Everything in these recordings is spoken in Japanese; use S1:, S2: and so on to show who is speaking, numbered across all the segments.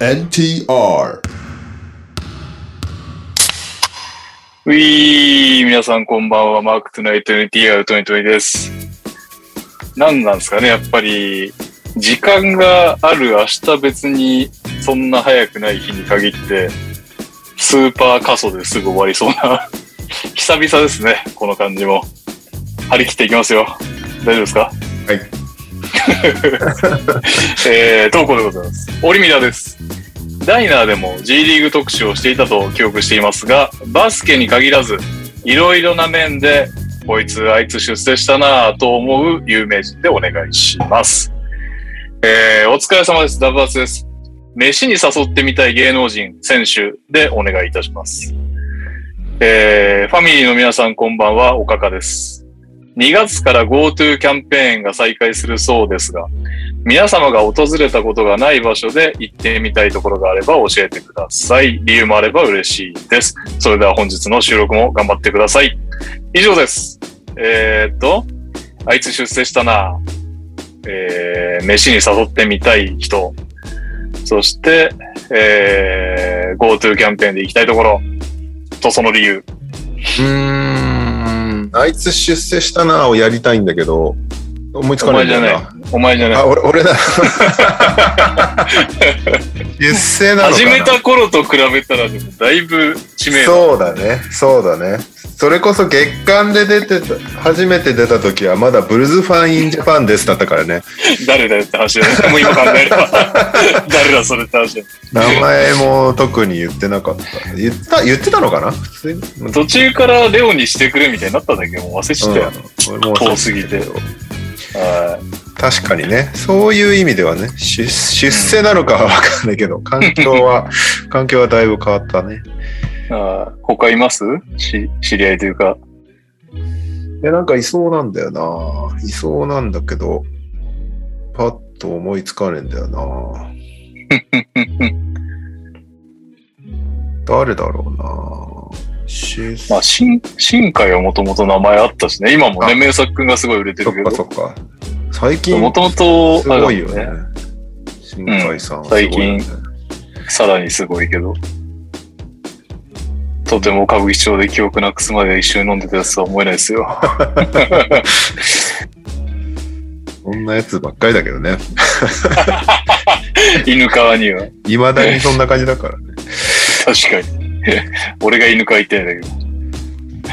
S1: NTR
S2: ウィー皆さんこんばんは、マークトゥナイト NTR トニトニです。何なんですかね、やっぱり、時間がある明日別にそんな早くない日に限って、スーパー過疎ですぐ終わりそうな、 久々ですね、この感じも。張り切っていきますよ。大丈夫ですか
S1: はい。
S2: えー、投稿でございます。オリミダです。ダイナーでも G リーグ特集をしていたと記憶していますが、バスケに限らず、いろいろな面で、こいつ、あいつ出世したなぁと思う有名人でお願いします。えー、お疲れ様です。ダブアツです。飯に誘ってみたい芸能人、選手でお願いいたします。えー、ファミリーの皆さんこんばんは、おかかです。2月から GoTo キャンペーンが再開するそうですが、皆様が訪れたことがない場所で行ってみたいところがあれば教えてください。理由もあれば嬉しいです。それでは本日の収録も頑張ってください。以上です。えー、っと、あいつ出世したな。えー、飯に誘ってみたい人。そして、えー、GoTo キャンペーンで行きたいところ。と、その理由。
S3: うーん。
S1: あいつ出世したなぁをやりたいんだけど、思いつ
S2: お
S1: かない
S2: 前
S1: ん
S2: じ
S1: だ
S2: ゃ
S1: よ
S2: ない
S1: な。。
S2: お前じゃない
S1: あ、。俺、俺 だ。出世なのかな
S2: 始めた頃と比べたら、でもだいぶ知名
S1: そ
S2: 度。
S1: うだね。そうだね。それこそ月間で出てた、初めて出た時はまだブルズファンインジャパンですだったからね。
S2: 誰だよって話だよね。もう今考え れば。誰だそれって話だよ。
S1: 名前も特に言ってなかった。言った、言ってたのかな普通に。うん
S2: 途中からレオにしてくれみたいになったんだけど、もう忘れちゃったよ。
S1: 俺も
S2: 遠すぎて。は
S1: 確かにね、そういう意味ではね、出出世なのかはわかんない けど、環境は、環境はだいぶ変わったね。
S2: いあー他いますし知り合いというか。
S1: いや、なんかいそうなんだよな。いそうなんだけど、パッと思いつかねえんだよ な。誰だろうな。出世
S2: まあ、新、新海はもともと名前あったしね。今もね、
S1: あ
S2: 名作君がすごい売れて
S1: そ
S2: る
S1: っか
S2: け
S1: そ
S2: ど。
S1: っか。最近、
S2: もともと、
S1: すごいよね。新海さんはすごいよね、
S2: うんさらにすごいけど。とても歌舞伎町で記憶なくすまで一緒に飲んでたやつとは思えないで すよ。
S1: そんなやつばっかりだけどね。
S2: 犬川には。
S1: いまだにそんな感じだから。
S2: 確かに。俺が犬飼いたいんだけど。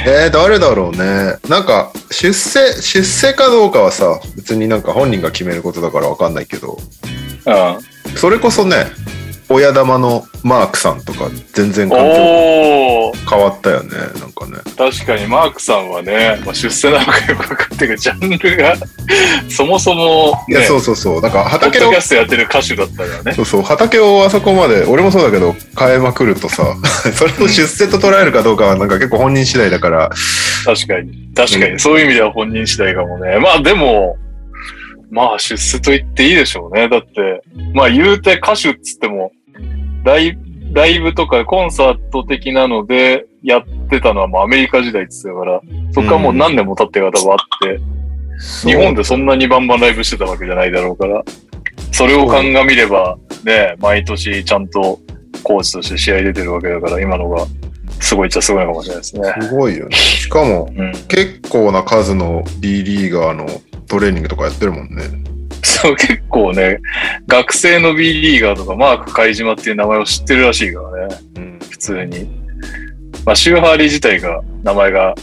S1: えー、誰だろうね。なんか、出世、出世かどうかはさ、別になんか本人が決めることだからわかんないけど、
S2: うん。
S1: それこそね、親玉のマークさんとか、全然環境
S2: おお
S1: 変わったよね、なんかね。
S2: 確かにマークさんはね、まあ、出世なのかよく分かってるけどジャン ルがそもそも、
S1: い
S2: ね、
S1: や、そうそうそう。なんか
S2: ポッ
S1: 畑
S2: ド
S1: を
S2: キャ、ストやってる歌手だったからね
S1: そうそう、畑をあそこまで、俺もそうだけど、変えまくるとさ、 それを出世と捉えるかどうかは、なんか結構本人次第だから、
S2: 確かに確か
S1: う
S2: にそういう意味では本人次第かもねまあでもまあ出世と言っていいでしょうねだってまあ言うて歌手っつってもライライブとかコンサート的なのでやってたのはもうアメリカ時代っつってたからそこはもう何年も経ってから多分あって、日本でそんなにバンバンライブしてたわけじゃないだろうから、それを鑑みれば、ね、毎年ちゃんとコーチとして試合出てるわけだから、今のがすごいっちゃすごいのかもしれないですね。
S1: すごいよね。しかも、
S2: うん。
S1: 結構な数の B リーガーのトレーニングとかやってるもんね。
S2: そう、結構ね、学生の B リーガーとか、マーク海島っていう名前を知ってるらしいからね、
S1: うん
S2: 普通に。まあ、シューハーリー自体が、名前が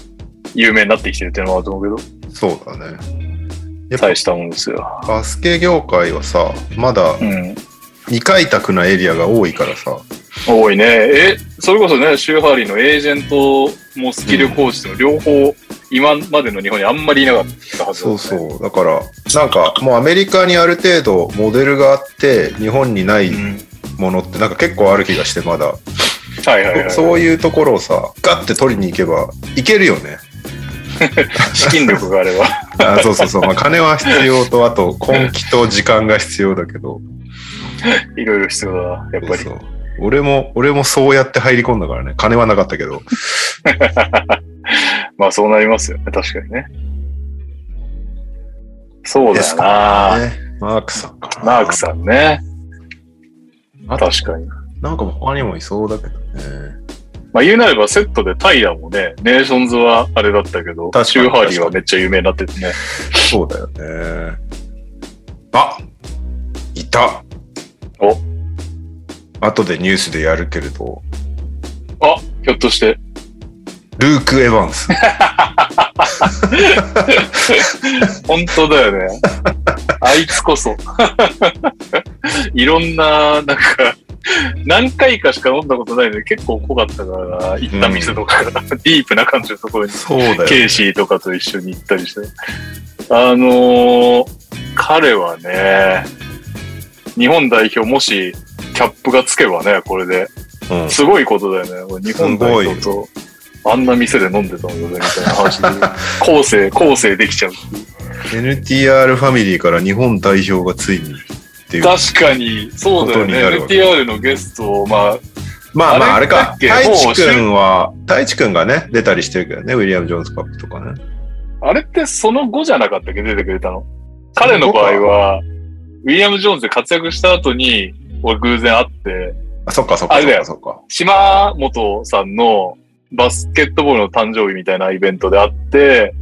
S2: 有名になってきてるっていうのもあると思うけ
S1: そうだね。や
S2: ど、
S1: っぱ
S2: 大したもんですよ。
S1: バスケ業界はさ、まだ
S2: うん。
S1: 未開拓なエリアが多いからさ、
S2: 多いね。え、それこそね、シューハーリーのエージェントもスキルコーチも両方、今までの日本にあんまりいなかったはずだ
S1: そ
S2: ね、
S1: うそう、だから、なんかもうアメリカにある程度モデルがあって、日本にない
S2: うん
S1: ものってなんか結構ある気がして、まだ。
S2: はいはいはい。
S1: そそういうところをさ、ガッて取りに行けば、いけるよね。
S2: 資金力があれば。
S1: あそうそうそう、まあ、金は必要と、あと根気と時間が必要だけど、
S2: いろいろ必要だな、やっぱり。
S1: そうそう俺も、俺もそうやって入り込んだからね、金はなかったけど。
S2: まあそうなりますよね、確かにね。そうだ
S1: です
S2: よな、
S1: ねマークさんかな。
S2: マークさんね。
S1: あと
S2: 確かに。
S1: なんか他にもいそうだけどね。
S2: まあ言うなればセットでタイヤもね、ネーションズはあれだったけど、
S1: かに
S2: シューハーリーはめっちゃ有名になっててね。
S1: そうだよね。あいた
S2: お
S1: 後でニュースでやるけれど、
S2: あ、ひょっとして。
S1: ルーク・エヴァンス。
S2: 本当だよね。あいつこそ。 いろんな、なんか、何回かしか飲んだことないので結構濃かったから、行った店とか、ディープな感じのところに、
S1: そうだよね。
S2: ケイシーとかと一緒に行ったりして。あのー彼はね、日本代表もし、キャップがつけばね、これで。
S1: うん
S2: すごいことだよね。日本代表と、あんな店で飲んでたんだぜ、みたいな話 で。後世、後世できちゃう。
S1: NTR ファミリーから日本代表がついにっていう。
S2: 確かに、そうだ
S1: こと
S2: よね
S1: にな。るわけ
S2: NTR のゲストを、まあ、
S1: まあまあ、
S2: あ
S1: あ
S2: れ
S1: れ
S2: だ
S1: か
S2: っ。け
S1: 太一くんは、太一くんがね、出たりしてるけどね、ウィリアム・ジョーンズカップとかね。
S2: あれってその後じゃなかったっけ出てくれたの。彼の場合は、ウィリアム・ジョーンズで活躍した後に、俺偶然会って、
S1: あ、そっかそっか
S2: あ
S1: そっ
S2: れだ
S1: か
S2: よ
S1: そっか。
S2: 島本さんのバスケットボールの誕生日みたいなイベントで会って、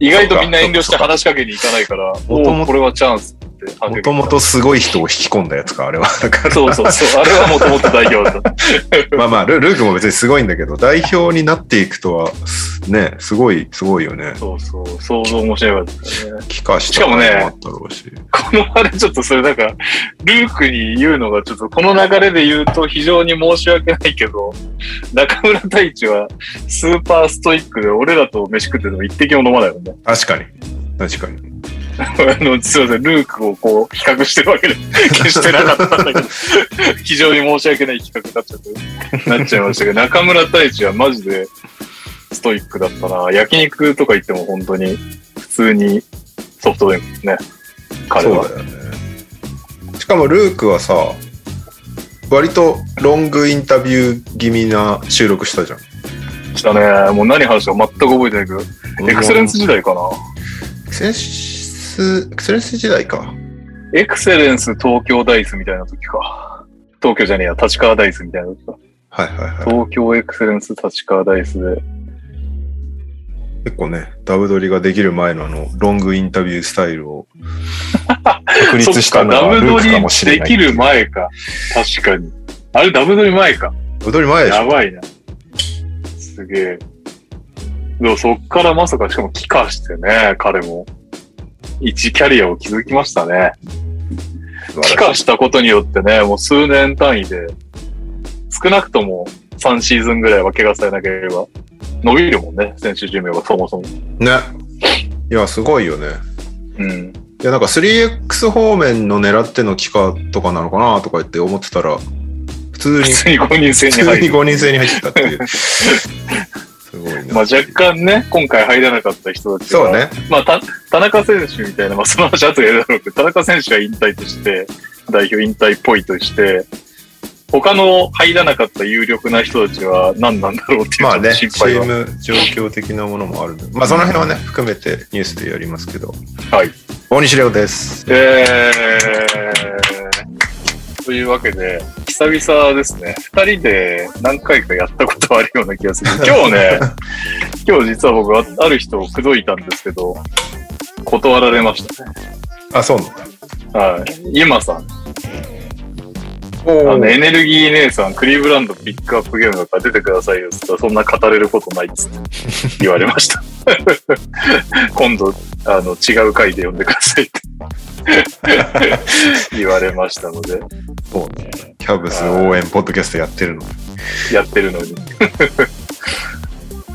S2: 意外とみんな遠慮して話しかけに行かない から、
S1: もとも
S2: おうこれはチャンスって話しかけ
S1: も
S2: て
S1: と
S2: きた
S1: もとすごい人を引き込んだやつか、あれは。 だから、
S2: そうそうそう。あれはもともと代表だった。
S1: まあまあ、ルルークも別にすごいんだけど、代表になっていくとは、ね、すごい、すごいよね。
S2: そうそう。想像もしなかったね。
S1: 帰化し
S2: しかもね
S1: たのもあったろうし。
S2: このあれちょっとそれなんか、ルークに言うのがちょっとこの流れで言うと非常に申し訳ないけど、中村太一はスーパーストイックで俺らと飯食ってても一滴も飲まないもんね。
S1: 確かに。確かに。
S2: あの、すいません、ルークをこう比較してるわけで決してなかったんだけど、非常に申し訳ない企画になっちゃって、なっちゃいましたけど、中村太一はマジでストイックだったな。焼肉とか行っても本当に普通にソフト麺ね、彼
S1: そう
S2: は。
S1: だよね。しかもルークはさ、割とロングインタビュー気味な収録したじゃん。
S2: したね。もう何話したか全く覚えてないけど、エクセレンス時代かな。
S1: エクセレンス、エクセレンス時代か。
S2: エクセレンス東京ダイスみたいな時か。東京じゃねえや、立川ダイスみたいな時か。
S1: はいはいはい。
S2: 東京エクセレンス立川ダイスで。
S1: 結構ね、ダブ取りができる前のあの、ロングインタビュースタイル を確立したの
S2: そっ
S1: は
S2: かダ
S1: ル
S2: ブ
S1: ー
S2: ド
S1: クかもしれ
S2: リ
S1: な
S2: で
S1: い。
S2: きる前か。確かに。あれ、ダブドリ前か。
S1: ダブ取り前でし
S2: や
S1: ょ
S2: ばいな。すげえ。でもそっからまさか、しかも帰化してね、彼も。一キャリアを築きましたね。
S1: 素
S2: 帰
S1: 晴ら
S2: 化
S1: しい
S2: したことによってね、もう数年単位で、少なくとも3シーズンぐらいは怪我されなければ、伸びるもんね、選手寿命がそもそも。
S1: ね。いや、すごいよね。
S2: うん。
S1: いや、なんか 3X 方面の狙っての帰化とかなのかなとか言って思ってたら、普通
S2: 普
S1: に、
S2: 通に5人制に
S1: 普
S2: 入
S1: 通
S2: る
S1: に。5人制に入ってたって いう。すごいね。
S2: まあ若干ね、今回入らなかった人たちが、
S1: そうね。
S2: まあ、た田中選手みたいな、まあ、その話後でやるだろうけど、田中選手は引退として、代表引退っぽいとして、他の入らなかった有力な人たちは何なんだろうっていう
S1: まあね、
S2: ち
S1: チ
S2: ょっと心配は
S1: ーム状況的なものもあるんで、まあその辺はね、含めてニュースでやりますけど。
S2: はい。
S1: 大西レオです。
S2: えー、というわけで、久々ですね、2人で何回かやったことはあるような気がする。今日ね、今日実は僕、あある人を口説いたんですけど、断られました。
S1: あ、そうなんだ。
S2: はい。ゆまさん。
S1: お
S2: あのエネルギー姉さん、クリーブランドピックアップゲームだから出てくださいよって言ったら、そんな語れることないっつって言われました。 今度、あの、違う回で呼んでくださいって言われましたので、
S1: キャブス応援ポッドキャストやってるの。
S2: やってるのに。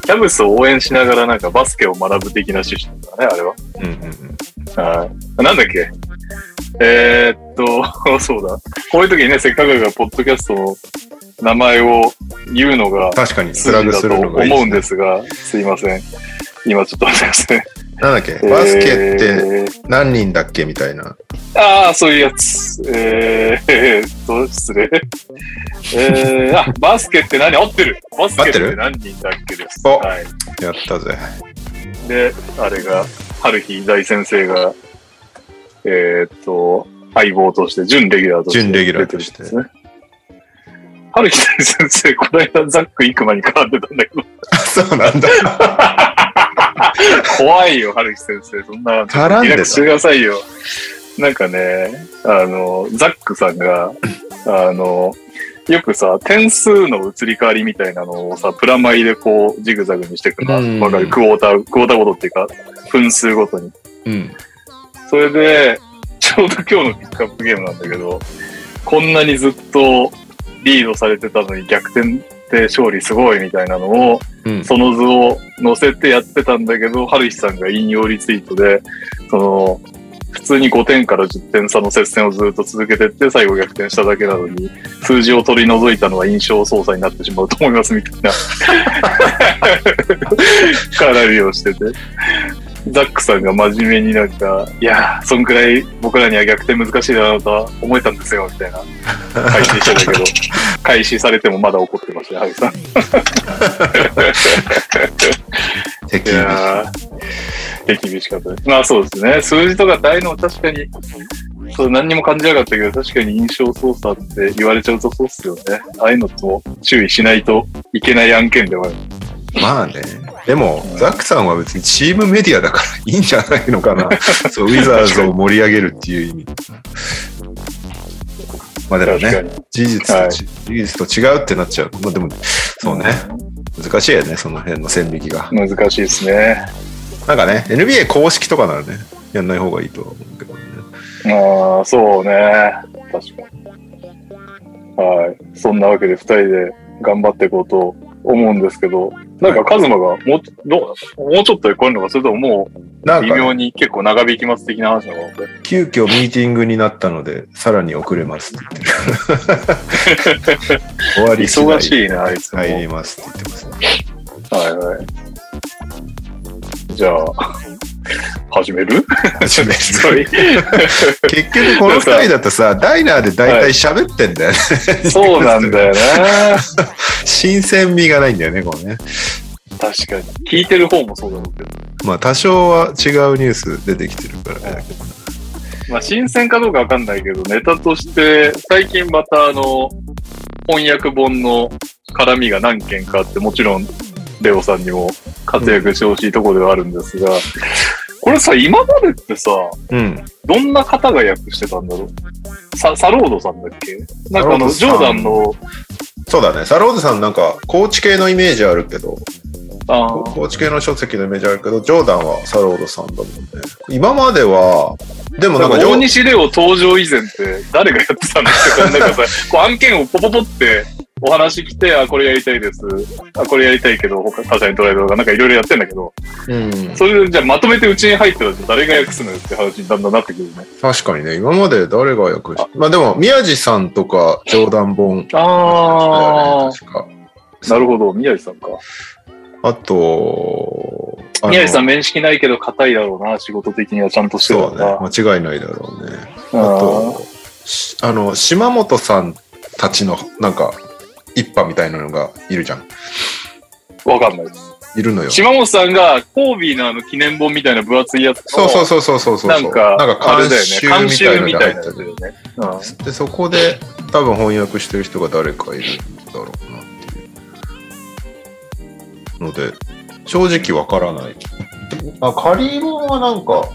S2: キャブスを応援しながらなんかバスケを学ぶ的な趣旨だね、あれは。
S1: うんうんうん。
S2: はい。なんだっけえーっと、 そうだ。こういう時にね、せっかくだから、ポッドキャストの名前を言うのが、
S1: 確かに、ス
S2: 筋
S1: ラグ
S2: だ
S1: す
S2: と
S1: るのがいい
S2: 思うんですすが、すいません。今ちょっと待ってください。
S1: ね。なんだっけ バスケって
S2: えー
S1: 何人だっけみたいな。
S2: ああ、そういうやつ。えー、えーっと、失礼。えー、あ、バスケって何合ってるバスケって何人だっけです。
S1: 合ってる
S2: はい。
S1: やったぜ。
S2: で、あれが、春日大先生が、えーっと、相棒として、準レギュラーとして。
S1: 準レギュラーとして
S2: 出るんですね。春木谷先生、この間ザック・イクマに絡んでたんだけど、
S1: そうなんだ。
S2: 怖いよ、春木先生。そんな、
S1: 絡ん
S2: リ
S1: で
S2: ラ
S1: た
S2: ックスしてくださいよ。なんかね、あの、ザックさんが、あの、よくさ、点数の移り変わりみたいなのをさ、プラマイでこう、ジグザグにしていくの
S1: うん
S2: わかる。クォーター、クォーターごとっていうか、分数ごとに。
S1: うん。
S2: それで、ちょうど今日のピックアップゲームなんだけど、こんなにずっとリードされてたのに逆転で勝利すごいみたいなのを、
S1: うん。
S2: その図を載せてやってたんだけど、春日さんが引用リツイートで、その、普通に5点から10点差の接戦をずっと続けてって、最後逆転しただけなのに、数字を取り除いたのは印象操作になってしまうと思いますみたいな、からりをしてて。ザックさんが真面目になんか、いやー、そんくらい僕らには逆転難しいだろうとは思えたんですよ、みたいな、開始してたけど、 開始されてもまだ怒ってましたよ、ハリさん。
S1: 敵
S2: いやー厳しかったです。まあそうですね。数字とかってああいうのも確かに、そう何にも感じなかったけど、確かに印象操作って言われちゃうとそうっすよね。ああいうのも注意しないといけない案件ではある。
S1: まあね。でも、ザックさんは別にチームメディアだからいいんじゃないの かな。そう、ウィザーズを盛り上げるっていう意味。まあでも
S2: 確か
S1: ね、
S2: に。
S1: 事実と
S2: はい
S1: ち、事実と違うってなっちゃう。まあでも、そうね。難しいよね、その辺の線引きが。
S2: 難しいですね。
S1: なんかね、NBA 公式とかならね、やんない方がいいとは思うけどね。
S2: ああ、そうね。確かに。はい。そんなわけで二人で頑張っていこうと思うんですけど、なんかカズマがもう、どう、もうちょっとで来るのか、それともも
S1: な
S2: うん微
S1: かね、
S2: 妙に結構長引きます的な話なのかな、これ
S1: 急遽ミーティングになったので、さらに遅れますって言ってる。 終わり次第
S2: 忙しいなあいつも
S1: 入りますって言ってます ね。
S2: はいはい。じゃあ、 始める
S1: 始める
S2: 一人
S1: 結局この二人だとさ、ダイナーで大体喋ってんだよね。
S2: そうなんだよね。
S1: 新鮮味がないんだよね、こうね。
S2: 確かに。聞いてる方もそうだろうけど。
S1: まあ多少は違うニュース出てきてるからね。
S2: まあ、新鮮かどうかわかんないけど、ネタとして、最近またあの、翻訳本の絡みが何件かあって、もちろん、レオさんにも活躍してほしいところではあるんですが、これさ、今までってさ、
S1: うん。
S2: どんな方が訳してたんだろうササロードさんだっけなんかあの、ジ
S1: サ
S2: ョ
S1: ロードさん
S2: ーダンの、
S1: そうだね。サローズさんなんか、コーチ系のイメージあるけど、
S2: あー
S1: コーチ系の書籍のイメージあるけど、ジョーダンはサロードさんだもんね。今までは、でもなんかジョ
S2: 大西レオ登場以前って誰がやってたんですかなん かさ、こう案件をポポポってお話来て、あ、これやりたいです。あ、これやりたいけど、他他社に取られるとか、なんかいろいろやってんだけど、
S1: うん、
S2: それでじゃあまとめてうちに入ってたら誰が訳すのよって話にだんだんなってくるね。
S1: 確かにね、今まで誰が訳して、まあでも、宮地さんとか、ジョーダン本、
S2: あ
S1: 確か。
S2: ー。なるほど、宮地さんか。
S1: あと、あの
S2: 宮地さん面識ないけど硬いだろうな、仕事的にはちゃんとして
S1: そ
S2: た
S1: う
S2: か
S1: ね、
S2: ら。
S1: 間違いないだろうね。
S2: あ
S1: あ
S2: ー
S1: と、しあの、島本さんたちの、なんか、一派みたいなのがいるじゃん。
S2: わかんないです。
S1: いるのよ。
S2: 島本さんがコービーのあの記念本みたいな分厚いやつ
S1: そうそうそうそうそうそう。
S2: なんか、
S1: なんか
S2: あれ
S1: 監
S2: だ
S1: 修
S2: よね。監
S1: みたい
S2: 修
S1: なの
S2: み
S1: が
S2: た
S1: 入
S2: い
S1: っ
S2: な
S1: て
S2: やつだ
S1: る。
S2: よね。うん
S1: で、そこで、多分翻訳してる人が誰かいるんだろうなっていう。ので、正直わからない。あ、カリーモンはなんか、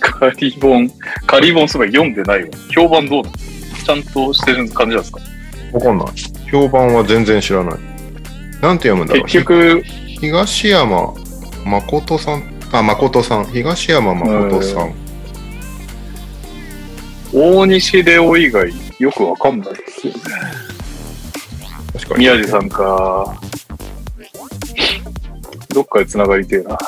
S2: カリボン、カリボンすごい読んでないわ。評判どうなのちゃんとしてる感じなんですか
S1: わかんない。評判は全然知らない。なんて読むんだろう。
S2: 結局、
S1: 東山誠さん、あ、誠さん、東山誠さん。
S2: 大西レオ以外よくわかんないですよね。
S1: 確かに。
S2: 宮地さんか。どっかで繋がりてえな。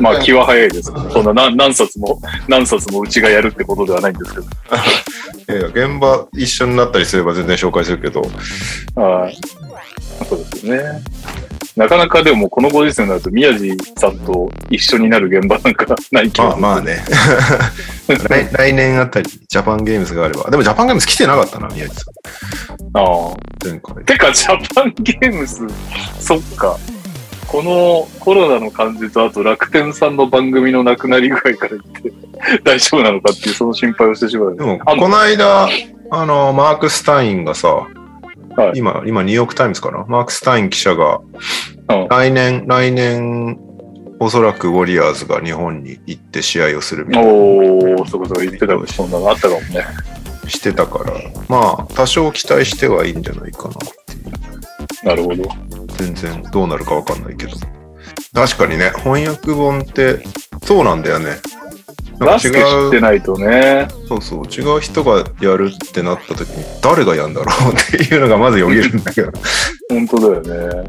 S2: まあ気は早いです。そんな何何冊も、何冊もうちがやるってことではないんですけど。
S1: いやいや現場一緒になったりすれば全然紹介するけど、
S2: はい。そうですよね。なかなかでもこのご時世になると宮地さんと一緒になる現場なんかない気
S1: まあ
S2: が
S1: ま あね。来来年あたり、ジャパンゲームズがあれば。でもジャパンゲームズ来てなかったな、宮地さ
S2: ああ
S1: ん。前回。
S2: てか、ジャパンゲームズ、そっか。このコロナの感じと、あと楽天さんの番組のなくなり具合から言って、大丈夫なのかっていう、その心配をしてしまう。
S1: でも、
S2: あ
S1: この間、あの、マーク・スタインがさ、
S2: い
S1: 今、今、ニューヨーク・タイムズかなマーク・スタイン記者が、
S2: うん
S1: 来年、来年、おそらくウォリアーズが日本に行って試合をするみたいな
S2: おー、そこそこ言ってたそんなのあったかもね。
S1: してたから、まあ、多少期待してはいいんじゃないかな。
S2: なるほど。
S1: 全然どうなるかわかんないけど。確かにね、翻訳本って、そうなんだよね。な
S2: バ
S1: んか
S2: ス
S1: 違
S2: ケ知って
S1: う、
S2: ないとね。
S1: そうそう、違う人がやるってなった時に、誰がやんだろうっていうのがまずよぎるんだけ ど。
S2: 本当だよね。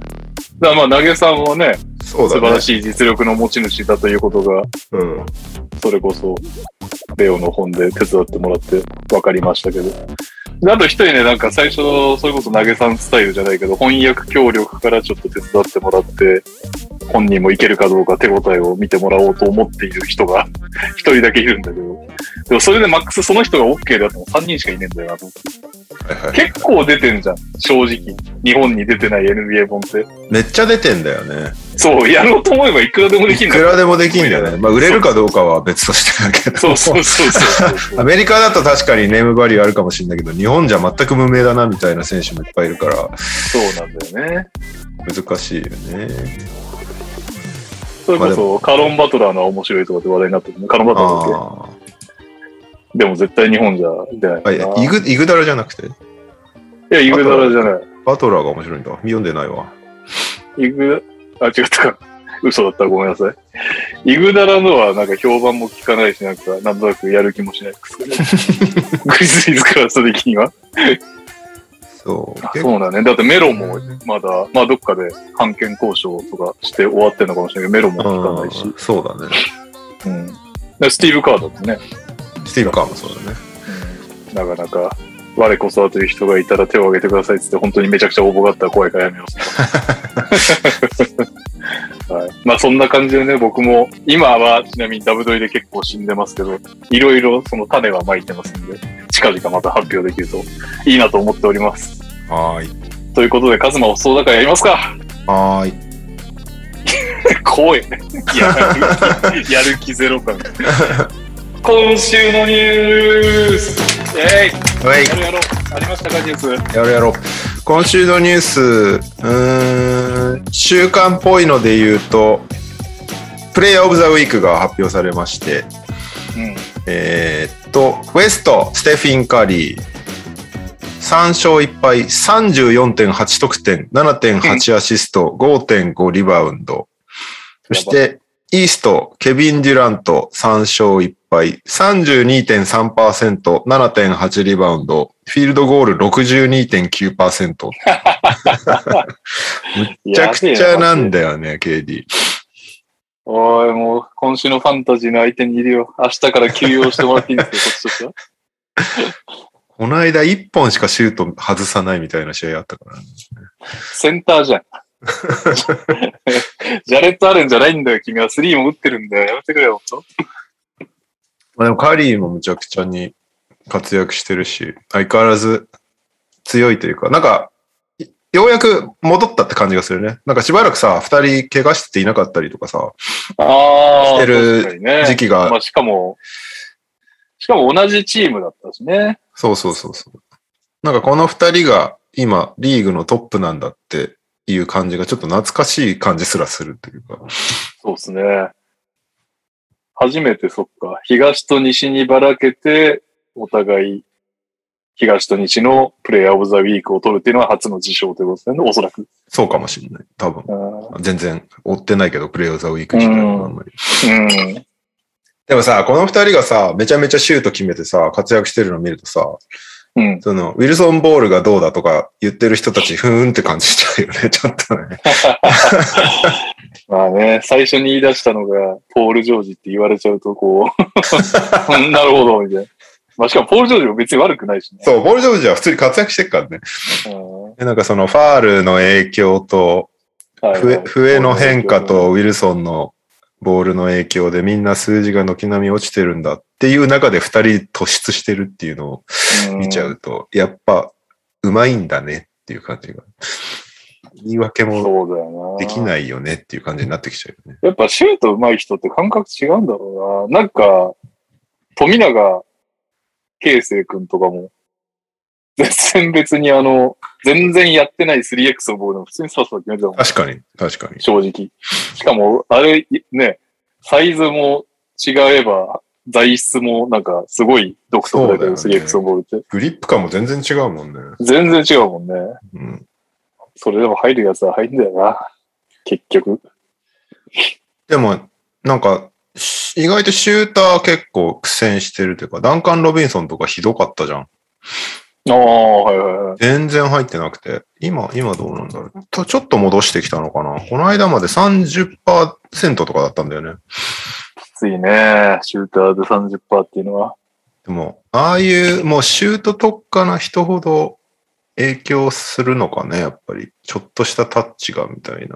S2: だからまあ、投げさんはね、
S1: そうだ
S2: 素
S1: ね。
S2: 晴らしい実力の持ち主だということが、
S1: うん。
S2: それこそ、レオの本で手伝ってもらって分かりましたけど。であと一人ね、なんか最初、それこそ投げさんスタイルじゃないけど、翻訳協力からちょっと手伝ってもらって、本人もいけるかどうか手応えを見てもらおうと思っている人が 一人だけいるんだけど、でもそれでマックスその人が OK だとも3人しかいねえんだよなと思って。
S1: はいはい
S2: 結構出てんじゃん、正直。日本に出てない NBA 本って。
S1: めっちゃ出てんだよね。
S2: そう、やろうと思えばいくらでもでき
S1: い
S2: るんだ
S1: く
S2: よ。
S1: らでもできんだよね。まあ、売れるかどうかは別としてだけど。
S2: そうそうそうそうそう
S1: アメリカだと確かにネームバリューあるかもしれないけど、日本じゃ全く無名だなみたいな選手もいっぱいいるから、
S2: そうなんだよね。
S1: 難しいよね。
S2: それこそ、カロンバトラーの面白いとかって話題になってるね。カロンバトラーだっ
S1: あ
S2: けでも絶対日本じゃ出ない
S1: あ。
S2: か
S1: あ
S2: ない
S1: やイグ、イグダラじゃなくて、
S2: いや、イグダラじゃない。
S1: バトラーが面白いんだ。読んでないわ。
S2: イグ、あ、違ったか。嘘だったらごめんなさい。イグダラのはなんか評判も聞かないし、なんか、なんとなくやる気もしない くせにグリズリーズからした時には。
S1: そう。
S2: あ
S1: 結構
S2: そうだね。だってメロもまだ、まあどっかで判権交渉とかして終わってるのかもしれないけど、メロも聞かないし
S1: うん。そうだね。
S2: うん。でスティーブ・カードってね、
S1: スティーブ・カーもそうだね。
S2: なかなか、我こそはという人がいたら手を挙げてくださいってって、本当にめちゃくちゃ応募があったら怖いからやめよう。はい、まあそんな感じでね、僕も、今はちなみにダブドリで結構死んでますけど、いろいろその種はまいてますんで、近々また発表できるといいなと思っております。
S1: はーい。
S2: ということで、カズマおそうだからやりますか
S1: はーい。
S2: 怖いね。やる気、やる気ゼロ感。今週のニュースえい
S1: はい
S2: や。ろうやろうありましたかニュース
S1: やろうやろう。今週のニュース、うーん、週間っぽいので言うと、プレイヤーオブザウィークが発表されまして、
S2: うん
S1: えーっと、ウェスト、ステフィン・カリー、3勝1敗、34.8得点、7.8アシスト、5.5リバウンド。そして、イースト、ケビン・デュラント、3勝1敗、32.3%、7.8リバウンド、フィールドゴール62.9%。めちゃくちゃなんだよね、KD。
S2: おい、もう、今週のファンタジーの相手にいるよ。明日から休養してもらっていいんですか、こっちとしては。
S1: この間1本しかシュート外さないみたいな試合あったからね。
S2: センターじゃ ん。ジャレット・アレンじゃないんだよ、君は。スリーも打ってるんだよ。やめてくれよ、ほんと。
S1: まあ、でもカリーもむちゃくちゃに活躍してるし、相変わらず強いというか、なんか、いようやく戻ったって感じがするね。なんかしばらくさ、二人怪我してていなかったりとかさ、
S2: あ
S1: してる
S2: る
S1: 時期が、
S2: まあ、しかも、しかも同じチームだったしね。
S1: そうそうそうそう。なんかこの二人が今リーグのトップなんだっていう感じがちょっと懐かしい感じすらするというか。
S2: そうですね。初めてそっか、東と西にばらけて、お互い、東と西のプレイヤーオブザウィークを取るっていうのは初の事象ということですね、おそらく。
S1: そうかもしれない。多分。
S2: うん。
S1: 全然追ってないけど、プレイオーザーウィーク自体はあんまり。
S2: うん
S1: でもさ、この二人がさ、めちゃめちゃシュート決めてさ、活躍してるの見るとさ、
S2: うん。
S1: その、ウィルソン・ボールがどうだとか言ってる人 たち、ふーんって感じしちゃうよね、 ちょっとね。
S2: まあね、最初に言い出したのが、ポール・ジョージって言われちゃう と、こう、なるほど、みたいな。まあ、しかも、ポール・ジョージも別に悪くないしね。
S1: そう、ボール・ジョージは普通に活躍してるからね。
S2: うん
S1: でなんかその、ファールの影響と、
S2: はいは
S1: 笛
S2: い
S1: 笛の変化とウィルソンのボールの影響でみんな数字が軒並み落ちてるんだっていう中で二人突出してるっていうのを見ちゃうと、やっぱ、うまいんだねっていう感じが。
S2: うん
S1: 言い訳も
S2: そうだよな。
S1: できないよねっていう感じになってきちゃうよね。
S2: やっぱシュート上手い人って感覚違うんだろうな。なんか、富永啓生君とかも、全然別にあの、全然やってない 3X のボールでも普通にさっさと決めてたもん。
S1: 確かに、確かに。
S2: 正直。しかも、あれ、ね、サイズも違えば、材質もなんかすごい独特だけど、
S1: そうだよね
S2: 3X のボールって。
S1: グリップ感も全然違うもんね。
S2: 全然違うもんね。
S1: うん。
S2: それでも入るやつは入るんだよな。結局。
S1: でも、なんか、し意外とシューター結構苦戦してるというか、ダンカン・ロビンソンとかひどかったじゃん。
S2: ああ、はいはいはい。
S1: 全然入ってなくて、今、今どうなんだろう。とちょっと戻してきたのかな。この間まで30%とかだったんだよね。
S2: きついね。シューターで30%っていうのは。
S1: でも、ああいうもうシュート特化な人ほど影響するのかね、やっぱり。ちょっとしたタッチがみたいな。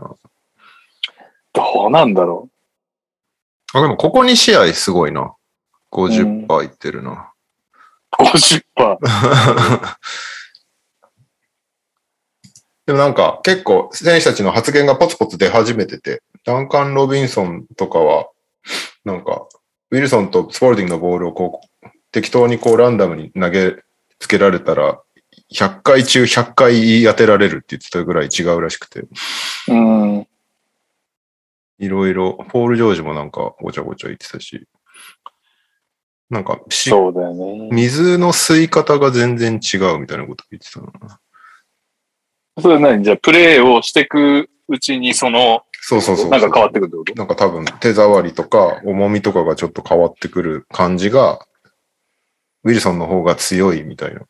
S2: どうなんだろ
S1: あ、でもここ2試合すごいな。50%いってるな。
S2: う。50%。
S1: でもなんか結構選手たちの発言がポツポツ出始めてて、ダンカン・ロビンソンとかは、なんか、ウィルソンとスポルディングのボールをこう、適当にこうランダムに投げつけられたら、100回中100回言い当てられるって言ってたぐらい違うらしくて、
S2: うん。
S1: いろいろ、ポール・ジョージもなんかごちゃごちゃ言ってたし、なんか、し
S2: そうだよね。
S1: 水の吸い方が全然違うみたいなこと言ってたな。
S2: それ何じゃあ、プレーをしていくうちに、その、
S1: そうそうそう。
S2: なんか変わってくるってこ
S1: なんか多分手触りとか重みとかがちょっと変わってくる感じが、ウィルソンの方が強いみたいな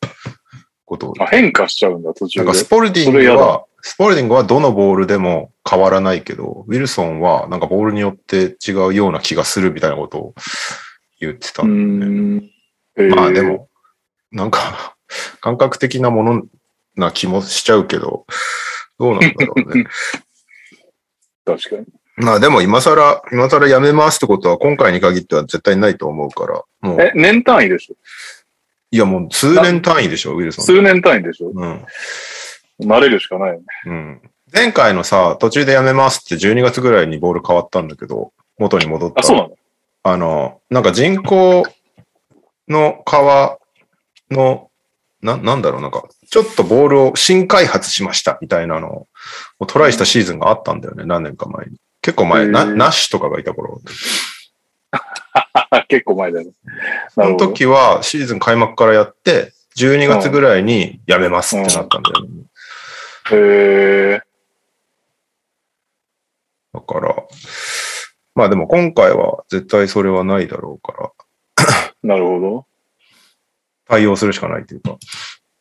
S1: ことを。
S2: とあ変化しちゃうんだ、途
S1: な
S2: 中
S1: ん
S2: で
S1: か。スポルディン
S2: それ
S1: グ
S2: や
S1: は
S2: だ、
S1: スポルディングはどのボールでも変わらないけど、ウィルソンはなんかボールによって違うような気がするみたいなことを言ってた
S2: うん
S1: だよね。
S2: ん。えー
S1: まあで。も、なんか、感覚的なものな気もしちゃうけど、どうなんだろうね。
S2: 確かに。
S1: まあでも今更、今更やめますってことは今回に限っては絶対ないと思うから、もう、
S2: え、年単位でしょ
S1: いやもう数年単位でしょ、ウィルソン。
S2: 数年単位でしょ
S1: うん。
S2: 慣れるしかないよね。
S1: うん。前回のさ、途中でやめますって12月ぐらいにボール変わったんだけど、元に戻った。
S2: あ、そうなの
S1: あの、なんか人工の皮の、な、なんだろう、なんか、ちょっとボールを新開発しましたみたいなのをトライしたシーズンがあったんだよね、何年か前に。結構前、な、
S2: へー
S1: ナッシュとかがいた頃。
S2: あ、結構前だね。
S1: そ
S2: なる
S1: の
S2: ほど。
S1: 時はシーズン開幕からやって、12月ぐらいにやめますってなったんだよね。
S2: えー、
S1: だから、まあでも今回は絶対それはないだろうから、
S2: なるほど。
S1: 対応するしかないというか、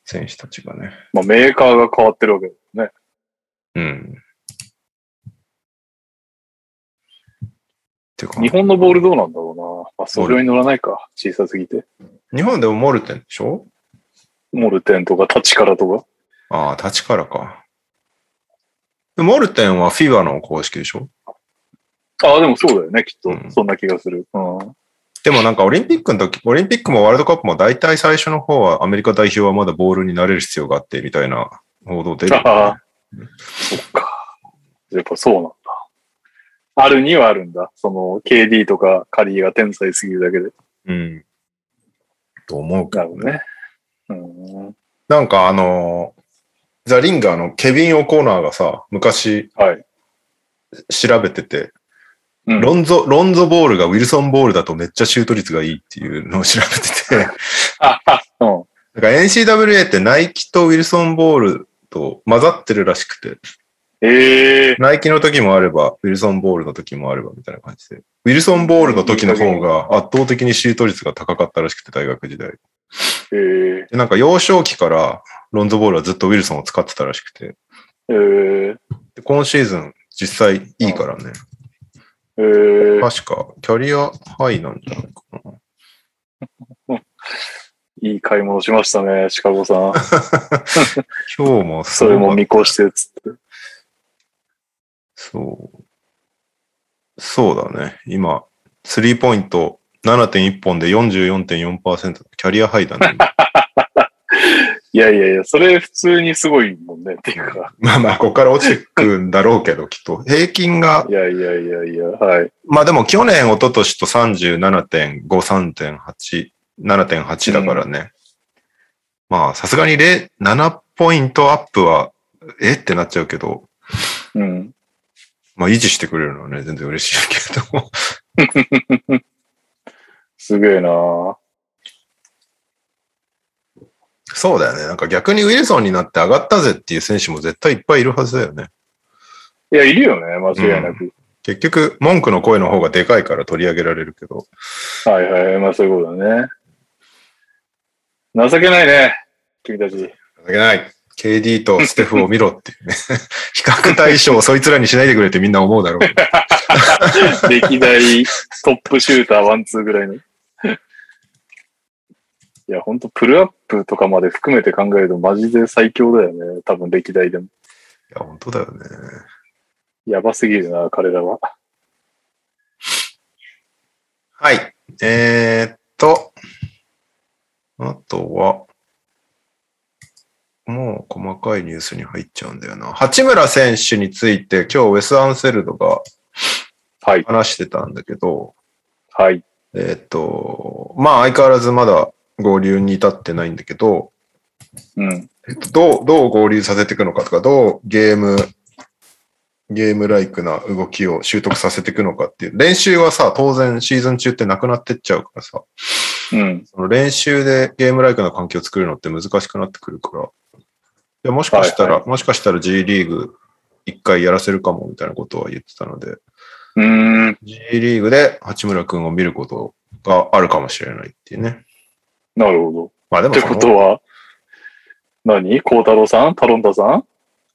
S1: 選手たちがね。
S2: まあ、メーカーが変わってるわけだよね。
S1: うん。てか、
S2: 日
S1: 日
S2: 本のボールどうなんだろうな。あ、それに乗らないか。小さすぎて。
S1: 本でもモルテンでしょ
S2: モルテンとかタッチカラとか。
S1: ああ、立ちからか。でモルテンはフィバの公式でしょ
S2: ああ、でもそうだよね、きっと。
S1: うん
S2: そんな気がする。うん。
S1: でもなんかオリンピックの時、オリンピックもワールドカップも大体最初の方はアメリカ代表はまだボールに慣れる必要があってみたいな報道出るよね、
S2: ああ、そっか。やっぱそうなんだ。あるにはあるんだ。その、KD とかカリーが天才すぎるだけで。
S1: うん。と思うけ
S2: な
S1: ど
S2: るほどね。うん。
S1: なんかあのー、ザ・リンガーのケビン・オコーナーがさ、昔
S2: はい。
S1: 調べてて、
S2: うん
S1: ロンゾ、ロンゾボールがウィルソンボールだとめっちゃシュート率がいいっていうのを調べて て、
S2: あ、あ、うん。
S1: なんか NCWA ってナイキとウィルソンボールと混ざってるらしくて、
S2: ええ
S1: ナイキの時もあれば、ウィルソンボールの時もあればみたいな感じで。ウィルソンボールの時の方が圧倒的にシュート率が高かったらしくて、大学時代。
S2: ええ
S1: でなんか幼少期からロンゾボールはずっとウィルソンを使ってたらしくて。
S2: ええ
S1: で今シーズン実際いいからね。
S2: え
S1: 確
S2: え
S1: かキャリアハイなんじゃないかな。
S2: いい買い物しましたね、シカ ゴさん。
S1: 今日も
S2: それも見越して、つって。
S1: そう。そうだね。今、スリーポイント7.1本で44.4%、キャリアハイだね。
S2: いやいやいや、それ普通にすごいもんねってい うか。
S1: まあまあ、ここから落ちてくんだろうけど、きっと。平均が
S2: い、やいやいやいや、はい。
S1: まあでも去年、一昨年と37.5、3.8、7.8だからね。まあ、さすがに0 7ポイントアップは、えってなっちゃうけど、
S2: うん。
S1: まあ維持してくれるのはね、全然嬉しいけど。
S2: すげえなぁ
S1: そうだよね。なんか逆にウィルソンになって上がったぜっていう選手も絶対いっぱいいるはずだよね。
S2: いや、いるよね、間違いなく。
S1: 結局、文句の声の方がでかいから取り上げられるけど。
S2: はいはい、まあそういうことだね。情けないね、君たち。
S1: 情けない。KD とステフを見ろっていうね。 比較対象をそいつらにしないでくれってみんな思うだろうけど。
S2: 歴代トップシューターワンツーぐらいの。いや、ほんと、プルアップとかまで含めて考えるとマジで最強だよね。多分歴代でも。
S1: いや、本当だよね。
S2: やばすぎるな、彼らは。
S1: はい。えー、っと、あとは、もう細かいニュースに入っちゃうんだよな。八村選手について今日ウェス・アンセルドが
S2: はい。
S1: 話してたんだけど、
S2: はい。
S1: えーっと、まあ相変わらずまだ合流に至ってないんだけど、
S2: うん。
S1: どう、どう合流させていくのかとか、どうゲーム、ゲームライクな動きを習得させていくのかっていう。練習はさ、当然シーズン中ってなくなってっちゃうからさ、
S2: うん。
S1: その練習でゲームライクな環境を作るのって難しくなってくるから、いやもしかしたら、
S2: は
S1: もしかしたら G リーグ一回やらせるかもみたいなことは言ってたので、
S2: うーん。
S1: G リーグで八村くんを見ることがあるかもしれないっていうね。
S2: なるほど。
S1: まあで
S2: っ
S1: も
S2: て
S1: その
S2: ことは、何孝太郎さんタロンタさん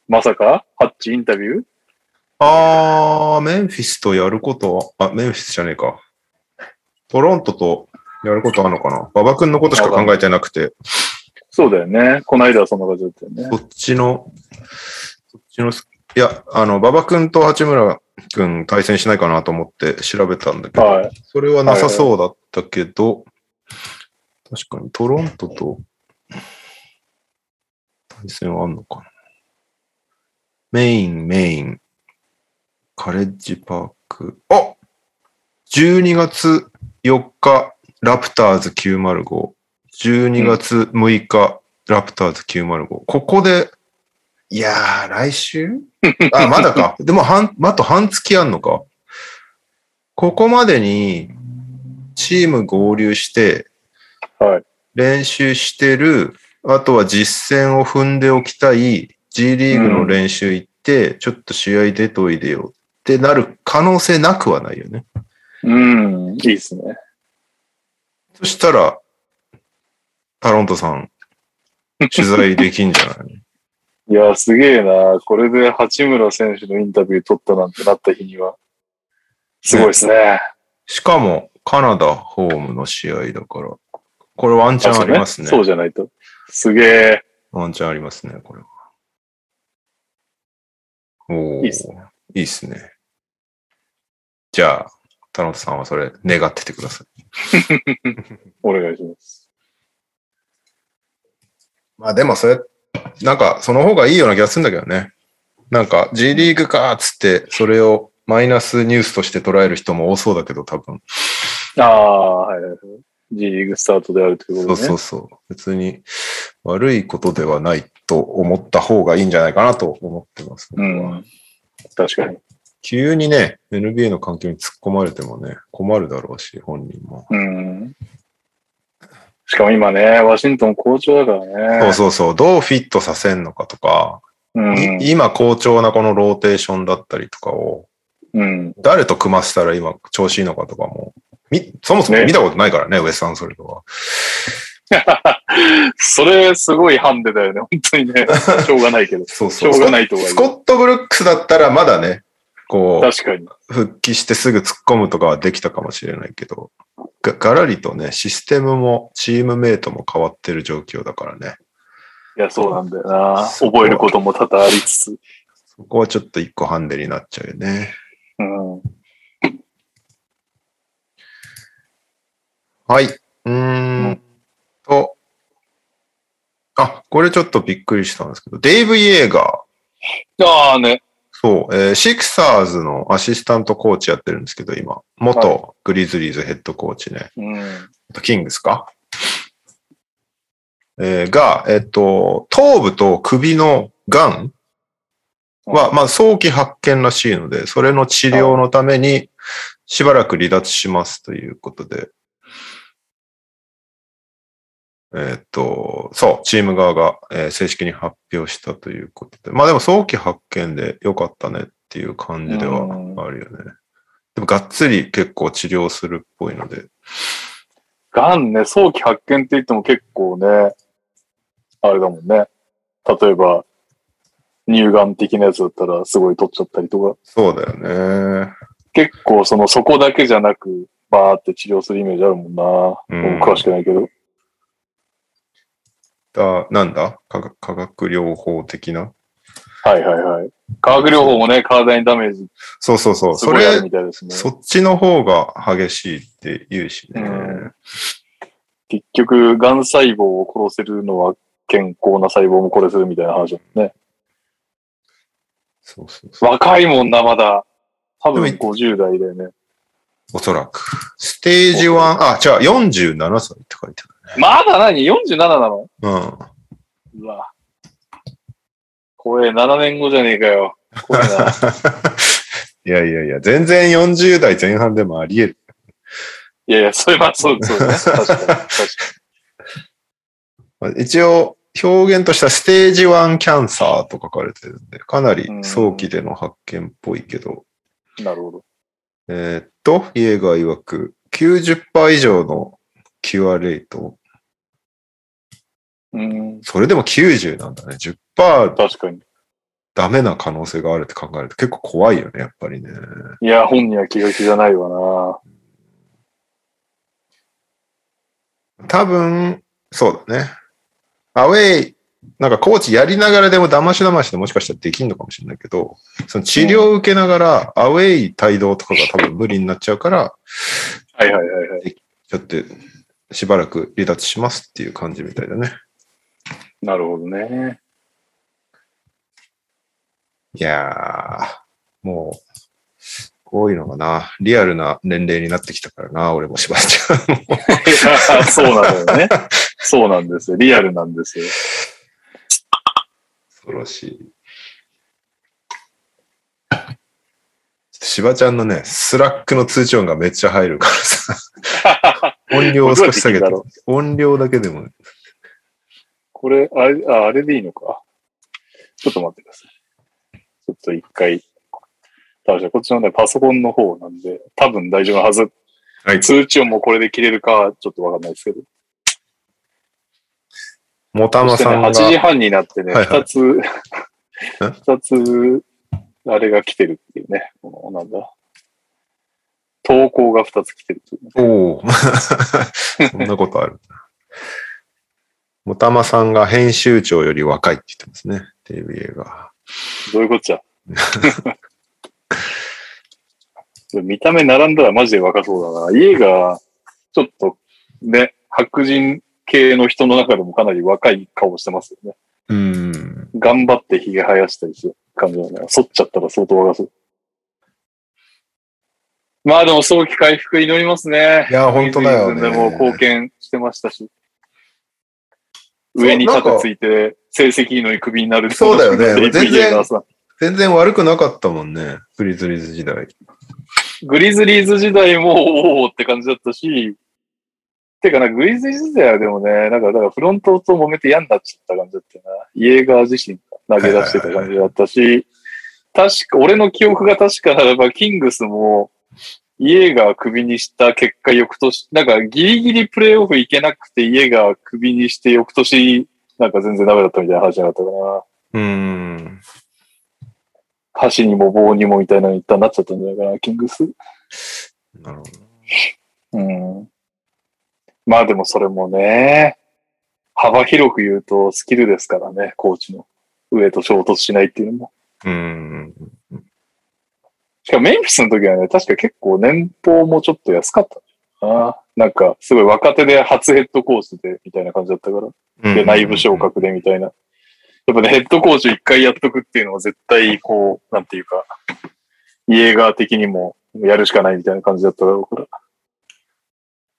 S2: まさかハッチインタビュー
S1: あー、メンフィスとやることは、あ、メンフィスじゃねえか。トロントとやることあるのかな馬場君のことしか考えてなくて、
S2: そうだよね。この間はそんな感じだったよね。
S1: そっちの、そっちのす、いや、あの、馬場君と八村君対戦しないかなと思って調べたんだけど、
S2: はい。
S1: それはなさそうだったけど、確かにトロントと対戦はあんのかな。メイン、メイン。カレッジパーク。あ !12 月4日、ラプターズ905。12月6日、ラプターズ905。ここで、いやー、来 週あ、まだか。でも、半、あと半月あんのか。ここまでに、チーム合流して、
S2: はい。
S1: 練習してる、あとは実践を踏んでおきたい、G リーグの練習行って、ちょっと試合出といでよってなる可能性なくはないよね。
S2: うん。いいですね。
S1: そしたら、タロントさん、取材できんじゃない
S2: いや、すげえな。これで八村選手のインタビュー取ったなんてなった日には。すごいですね。
S1: しかも、カナダホームの試合だから、これワンチャンありますね。
S2: そうじゃないと。すげえ。
S1: ワンチャンありますね、これは。おお。
S2: いいっす
S1: ね。いいっすね。じゃあ、田野さんはそれ、願っててください。
S2: お願いします。
S1: まあでもそれ、なんか、その方がいいような気がするんだけどね。なんか、G リーグかーっつって、それをマイナスニュースとして捉える人も多そうだけど、多分。
S2: ああ、はいはいはい。G リーグスタートであるという
S1: そ
S2: こ
S1: う
S2: とでね。
S1: そうそう。別に、悪いことではないと思った方がいいんじゃないかなと思ってます。僕
S2: う
S1: は
S2: ん。確かに。
S1: 急にね、NBA の環境に突っ込まれてもね、困るだろうし、本人も。
S2: うん。しかも今ね、ワシントン好調だからね。
S1: そうそうそう、どうフィットさせんのかとか、
S2: うん。
S1: い今好調なこのローテーションだったりとかを、
S2: うん。
S1: 誰と組ませたら今調子いいのかとかも、みそもそも
S2: ね
S1: 見たことないからね、ウエスタンソルドは。
S2: それ、すごいハンデだよね。本当にね。しょうがないけ ど。
S1: そうそう。
S2: しょうがないとはいえ
S1: スコット・ブルックスだったらまだね、こう、
S2: 確かに。
S1: 復帰してすぐ突っ込むとかはできたかもしれないけど、ががらりとね、システムもチームメイトも変わってる状況だからね。
S2: いや、そうなんだよな。
S1: そこは
S2: 覚えることも多々ありつつ。
S1: そこはちょっと一個ハンデになっちゃうよね。
S2: うん。
S1: はい。うーんと。あ、これちょっとびっくりしたんですけど、デイブ・イエーガー。
S2: ああね。
S1: そう、えーシクサーズのアシスタントコーチやってるんですけど、今。元グリズリーズヘッドコーチね。
S2: うん。
S1: キングスかえーが、えっと、頭部と首の癌は、まあ、早期発見らしいので、それの治療のために、しばらく離脱しますということで。えっと、そう、チーム側が、えー正式に発表したということで。まあでも早期発見で良かったねっていう感じではあるよね。でもがっつり結構治療するっぽいので。
S2: がんね、早期発見って言っても結構ね、あれだもんね。例えば、乳がん的なやつだったらすごい取っちゃったりとか、
S1: そうだよね。
S2: 結構そのそこだけじゃなく、バーって治療するイメージあるもんな。
S1: うん
S2: 僕詳しくないけど。
S1: だなんだ科学化学療法的な
S2: はいはいはい。化学療法もね、体にダメージ
S1: そうそうそう。
S2: す
S1: そ
S2: ごいある
S1: れ、
S2: みたいですね。
S1: そっちの方が激しいって言うしね。
S2: うん結局、がん細胞を殺せるのは健康な細胞も殺せるみたいな話だもんね。
S1: そうそうそう。
S2: 若いもんな、まだ。多分
S1: でも
S2: 50代だよね。
S1: おそらく。ステージ1、あ、じゃあ47歳って書いて
S2: まだ何 ?47 なの
S1: ある。うん。
S2: うわ。怖え、7年後じゃねえかよ。怖え な。
S1: いやいやいや、全然40代前半でもあり得る。
S2: いやいや、それはそうそうね。確かに。確か
S1: まあ一応、表現としてはステージ1キャンサーと書かれてるんで、かなり早期での発見っぽいけど、
S2: に。なるほど。
S1: えーっと、イエーガー曰く、90%以上のキュアレート。
S2: うん。
S1: それでも90なんだね。10%
S2: 確かに。
S1: ダメな可能性があるって考えると結構怖いよね、やっぱりね。
S2: いや、本には気が気じゃないわ
S1: 多分、そうだね。アウェイ、なんかコーチやりながらでも騙し騙しでもしかしたらできんのかもしれないけど、その治療を受けながらアウェイ帯同とかが多分無理になっちゃうから、
S2: なはいはいはいはい。
S1: ちょっとしばらく離脱しますっていう感じみたいだね。
S2: なるほどね。
S1: いやー、もう、こういうのがな、リアルな年齢になってきたからな、俺もしばらく。
S2: いやそうなんだよね。そうなんですよ。リアルなんですよ。
S1: 恐ろしい。ちょっとしばちゃんのね、スラックの通知音がめっちゃ入るから さ、音量を少し下げて
S2: どうやって聞いたろ、
S1: 音量だけでも、
S2: これ、あれ、ああれでいいのか。ちょっと待ってください。ちょっと一回。ただし、こっちのね、パソコンの方なんで、多分大丈夫なはず。
S1: はい
S2: 通知音もこれで切れるか、ちょっとわかんないですけど。
S1: もたま
S2: そして
S1: さ
S2: ね、
S1: んが
S2: 8、時半になってね、
S1: はいはい
S2: 2つ、2つ、あれが来てるっていうね。このなんだ。投稿が2つ来てるっていうね。
S1: おお そんなことある。もたまさんが編集長より若いって言ってますね、テレビ映画。
S2: どういうこ っちゃ。見た目並んだらマジで若そうだな。家が、ちょっとね、白人系の人の中でもかなり若い顔してますよね。
S1: うーん。
S2: 頑張って髭生やしたりする感じだね。剃っちゃったら相当若そう。まあでも早期回復祈りますね。
S1: いや、本当だよ
S2: シーズンでもう貢
S1: ね。
S2: 献してましたし。
S1: そう
S2: 上に肩ついて、成績いいのにクビになる。
S1: そうだよね
S2: デイビー
S1: 全然
S2: ゲイガーさん
S1: 全然悪くなかったもんね、グリズリーズ時代。
S2: グリズリーズ時代も、おーって感じだったし、てかな、グリズリーズ時代はでもね、なんか、だからフロントと揉めて嫌になっちゃった感じだったよな。イエーガー自身が投げ出してた感じだったし、確か、俺の記憶が確かならば、キングスも、イエーガークビにした結果、翌年、なんかギリギリプレイオフ行けなくて、イエーガークビにして、翌年、なんか全然ダメだったみたいな話じゃなかったかな。
S1: うーん。
S2: 箸にも棒にもみたいなのに一旦なっちゃったんじゃないかな、キングス。
S1: なるほど。
S2: うん。まあでもそれもね、幅広く言うとスキルですからね、コーチの。上と衝突しないっていうのも。
S1: うーん。
S2: しかもメンフィスの時はね、確か結構年俸もちょっと安かった。な。なんか、すごい若手で初ヘッドコーチで、みたいな感じだったから。で、内部昇格で、みたいな。やっぱね、ヘッドコーチを一回やっとくっていうのは絶対、こう、なんていうか、家側的にもやるしかないみたいな感じだっただろうか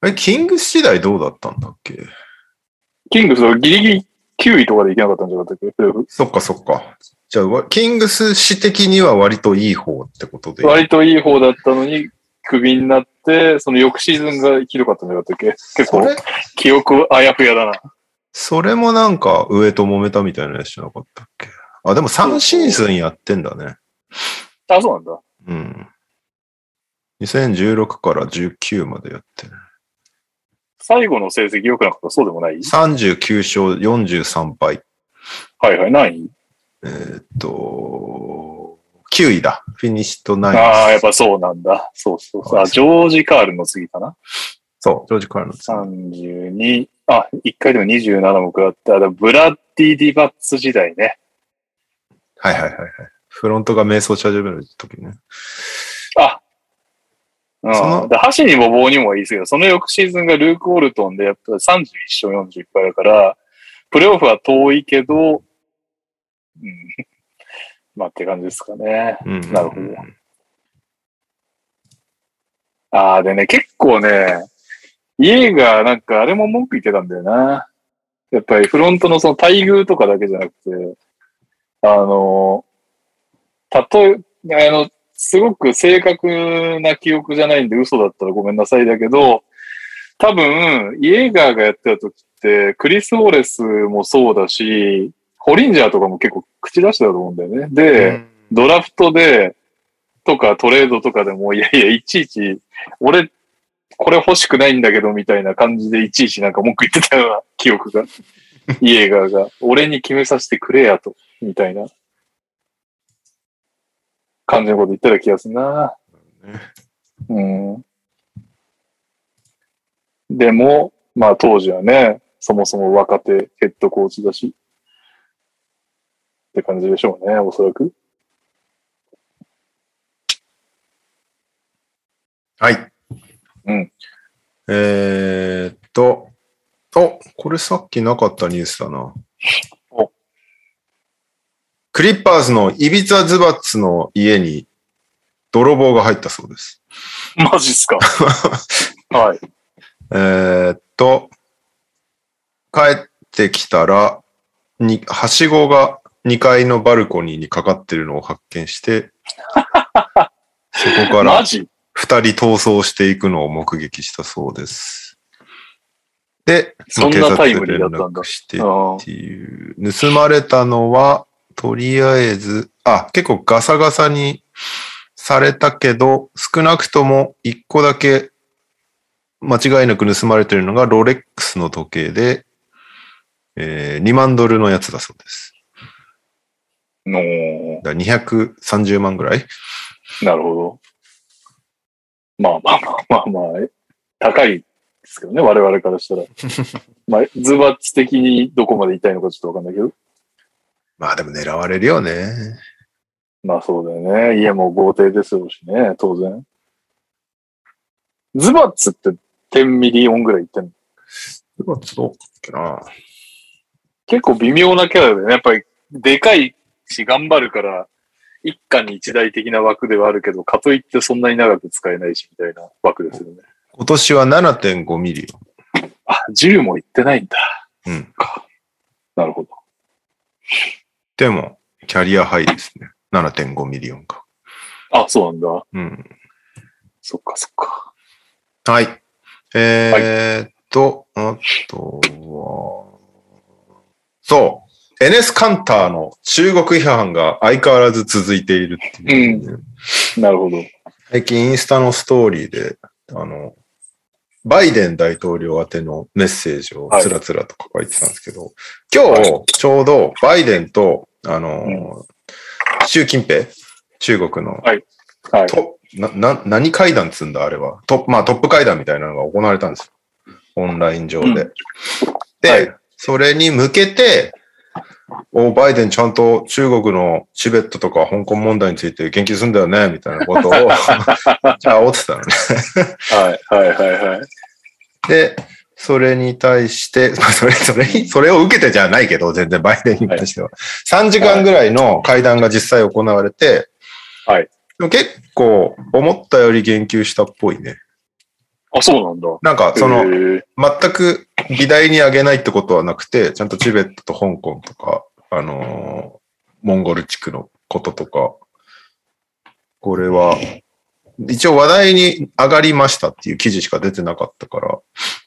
S2: ら。
S1: え、キングス時代どうだったんだっけ
S2: キングスはギリギリ9位とかでいけなかったんじゃなかったっけプレーオフ
S1: そっかそっか。じゃあ、わキングス史的には割といい方ってことで。
S2: 割といい方だったのに、クビになって、その翌シーズンがひどかったんじゃなかったっけ結
S1: そ
S2: 構
S1: れ、
S2: 記憶あやふやだな。
S1: それもなんか上と揉めたみたいなやつじゃなかったっけあ、でも3シーズンやってんだね。
S2: あ、そうなんだ。
S1: うん。2016から19までやってる。
S2: 最後の成績良くなかったそうでもない
S1: 39勝43敗。
S2: はいはい、何位
S1: えーっと、9位だ。フィニッシュと9位です。
S2: ああ、やっぱそうなんだ。そうそうそう。あ、ジョージ・カールの次かな。
S1: そう、ジョージ・カールの次。
S2: 32、あ、1回でも27も食らって、あ、でもブラッディ・ディバッツ時代ね。
S1: はいはいはいはい。フロントが迷走し始める時ね。
S2: あ、うん
S1: その。
S2: で箸にも棒にもいいですけど、その翌シーズンがルーク・ウォルトンで、やっぱ31勝41敗だから、プレーオフは遠いけど、うん。 まあって感じですかね。
S1: うんうん
S2: なるほどああ、でね、結構ね、家がなんかあれも文句言ってたんだよな。やっぱりフロントのその待遇とかだけじゃなくて、あの、たとえ、あの、すごく正確な記憶じゃないんで嘘だったらごめんなさいだけど、多分、イエーガーがやってた時って、クリス・オーレスもそうだし、ホリンジャーとかも結構口出してたと思うんだよね。で、ドラフトで、とかトレードとかでも、いやいや、いちいち、俺、これ欲しくないんだけど、みたいな感じで、いちいちなんか文句言ってたような記憶 が。イエーガーが、俺に決めさせてくれやと、みたいな感じのこと言ってた気がするな。うん。でも、まあ当時はね、そもそも若手ヘッドコーチだし、って感じでしょうね、おそらく。
S1: はい。
S2: うん。
S1: えーっと、お、これさっきなかったニュースだな
S2: お。
S1: クリッパーズのイビザ・ズバッツの家に泥棒が入ったそうです。
S2: マジっすか。はい。
S1: えーっと、帰ってきたら、に、はしごが2階のバルコニーにかかってるのを発見して、そこから
S2: マジ
S1: 二人逃走していくのを目撃したそうです。で、
S2: そんな
S1: 警察
S2: タイムリーだったんだ
S1: 連絡して
S2: あ
S1: っ
S2: ー
S1: ていう。盗まれたのは、とりあえず、あ、結構ガサガサにされたけど、少なくとも一個だけ間違いなく盗まれてるのがロレックスの時計で、えー2万ドルのやつだそうです。
S2: のー
S1: だから230万ぐらい
S2: なるほど。まあまあまあまあまあ、え高いですけどね、我々か らしたら。まあ、ズバッチ的にどこまで痛いのかちょっとわかんないけど。
S1: まあでも狙われるよね。
S2: まあそうだよね。家も豪邸ですよしね、当然。ズバッツって10ミリオンぐらいいってんの
S1: ちょっと、な。
S2: 結構微妙なキャラだよね。やっぱり、でかいし、頑張るから、一家に一台的な枠ではあるけど、かといってそんなに長く使えないし、みたいな枠ですよね。
S1: 今年は7.5ミリよ。
S2: あ、10もいってないんだ。
S1: うん。
S2: なるほど。
S1: でも、キャリアハイですね。7.5ミリオンか。
S2: あ、そうなんだ。
S1: うん。
S2: そっかそっか。
S1: はい。えー、っと、あとは、そう。エネス・カンターの中国批判が相変わらず続いているっていうね、
S2: なるほど。
S1: 最近インスタのストーリーで、あの、バイデン大統領宛てのメッセージをつらつらと書いてたんですけど、今日、ちょうどバイデンと、あの、習近平、中国の
S2: はい。
S1: となな何会談っつうんだ、あれは。ト,、まあ、トップ会談みたいなのが行われたんですよ。オンライン上で。
S2: うん
S1: で、
S2: はい
S1: それに向けて、お、バイデンちゃんと中国のチベットとか香港問題について言及するんだよね、みたいなこと を、じゃあ、煽ってたのね。
S2: はい、はい、はい、はい。
S1: で、それに対して、まあ、それ、それに、それを受けてじゃないけど、全然バイデンに対しては。3時間ぐらいの会談が実際行われて、
S2: はい。
S1: でも結構、思ったより言及したっぽいね。
S2: あ、そうなんだ。
S1: なんか、その、
S2: へえ
S1: 全く議題に上げないってことはなくて、ちゃんとチベットと香港とか、あのーモンゴル地区のこととか、これは、一応話題に上がりましたっていう記事しか出てなかったから、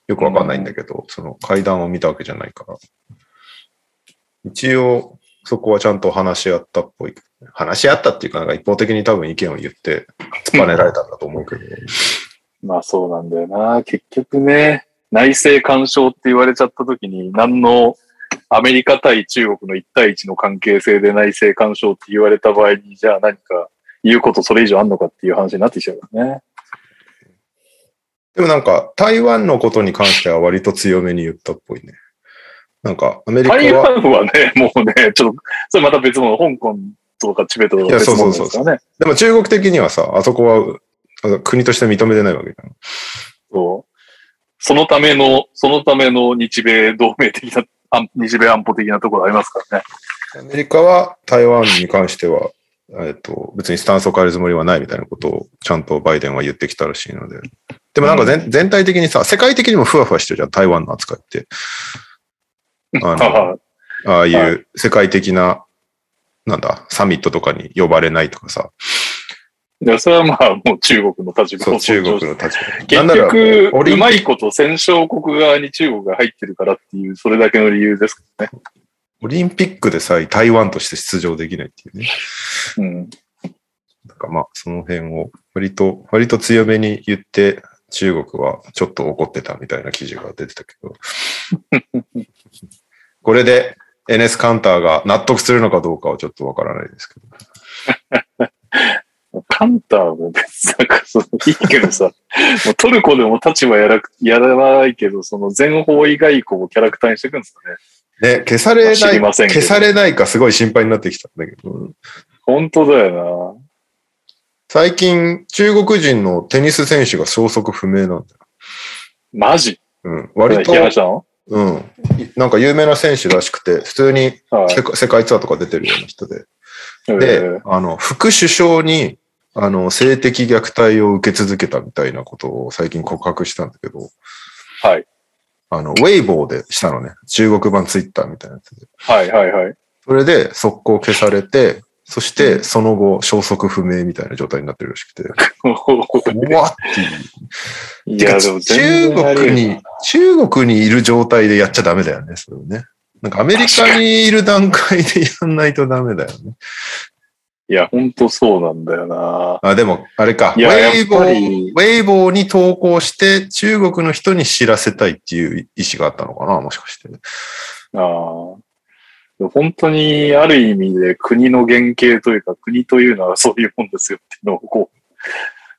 S1: よくわかんないんだけど、その会談を見たわけじゃないから。一応、そこはちゃんと話し合ったっぽい。話し合ったっていうか、なんか一方的に多分意見を言って、突っぱねられたんだと思うけど。
S2: まあそうなんだよな。結局ね、内政干渉って言われちゃった時に、何のアメリカ対中国の一対一の関係性で内政干渉って言われた場合に、じゃあ何か言うことそれ以上あんのかっていう話になってきちゃうからね。
S1: でもなんか、台湾のことに関しては割と強めに言ったっぽいね。なんか、アメリカ
S2: 台
S1: は、
S2: 湾はね、もうね、ちょっと、それまた別物、香港とかチベットとか別物ですからね。
S1: でも中国的にはさ、あそこはあの国として認めてないわけじゃん。
S2: そう。そのための、そのための日米同盟的な、安日米安保的なところありますからね。
S1: アメリカは台湾に関しては、えっと、別にスタンスを変えるつもりはないみたいなことをちゃんとバイデンは言ってきたらしいので。でもなんか全,、全体的にさ、世界的にもふわふわしてるじゃん、台湾の扱いって。 あの
S2: あ
S1: ああい
S2: は
S1: う世界的な、なんだ、サミットとかに呼ばれないとかさ、
S2: あ、それはまあもう中国の立場
S1: そう、
S2: を尊
S1: 中
S2: 重
S1: 国
S2: して
S1: の立場。なん
S2: 結
S1: なら、
S2: 局、
S1: オリン
S2: うまいこと戦勝国側に中国が入ってるからっていう、それだけの理由ですからね。
S1: オリンピックでさえ台湾として出場できないっていうね。
S2: うん。
S1: なんかまあ、その辺を割と、割と強めに言って、中国はちょっと怒ってたみたいな記事が出てたけど。 これで NS カウンターが納得するのかどうかはちょっとわからないですけど。
S2: カンターも別になんかその、いいけどさ、 もうトルコでも立場やらくやらないけど、その全方位外交をキャラクターにしていくんですかね。
S1: ね、消され
S2: 知
S1: な
S2: り
S1: い、
S2: ませんけど
S1: 消されないかすごい心配になってきたんだけど。
S2: 本当だよ
S1: 最近、中国人のテニス選手が消息不明なんだよ。
S2: な。マジ
S1: うん。割と
S2: 聞、きましたの
S1: うん。なんか有名な選手らしくて、普通に
S2: はい
S1: 世界世界ツアーとか出てるような人で。
S2: え
S1: で
S2: ー、
S1: あの、副首相に、あの、性的虐待を受け続けたみたいなことを最近告白したんだけど、
S2: はい。
S1: あの、ウェイボーでしたのね。中国版ツイッターみたいなやつで。
S2: はいは いはい。
S1: それで、速攻消されて、そして、その後、消息不明みたいな状態になってるらしく て。怖っっていう。
S2: い
S1: てか
S2: や、でも全然あ
S1: 中
S2: り得
S1: 国
S2: る
S1: に、中国にいる状態でやっちゃダメだよね、それをね。なんかアメリカにいる段階でやんないとダメだよね。
S2: いや、本当そうなんだよな。
S1: あ、でも、あれか。ウ
S2: いや
S1: ェイボ
S2: やっぱ
S1: ー、
S2: り
S1: ウェイボーに投稿して、中国の人に知らせたいっていう意思があったのかなもしかして。
S2: ああ。本当に、ある意味で国の原型というか、国というのはそういうもんですよっていうのを、こ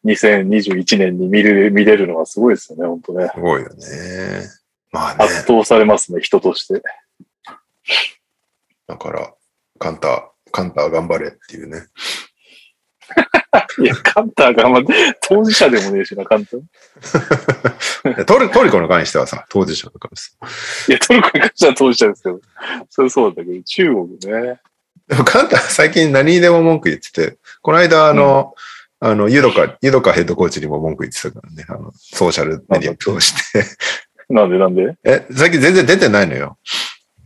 S2: う、2021年に見れ見れるのはすごいですよね、本当ね。
S1: すごいよね。まあ
S2: 圧
S1: ね。
S2: 倒されますね、人として。
S1: だから、カンタ、カンタ頑張れっていうね。
S2: いや、カンターが、まあ、当事者でもねえしな、カンター。
S1: トルトルコに関してはさ、当事者だからさ。
S2: いや、トルコに関しては当事者ですけど。それそうだけど、中国ね。
S1: でもカンタ最近何にでも文句言ってて、この間あの、あの、ユドカ、ユドカヘッドコーチにも文句言ってたからね、あの、ソーシャルメディア通して。
S2: なんでなんで
S1: え、最近全然出てないのよ。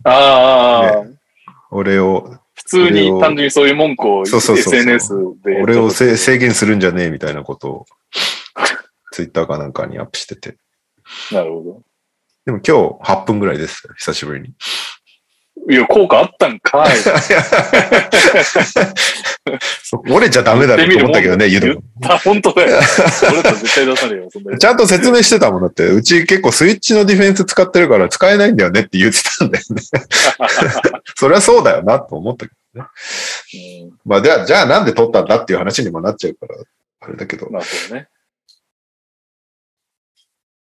S2: ああ、
S1: 俺を
S2: 普通に単純にそういう文句を
S1: そうそうそうそう
S2: SNS で。
S1: 俺をせ
S2: ちょっ
S1: 制限するんじゃねえみたいなことを、ツイッターかなんかにアップしてて。
S2: となるほ
S1: でも今日8分ぐらいです。久しぶりに。
S2: ど。いや、効果あったんかい。
S1: そう俺じゃダメだろうと思ったけどね、
S2: 言
S1: ゆ
S2: ってみ
S1: ど
S2: るもん だあ、本当だよ。俺だったら絶対出さねえよ、そんなや
S1: ちゃんと説明してたもんだって、うち結構スイッチのディフェンス使ってるから使えないんだよねって言ってたんだよ ね。そりゃそうだよなと思ったけど。
S2: つう
S1: まあ、じゃあ、じゃあなんで取ったんだっていう話にもなっちゃうから、あれだけど
S2: ん。まあ、そうね。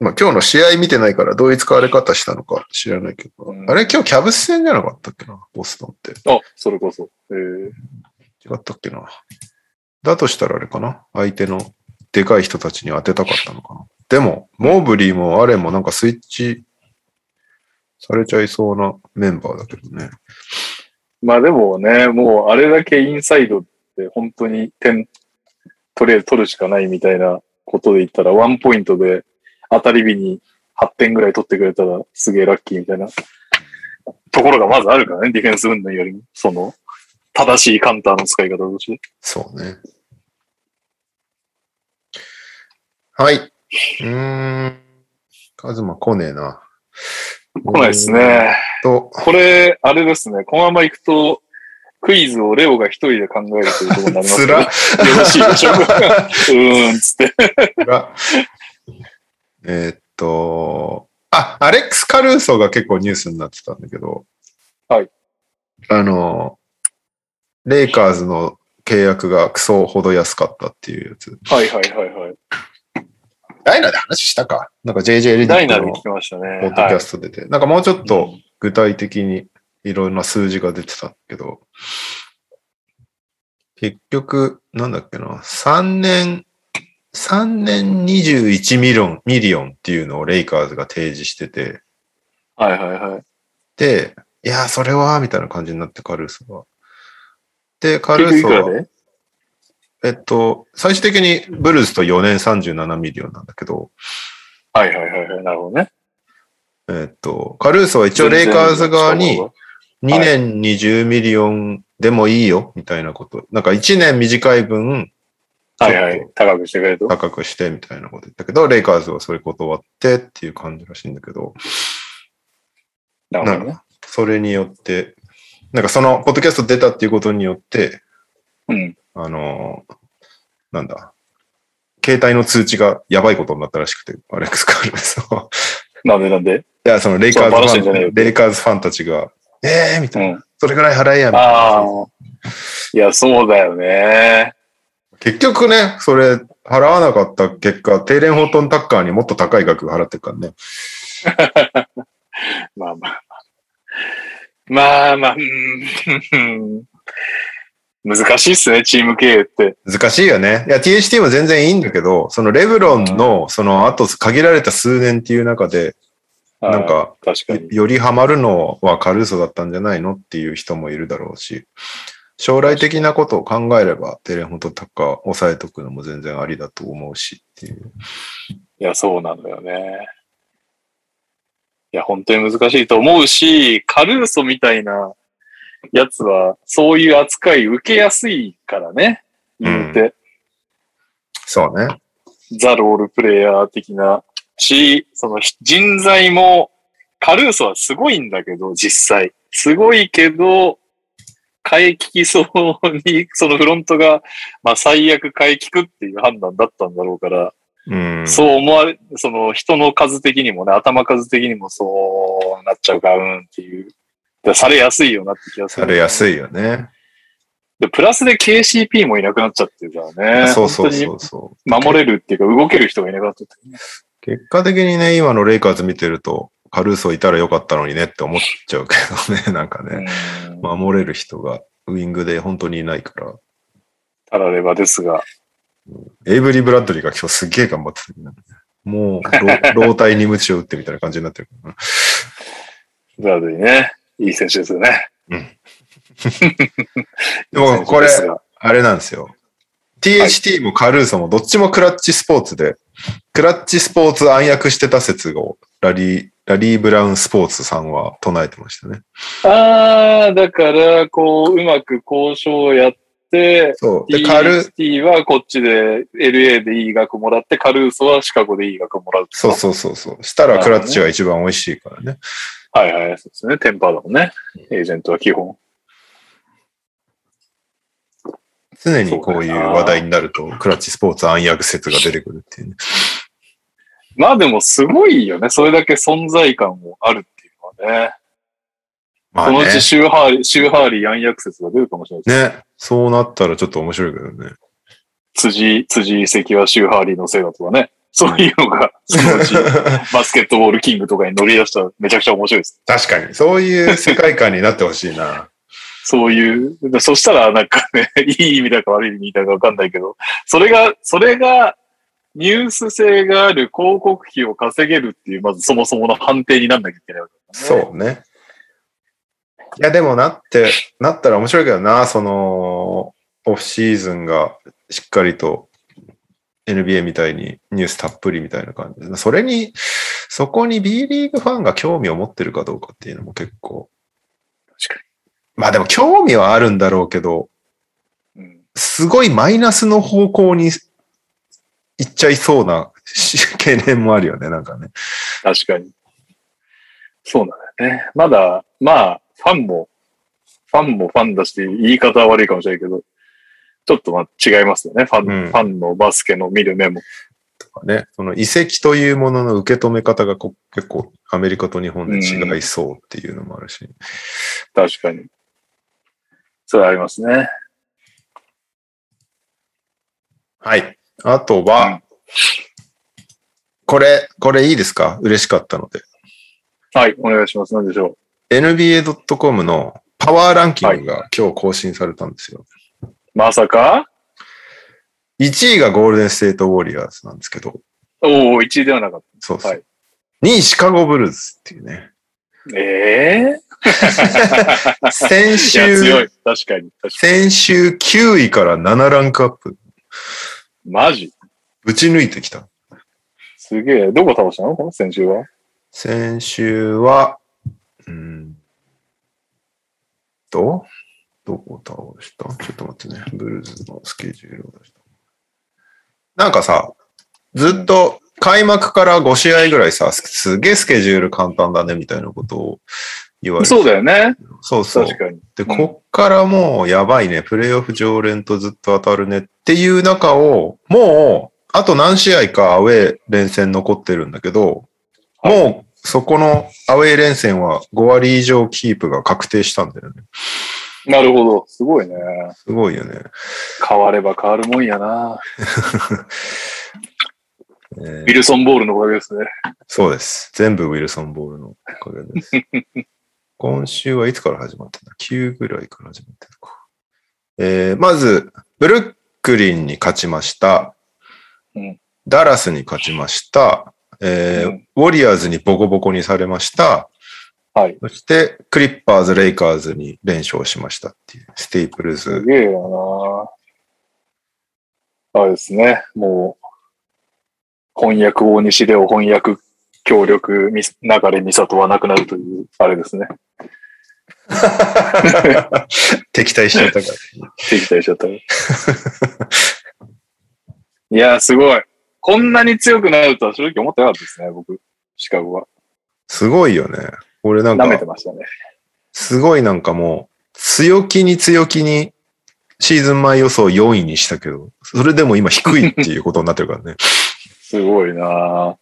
S1: まあ今日の試合見てないからどういう使われ方したのか知らないけど。あれ今日キャブス戦じゃなかったっけなボストンって。
S2: あ、それこそ。えー、
S1: 違ったっけな。だとしたらあれかな相手のでかい人たちに当てたかったのかな。でも、モーブリーもアレンもなんかスイッチされちゃいそうなメンバーだけどね。
S2: まあでもね、もうあれだけインサイドって本当に点、とりあえず取るしかないみたいなことで言ったら、ワンポイントで当たり日に8点ぐらい取ってくれたらすげえラッキーみたいなところがまずあるからね、ディフェンス運動よりも、その、正しいカウンターの使い方として。
S1: そうね。はい。うーん。カズマ来ねえな。
S2: 来ないです。ね。
S1: と、
S2: これ、あれですね、このまま行くと、クイズをレオが一人で考えるということになります
S1: つ
S2: けど、よ
S1: ら、
S2: ろしいでしょうか。うーん、つって。
S1: つら。えーっと、あ、アレックス・カルーソが結構ニュースになってたんだけど。
S2: はい。
S1: あの、レイカーズの契約がクソほど安かったっていうやつ。
S2: はいはいはいはい。
S1: ダイナで話したか。なんか JJ レディ
S2: ダイ
S1: ッ
S2: ナ
S1: ク
S2: で
S1: の
S2: 聞きましたね。
S1: ポッドキャ
S2: は
S1: スト出て、なんかもうちょっと具体的にいろんな数字が出てたけど、結局、なんだっけな、3年、3年21ミリオン、ミリオンっていうのをレイカーズが提示してて、
S2: いはいはいはい。
S1: で、いやー、それは、みたいな感じになってカルーソが。で、カル
S2: 結局
S1: ー
S2: い
S1: ソ
S2: くら
S1: は、
S2: で
S1: えっと、最終的にブルースと4年37ミリオンなんだけど、
S2: はいはいはいはい。なるほどね。
S1: えっと、カルーソは一応レイカーズ側に、2年20ミリオンでもいいよ、みたいなこと。なんか1年短い分、
S2: はいはい。高くしてくれと。
S1: 高くして、みたいなこと言ったけど、レイカーズはそれ断ってっていう感じらしいんだけど、
S2: なるほどね。
S1: それによって、なんかその、ポッドキャスト出たっていうことによって、
S2: うん。
S1: あのーなんだ、携帯の通知がやばいことになったらしくて、アレックス・カルメスは。
S2: なんでなんで
S1: いや、そのレイカーズ
S2: そうバラしてん
S1: フ
S2: じゃねえ
S1: ァ
S2: よ
S1: ン、レイカーズファンたちが、えーみ
S2: う
S1: たいな、
S2: ん。
S1: それぐらい払えや、みたいな。
S2: ああ。いや、そうだよね。
S1: 結局ね、それ払わなかった結果、テイレン・ホートン・タッカーにもっと高い額払ってるからね。
S2: まあまあまあ。まあまあ、 うん。難しいっすね、チーム経営って。
S1: 難しいよね。いや、THT も全然いいんだけど、そのレブロンの、そのあと限られた数年っていう中で、
S2: あー
S1: なん、か、
S2: 確かに。
S1: よりハマるのはカルーソだったんじゃないのっていう人もいるだろうし、将来的なことを考えれば、テイレン・ホートン・タッカー抑えとくのも全然ありだと思うしっていう。
S2: いや、そうなのよね。いや、本当に難しいと思うし、カルーソみたいなやつは、そういう扱い受けやすいからね。言うて、
S1: そうね。
S2: ザ・ロールプレイヤー的な。し、その人材も、カルーソはすごいんだけど、実際。すごいけど、買い聞きそうに、 そのフロントが、まあ最悪買い聞くっていう判断だったんだろうから、
S1: うん。
S2: そう思われ、その人の数的にもね、頭数的にもそうなっちゃうか、うんっていう。だからされやすいよなって気がする。
S1: されや
S2: い。
S1: すいよね。
S2: で、プラスで KCP もいなくなっちゃってるからね。
S1: そうそう
S2: 本
S1: そうそう。
S2: 当に守れるっていうか、動ける人がいなくなっちゃってるね。
S1: 結果的にね、今のレイカーズ見てると、カルーソいたらよかったのにねって思っちゃうけどね、 なんかね、
S2: うん
S1: 守れる人がウィングで本当にいないから、
S2: たらればですが。
S1: エイブリー・ブラッドリーが今日すっげえ頑張ってたけどねもう、 老老体に鞭を打ってみたいな感じになってるからな
S2: ブラドリーね。いい選手ですよね。
S1: でもこれ
S2: いい、選手ですが
S1: あれなんですよ。THT もカルーソもどっちもクラッチスポーツで、クラッチスポーツ暗躍してた説をラリー、ラリー・ブラウン・スポーツさんは唱えてましたね。
S2: あー、だから、こう、うまく交渉をやって、
S1: そう。で、カル
S2: TST はこっちで LA でいい額もらって、カルーソはシカゴでいい額もらうとか。
S1: そうそうそうそう。したらクラッチは一番美味しいからね。
S2: はいはい、そうですね。テンパーだもんね。エージェントは基本。
S1: 常にこういう話題になると、クラッチスポーツ暗躍説が出てくるっていうね。
S2: まあでもすごいよね。それだけ存在感もあるっていうのはね。
S1: まあ
S2: そのう
S1: ね
S2: ち。シューハーリー、シューハーリー暗躍説が出るかもしれないです。
S1: ね。そうなったらちょっと面白いけどね。
S2: 辻、辻遺跡はシューハーリーのせいだとかね。そういうの が、そのうち、バスケットボールキングとかに乗り出したらめちゃくちゃ面白いです。
S1: 確かに。そういう世界観になってほしいな。
S2: そういう、そしたらなんかね、 いい意味だか悪い意味だかわかんないけど、それが、それが、ニュース性がある広告費を稼げるっていう、まずそもそもの判定になんなきゃいけないわけだね。
S1: そうね。いや、でもなって、なったら面白いけどな、その、オフシーズンがしっかりと NBA みたいにニュースたっぷりみたいな感じで。それに、そこに B リーグファンが興味を持ってるかどうかっていうのも結構。
S2: 確か
S1: まあでも興味はあるんだろうけど、
S2: に。うん
S1: すごいマイナスの方向に行っちゃいそうな し懸念もあるよね、なんかね。
S2: 確かに。そうなんだよね。まだ、まあ、ファンも、ファンもファンだし、言い方は悪いかもしれないけど、ちょっとまあ違いますよね。ファン、
S1: うん
S2: ファンのバスケの見る目も。
S1: とかね。その遺跡というものの受け止め方がこ結構アメリカと日本で違いそうっていうのもあるし。
S2: 確かに。それありますね。
S1: はい。あとは、
S2: うん
S1: これ、これいいですか嬉しかったので。
S2: はい、お願いします。何でしょ
S1: NBA.com のパワーランキングが今日更新されたんですよ。
S2: う。まさか
S1: 1位がゴールデンステートウォリアーズなんですけど、
S2: おお、1位ではなかっ
S1: そうそう。
S2: はい
S1: 2位シカゴブルーズっていうね。
S2: た。ええ
S1: 先
S2: いや、強
S1: 週
S2: い。、確かに。確か
S1: 先週9位から7ランクアップ、
S2: に。マジ
S1: ぶち抜いてきた。
S2: すげえ。どこ倒したのこの先週は。
S1: 先週は、うんと、どこ倒したちょっと待ってね。ブルーズのスケジュールを出した。なんかさ、ずっと開幕から5試合ぐらいさ、すげえスケジュール簡単だねみたいなことを言われて。
S2: そうだよね。
S1: そうそう
S2: 確。かに。
S1: で、
S2: うん
S1: こっからもうやばいね。プレイオフ常連とずっと当たるねっていう中を、もう、あと何試合かアウェー連戦残ってるんだけど、
S2: はい
S1: もうそこのアウェー連戦は5割以上キープが確定したんだよね。
S2: なるほど。すごいね。
S1: すごいよね。
S2: 変われば変わるもんやな。
S1: えー
S2: ウィルソンボールのおかげですね。
S1: そうです。全部ウィルソン・ボールのおかげ です。今週はいつから始まったんだ ?9 ぐらいから始まってたか。えーまず、ブルックリンに勝ちました。
S2: うん
S1: ダラスに勝ちました、えー
S2: うん
S1: ウォリアーズにボコボコにされました。
S2: はい。
S1: そして、クリッパーズ、レイカーズに連勝しましたっていう、ステイプル
S2: す
S1: ズ。
S2: げえよな。あれですね。もう、翻訳大西レオ翻訳協力み流れ美里はなくなるという、あれですね。
S1: 敵対しちゃったから。
S2: 敵対しちゃった。 いや、すごい。こんなに強くなるとは正直思ってなかったですね、僕。シカゴは。
S1: すごいよね。俺なんか。
S2: 舐めてましたね。
S1: すごいなんかもう、強気に強気に、シーズン前予想4位にしたけど、それでも今低いっていうことになってるから ね。
S2: すごいなぁ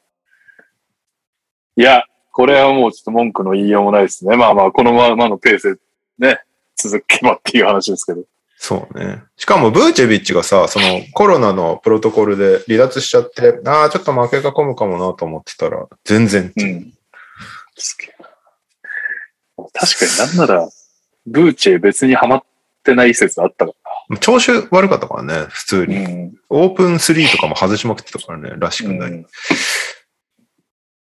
S2: いや、これはもうちょっと文句の言いようもないですね。まあまあ、このままのペースでね、続けばっていう話ですけど。
S1: そうね。しかも、ブーチェビッチがさ、そのコロナのプロトコルで離脱しちゃって、ああ、ちょっと負けが込むかもなと思ってたら、全然。
S2: うん。すげえな確かになんなら、ブーチェ別にハマってない説あったか
S1: 調子悪かったからね、普通
S2: ら。
S1: に。
S2: ん。
S1: オープン3とかも外しまくってたからね、らしくない。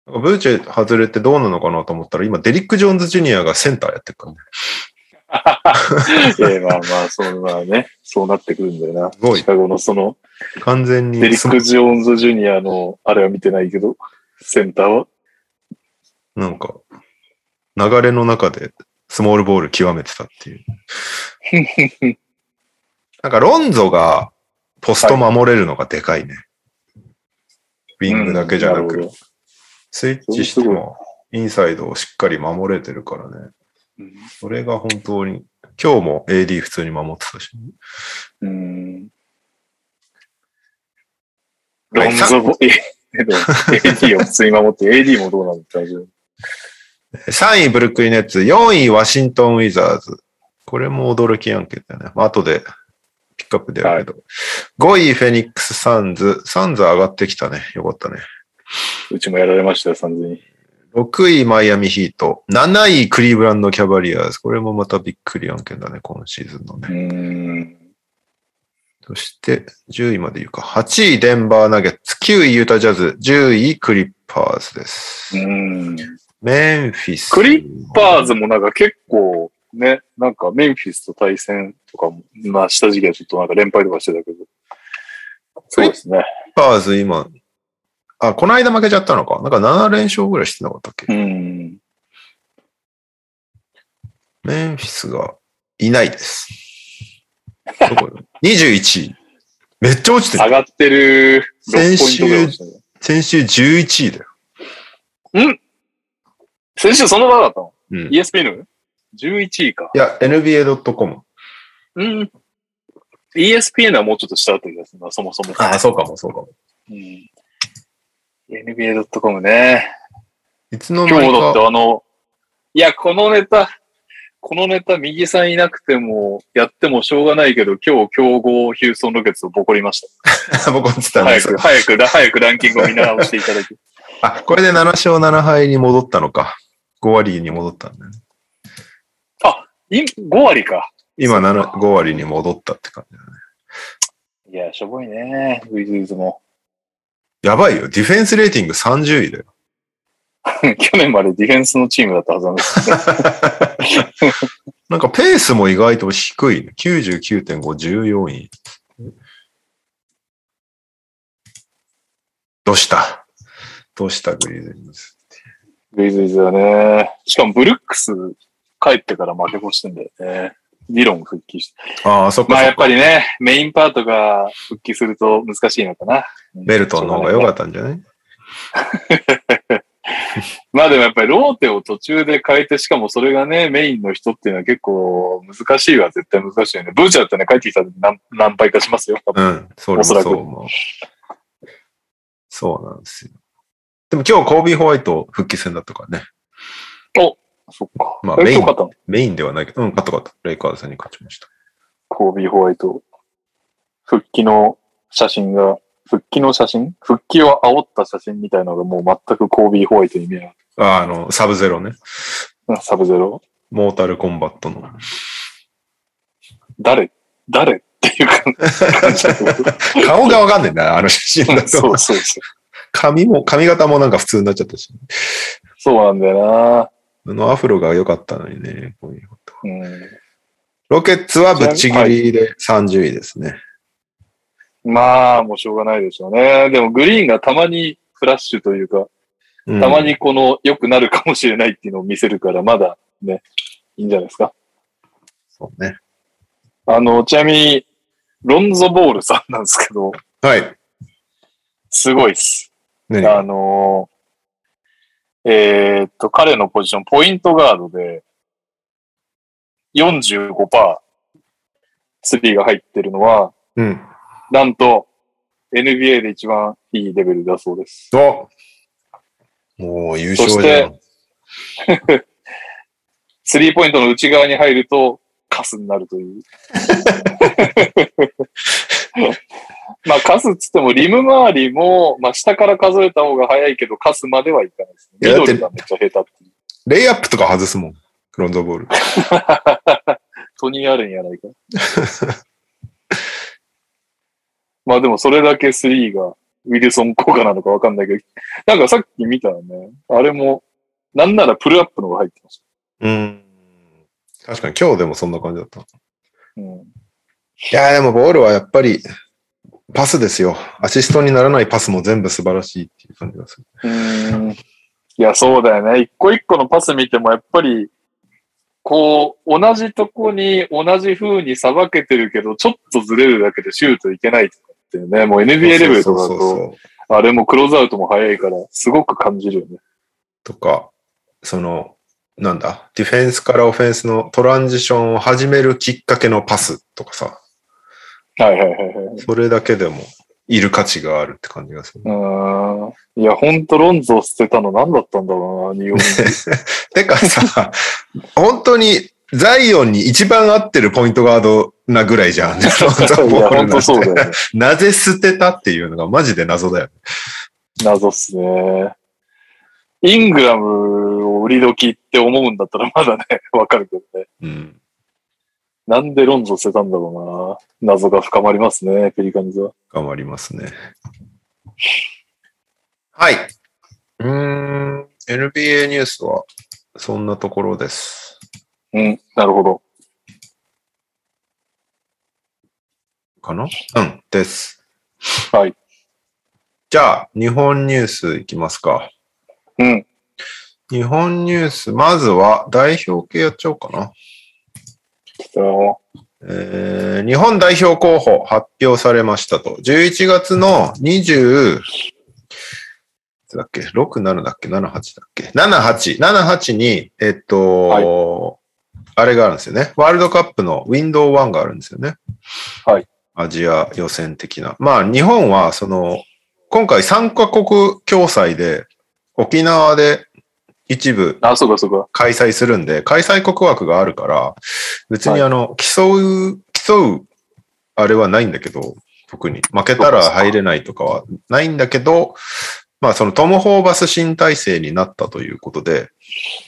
S1: ブーチェ外れてどうなのかなと思ったら、今、デリック・ジョーンズ・ジュニアがセンターやってるからね。
S2: ええまあまあ、そうまあね、そうなってくるんだよな。
S1: すごい
S2: シカゴのその、
S1: 完全に。
S2: デリック・ジョーンズ・ジュニアの、あれは見てないけど、センターは。
S1: なんか、流れの中でスモールボール極めてたっていう。 なんかロンゾがポスト守れるのがでかいね。ウィングだけじゃな
S2: うん
S1: く、
S2: るほど
S1: スイッチしてもインサイドをしっかり守れてるからね。
S2: うん
S1: それが本当に、今日も AD 普通に守ってたし。
S2: うーん
S1: は
S2: ロ
S1: い
S2: ンゾボ、え、えっと AD を普通に守って、AD もどうなのって感じ。
S1: 3位ブルックリンネッツ、4位ワシントンウィザーズ。これも驚きやんけだよね。まあ、後でピックアップでやるけど。 5位、フェニックス・サンズ。サンズ上がってきたね。よかったね。
S2: うちもやられましたよ、完全に。
S1: 6位、マイアミ・ヒート。7位、クリーブランド・キャバリアーズ。これもまたびっくり案件だね、今シーズンのね。
S2: うーん。
S1: そして、10位まで言うか。8位、デンバーナゲッツ。9位、ユータジャズ。10位、クリッパーズで
S2: う
S1: す。
S2: ん。
S1: メンフィス。
S2: クリッパーズもなんか結構ね、なんかメンフィスと対戦とかも、まあ下敷きはちょっとなんか連敗とかしてたけど。そうですね。
S1: クリッパーズ今、あ、この間負けちゃったのか。なんか7連勝ぐらいしてなかったっけ、
S2: うん。
S1: メンフィスがいないです。ど こ21位。めっちゃ落ちて
S2: 上
S1: る。
S2: がってる
S1: 先
S2: 6ポイン
S1: 週
S2: トぐらいでしたね。
S1: 先週11位だよ。
S2: 先週その場だったの、
S1: うん
S2: ?ESPN?11 位か。
S1: いや、NBA.com。
S2: うん。ESPN はもうちょっと下だった気がするな、そもそも。
S1: そうかも、そうかも。
S2: うん、NBA.com ね。
S1: いつの
S2: 今
S1: 間
S2: 日
S1: に
S2: だって
S1: か、
S2: あの、いや、このネタ、このネタ、右さんいなくても、やってもしょうがないけど、今日、競合ヒューストンロケッツをボコりまし
S1: 僕落ちたん
S2: た。
S1: で
S2: 早
S1: す
S2: く、早く、早くランキングを見直していただ き。
S1: あ、これで7勝7敗に戻ったのか。5割に戻ったんだね。
S2: い5割か。
S1: 今7 5割に戻ったって感じだね。
S2: いや、しょぼいね、ウィズウィズも。
S1: やばいよ。ディフェンスレーティング30位だよ。
S2: 去年までディフェンスのチームだったはずなんですけどね
S1: なんかペースも意外と低いね。99.5、14位。どうしたどうしたグリズリーズ。
S2: ウィズウィズはね。しかも、ブルックス帰ってから負け越してんだよね。理論復帰して。
S1: ああ、そっか
S2: まあ、
S1: そ
S2: や
S1: っ
S2: っぱ
S1: か。
S2: りね、メインパートが復帰すると難しいのかな。
S1: ベルトンの方が良かったんじゃない
S2: まあでもやっぱりローテを途中で変えて、しかもそれがね、メインの人っていうのは結構難しいわ、絶対難しいよね。ブーチャーってね、帰ってきたら何何倍かしますよ。多
S1: う
S2: 分
S1: ん、それも
S2: おそらく
S1: そう思う。そうなんですよ。でも今日コービーホワイト復帰戦だったからね。
S2: そっか。
S1: ま
S2: ま
S1: あ
S2: あ、
S1: メイン
S2: 今日勝ったの
S1: メインではないけど、うん、勝った勝った。レイカーズに勝ちました。
S2: コービー・ホワイト。復帰の写真が、復帰の写真復帰を煽った写真みたいなのがもう全くコービー・ホワイトに見えない
S1: ああの、サブゼロね。
S2: うん。サブゼロ。
S1: モータルコンバットの。
S2: 誰誰っていう感 じ
S1: 顔がわかんねえんだよ、あの写真だ
S2: そ
S1: と
S2: う。そうそう。
S1: 髪も、髪型もなんか普通になっちゃったし。
S2: そうなんだよ
S1: あのアフロが良かったのにね。こういうこと
S2: な。うん
S1: ロケッツはぶっちぎりで30位ですね。
S2: まあ、もうしょうがないでしょうね。でも、グリーンがたまにフラッシュというか、
S1: うん
S2: たま。にこの良くなるかもしれないっていうのを見せるから、まだね、いいんじゃないですか。
S1: そうね。
S2: あの、ちなみに、ロンゾボールさんなんですけど、
S1: はい。
S2: すごいっす。
S1: 何
S2: あのー、えーっと、彼のポジション、ポイントガードで、45%スリーが入ってるのは、
S1: うん。
S2: なんと、NBA で一番いいレベルだそうです。
S1: おもう優勝じゃん。
S2: スリーポイントの内側に入ると、カスになるという。まあ、カスっつっても、リム周りも、まあ、下から数えた方が早いけど、カスまではいかないです
S1: い
S2: ね。
S1: やだって
S2: 緑がめっちゃ下手っていう。
S1: レイアップとか外すもん。ロンドボール。
S2: トニー・アレンやないか。 まあでも、それだけスリーが、ウィルソン効果なのかわかんないけど、なんかさっき見たらね、あれも、なんならプルアップの方が入ってました。
S1: うん。確かに今日でもそんな感じだった。い
S2: うん
S1: やーでもボールはやっぱりパスですよ。アシストにならないパスも全部素晴らしいっていう感じがする。
S2: うーんいや、そうだよね。一個一個のパス見ても、やっぱり、こう、同じとこに同じ風にさばけてるけど、ちょっとずれるだけでシュートいけないとかっていうね、もう NBA レベルとかだ
S1: そうそう
S2: と、
S1: そう
S2: あれもクローズアウトも早いから、すごく感じるよね。
S1: とか、その、なんだ、ディフェンスからオフェンスのトランジションを始めるきっかけのパスとかさ、
S2: はいはいはいはい。
S1: それだけでもいる価値があるって感じが する。
S2: うーん。いや、ほんとロンゾを捨てたの何だったんだろうな、日本 に。
S1: てかさ、本当にザイオンに一番合ってるポイントガードなぐらいじ ゃん。
S2: いや、本当そうだよね。
S1: なぜ捨てたっていうのがマジで謎だよね。
S2: 謎っすね。イングラムを売り時って思うんだったらまだね、わかるけどね。
S1: うん。
S2: なんでロンゾ捨てたんだろうな。謎が深まりますね、ペリカンズは。
S1: 頑張りますね。はい。うーん。NBA ニュースはそんなところです。
S2: うん、なるほど。
S1: かなうん。です。
S2: はい。
S1: じゃあ、日本ニュースいきますか。
S2: うん。
S1: 日本ニュース、まずは代表系やっちゃおうかな。
S2: あの
S1: えー日本代表候補発表されましたと。11月の20、いつだっけ ?6、7だっけ ?7、8だっけ ?7、8。7、8に、えっと、あれがあるんですよね。ワールドカップのウィンドウ1があるんですよね。
S2: はい。
S1: アジア予選的な。まあ、日本は、その、今回3カ国共催で、沖縄で一部
S2: あ、そうかそうか。
S1: 開催するんで、開催国枠があるから、別にあの、競う、競う、あれはないんだけど、特に。負けたら入れないとかはないんだけど、まあそのトム・ホーバス新体制になったということで、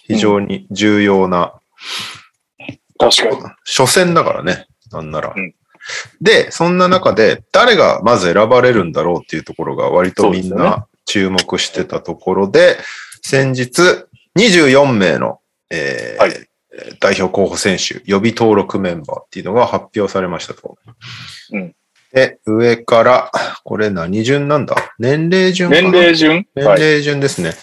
S1: 非常に重要な、
S2: 確かに。
S1: 初戦だからね、なんなら。
S2: うん
S1: で、そんな中で、誰がまず選ばれるんだろうっていうところが割とみん
S2: そうですよ
S1: な注目してたところで、先日、24名の、えー
S2: はい
S1: 代表候補選手、予備登録メンバーっていうのが発表されましたと。
S2: うん
S1: で、上から、これ何順なんだ年齢順かな
S2: 年齢順
S1: 年
S2: はい。
S1: 齢順ですね。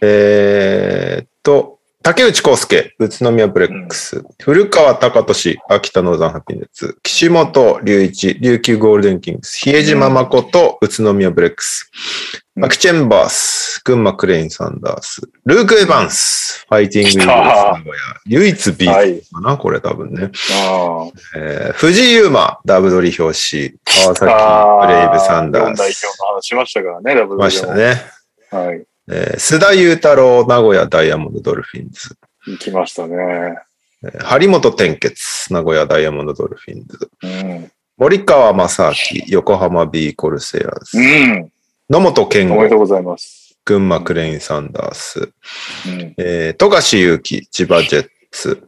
S1: えーっと、竹内康介、宇都宮ブレックス、古川隆俊、秋田ノーザンハピネッツ、岸本隆一、琉球ゴールデンキングス、比江島誠、宇都宮ブレックス、
S2: うん
S1: アクチェンバース、群馬クレインサンダース、ルーク・エヴァンス、ファイティングイーグルス名古屋、唯一 B
S2: は
S1: か
S2: い。
S1: な、これ多分ね。
S2: あー
S1: えー藤井優馬、ダブドリ表紙、川
S2: あ
S1: 崎、
S2: ー。
S1: ブレイブサンダ
S2: 日本
S1: ー
S2: 代
S1: ス
S2: 表、の話しましたからね、ラブ
S1: ました。ね。
S2: はい。
S1: えー須田雄太郎、名古屋ダイヤモンドドルフィンズ。
S2: 行きましたね。
S1: えー張本天傑、名古屋ダイヤモンドドルフィンズ。
S2: うん。
S1: 森川正明、横浜 B コルセアーズ。
S2: うん。
S1: 野本健
S2: おめでと
S1: 吾、
S2: うございます。
S1: 群馬クレインサンダース。
S2: うん。
S1: えー、富樫勇樹、千葉ジェッツ。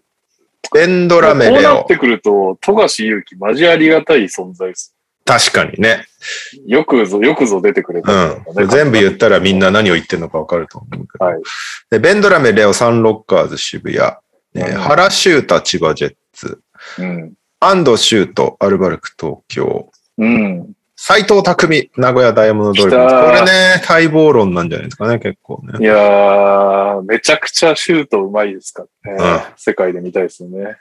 S1: ベンド
S2: こ
S1: ラメ
S2: う
S1: レ
S2: なっ
S1: オ。
S2: てくると、富樫勇樹、マジありがたい存在です。
S1: 確かにね。
S2: よくぞ、よくぞ出てくれた
S1: うん
S2: だね、。
S1: これ全部言ったらみんな何を言ってるのかわかると思うけど。
S2: はい
S1: でベンドラメレオ、サンロッカーズ渋谷。えー原修太、千葉ジェッツ。
S2: うん。
S1: 安藤修斗、アルバルク東京。
S2: うん。
S1: 斎藤匠、名古屋ダイヤモンドドルフィンズ。
S2: 来たー
S1: これね、待望論なんじゃないですかね、結構ね。
S2: いやー、めちゃくちゃシュートうまいですからね。世界で見たいですよね。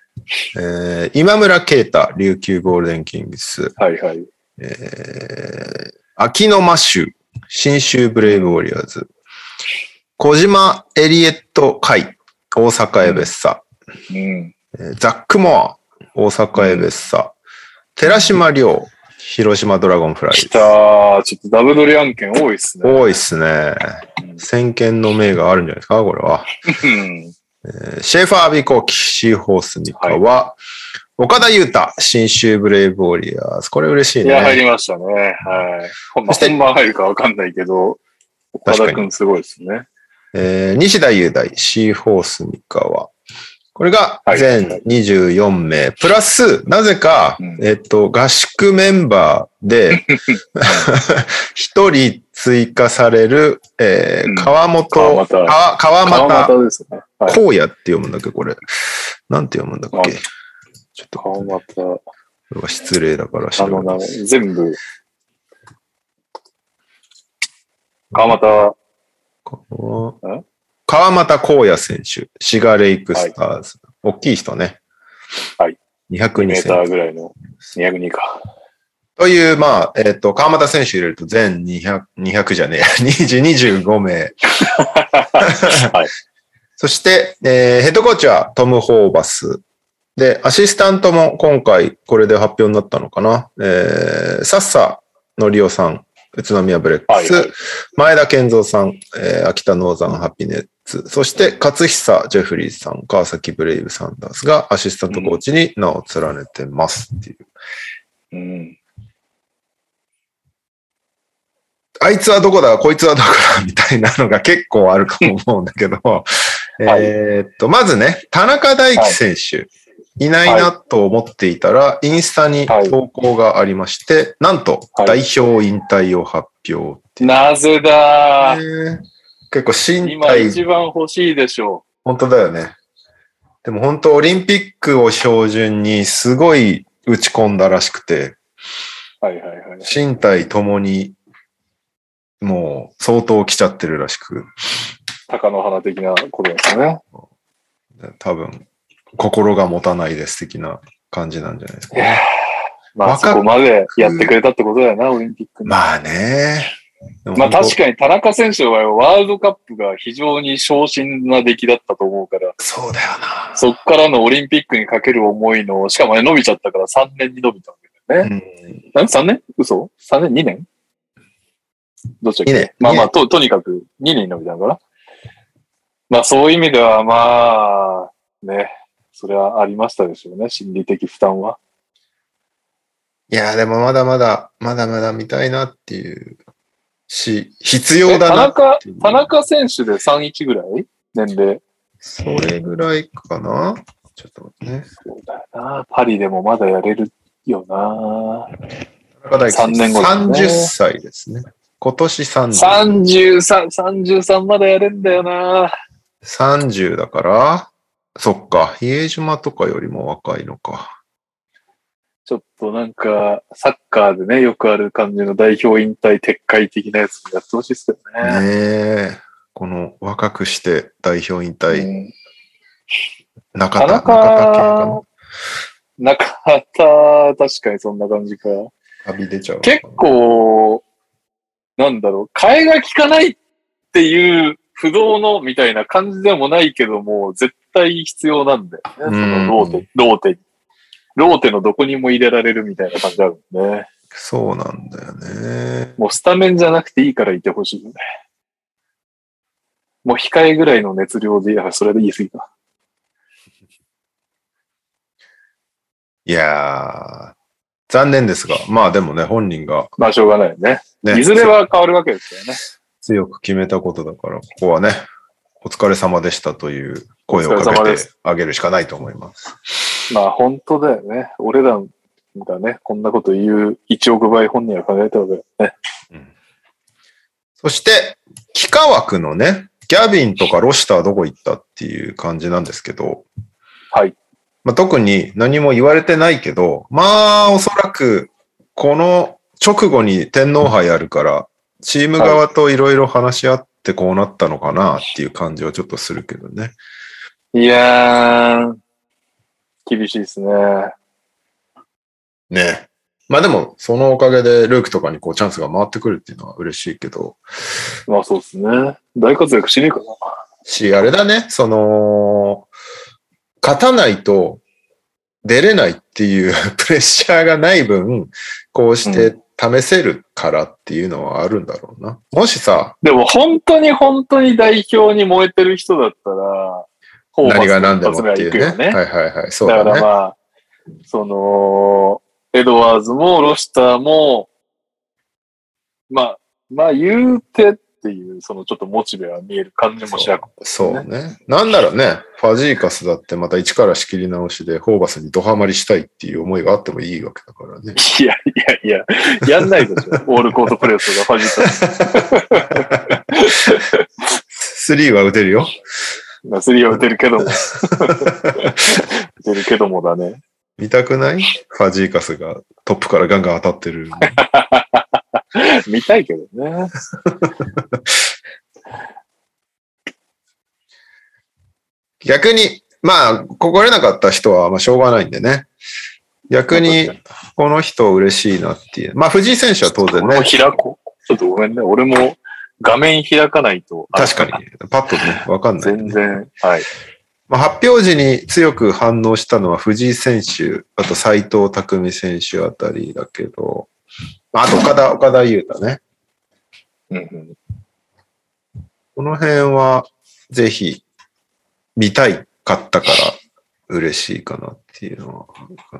S1: えー今村啓太、琉球ゴールデンキングス。
S2: はいはい。
S1: えー、秋野真州、新州ブレイブウォリアーズ。小島エリエット海、大阪エベッサ。
S2: うん。
S1: えーザックモア、大阪エベッサ。寺島亮、広島ドラゴンフライズ
S2: き。たー。ちょっとダブドリ案件多いですね。
S1: 多いっすね。先見の明があるんじゃないですか、これは。
S2: うん。
S1: シェーファー・ビコーキ、シーホース・ニカは、岡田優太、新州ブレイブ・ウォリアーズ。これ嬉しい
S2: いや、入
S1: ね。
S2: りましたね。はい。ほんま
S1: そして
S2: 本番入るかわかんないけど、岡
S1: 確か
S2: 田
S1: に
S2: くんすごいですね。
S1: えー西田雄大、シーホース・ニカは。これが
S2: はい
S1: 全24名。プラス、なぜか、
S2: うん
S1: えっと、合宿メンバー で、一人追加される、えー
S2: うん
S1: 川本、
S2: 川又
S1: 川川
S2: 川
S1: 又、
S2: 又ですね。はい。
S1: 荒野って読むんだっけ、これ。なんて読むんだっけ。ちょっと、こ
S2: 川又、
S1: れは失礼だから調
S2: あ
S1: べ
S2: の
S1: ま
S2: な、
S1: す。
S2: 全部。川又、
S1: 川
S2: え
S1: 川又光也選手、シガレイクスターズ。大きい人ね。
S2: はい。2
S1: 202
S2: メ
S1: セ
S2: ー
S1: ンチ
S2: ターぐらいの202か。
S1: という、まあ、えっ、と、川又選手入れると全200、200じゃねえや、20 25名。
S2: はい。
S1: そして、えーヘッドコーチはトム・ホーバス。で、アシスタントも今回これで発表になったのかな。えー、サッサのりおさん、宇都宮ブレックス、
S2: はいはい
S1: 前田健三さん、えー秋田ノーザンハピネッツ。そして、勝久、ジェフリーズさん、川崎ブレイブサンダースがアシスタントコーチに名を連ねてますっていう。
S2: うん。
S1: あいつはどこだ、こいつはどこだ、みたいなのが結構あると思うんだ けど、
S2: い
S1: えーっと、まずね、田中大輝選手、い、ないなと思っていたら、インスタに投稿がありまして、なんと、
S2: は
S1: 代
S2: い
S1: 表引退を発表っていう
S2: なぜだー
S1: ね、結構身
S2: 今
S1: 体
S2: 一番欲しいでしょ
S1: 本当だよね。でも本当オリンピックを標準にすごい打ち込んだらしくて、
S2: う。はいはいはい。
S1: 身体ともにもう相当来ちゃってるらしく、
S2: 鷹の花的なことですね。
S1: 多分心が持たないです的な感じなんじゃないですか
S2: い。やーまあ
S1: 若く
S2: そこまでやってくれたってことだよな、オリンピックに。ま
S1: まあね。でも本
S2: あ
S1: 当
S2: 確かに田中選手の場合はワールドカップが非常に昇進な出来だったと思うから、
S1: そうだよな。
S2: そこからのオリンピックにかける思いの、しかもね、伸びちゃったから3年に伸びたわけだよね。
S1: うん
S2: なん ?3 年嘘 ?3 年 ?2 年どっちだっけ
S1: いいね。
S2: まあま
S1: いい
S2: あ、
S1: ね
S2: と、とにかく2年に伸びたのかな。まあそういう意味では、まあ、ね、それはありましたでしょうね、心理的負担は。
S1: いや、でもまだまだ、まだまだ見たいなっていうし、必要だな
S2: え田中
S1: っていう、
S2: 田中選手で31ぐらい年齢。
S1: それぐらいかなちょっと待ってね。
S2: そうだよな。パリでもまだやれるよな。
S1: 田中大輝選手
S2: 3年後です
S1: 30
S2: ね
S1: 歳ですね。今年30。
S2: 33、33まだやれんだよな。
S1: 30だから、そっか、比江島とかよりも若いのか。
S2: ちょっとなんか、サッカーでね、よくある感じの代表引退撤回的なやつやってほしいっすよ
S1: ね
S2: ね。
S1: え。この若くして代表引退、
S2: うん
S1: 中
S2: 田
S1: 田、中
S2: 中
S1: 田系かな。
S2: 中田、確かにそんな感じか。
S1: 旅出ちゃうのかな
S2: 結構、なんだろう、替えが利かないっていう不動のみたいな感じでもないけども、絶対必要なんだよね。そ
S1: うん
S2: のローテ、ローテに。ローテのどこにも入れられるみたいな感じあるもんね。
S1: そうなんだよね。
S2: もうスタメンじゃなくていいからいてほしいよね。もう控えぐらいの熱量で、いやそれで言い過ぎた。
S1: いやー、残念ですが、まあでもね、本人が
S2: まあしょうがないよね。
S1: ね、
S2: いずれは変わるわけですよね。
S1: 強く決めたことだから、ここはね、お疲れ様でしたという声を
S2: お疲
S1: か
S2: れ様
S1: け
S2: で
S1: てあげるしかないと思います。
S2: まあ本当だよね。俺らがね、こんなこと言う1億倍本人は考えたわけだよね。
S1: そして、幾何枠のね、ギャビンとかロシターどこ行ったっていう感じなんですけど、
S2: はい。
S1: まあ、特に何も言われてないけど、まあおそらくこの直後に天皇杯あるから、チーム側といろいろ話し合ってこうなったのかなっていう感じはちょっとするけどね。
S2: いやー、厳しいですね。
S1: ね。まあでも、そのおかげでルークとかにこうチャンスが回ってくるっていうのは嬉しいけど、
S2: まあそうですね。大活躍しねえかな。
S1: し、あれだね、その、勝たないと出れないっていう プレッシャーがない分、こうして試せるからっていうのはあるんだろうな。もしさ、
S2: でも本当に本当に代表に燃えてる人だったら、ホーバス
S1: 何が何でも
S2: 一発目は
S1: ってい
S2: 行
S1: う
S2: く
S1: ね。
S2: よね。
S1: はいはいはい。そうだ
S2: だか
S1: ね。
S2: らまあ、その、エドワーズもロシターも、まあ、まあ言うてっていう、そのちょっとモチベは見える感じもしなく
S1: そうね。なんならね、ファジーカスだってまた一から仕切り直しでホーバスにドハマりしたいっていう思いがあってもいいわけだから ね。
S2: いやいやいや、やんないでしょ。オールコートプレスがファジータ
S1: スリーは打てるよ。
S2: まあ、スリーは打てるけども。打てるけどもだね。
S1: 見たくないファジーカスがトップからガンガン当たってる。
S2: 見たいけどね。
S1: 逆に、まあ、ここ来れなかった人は、まあ、しょうがないんでね。逆に、この人嬉しいなっていう。まあ、藤井選手は当然
S2: 俺も
S1: ね。
S2: 開こう。ちょっとごめんね。俺も画面開かないと。
S1: 確かに、パッとね、わかんない、
S2: 全然。はい。
S1: まあ、発表時に強く反応したのは藤井選手、あと斎藤匠選手あたりだけど、まあ、あと岡田、岡田優太ね。
S2: うんうん
S1: この辺は、ぜひ、見たいかったから、嬉しいかなっていうのはあるかな。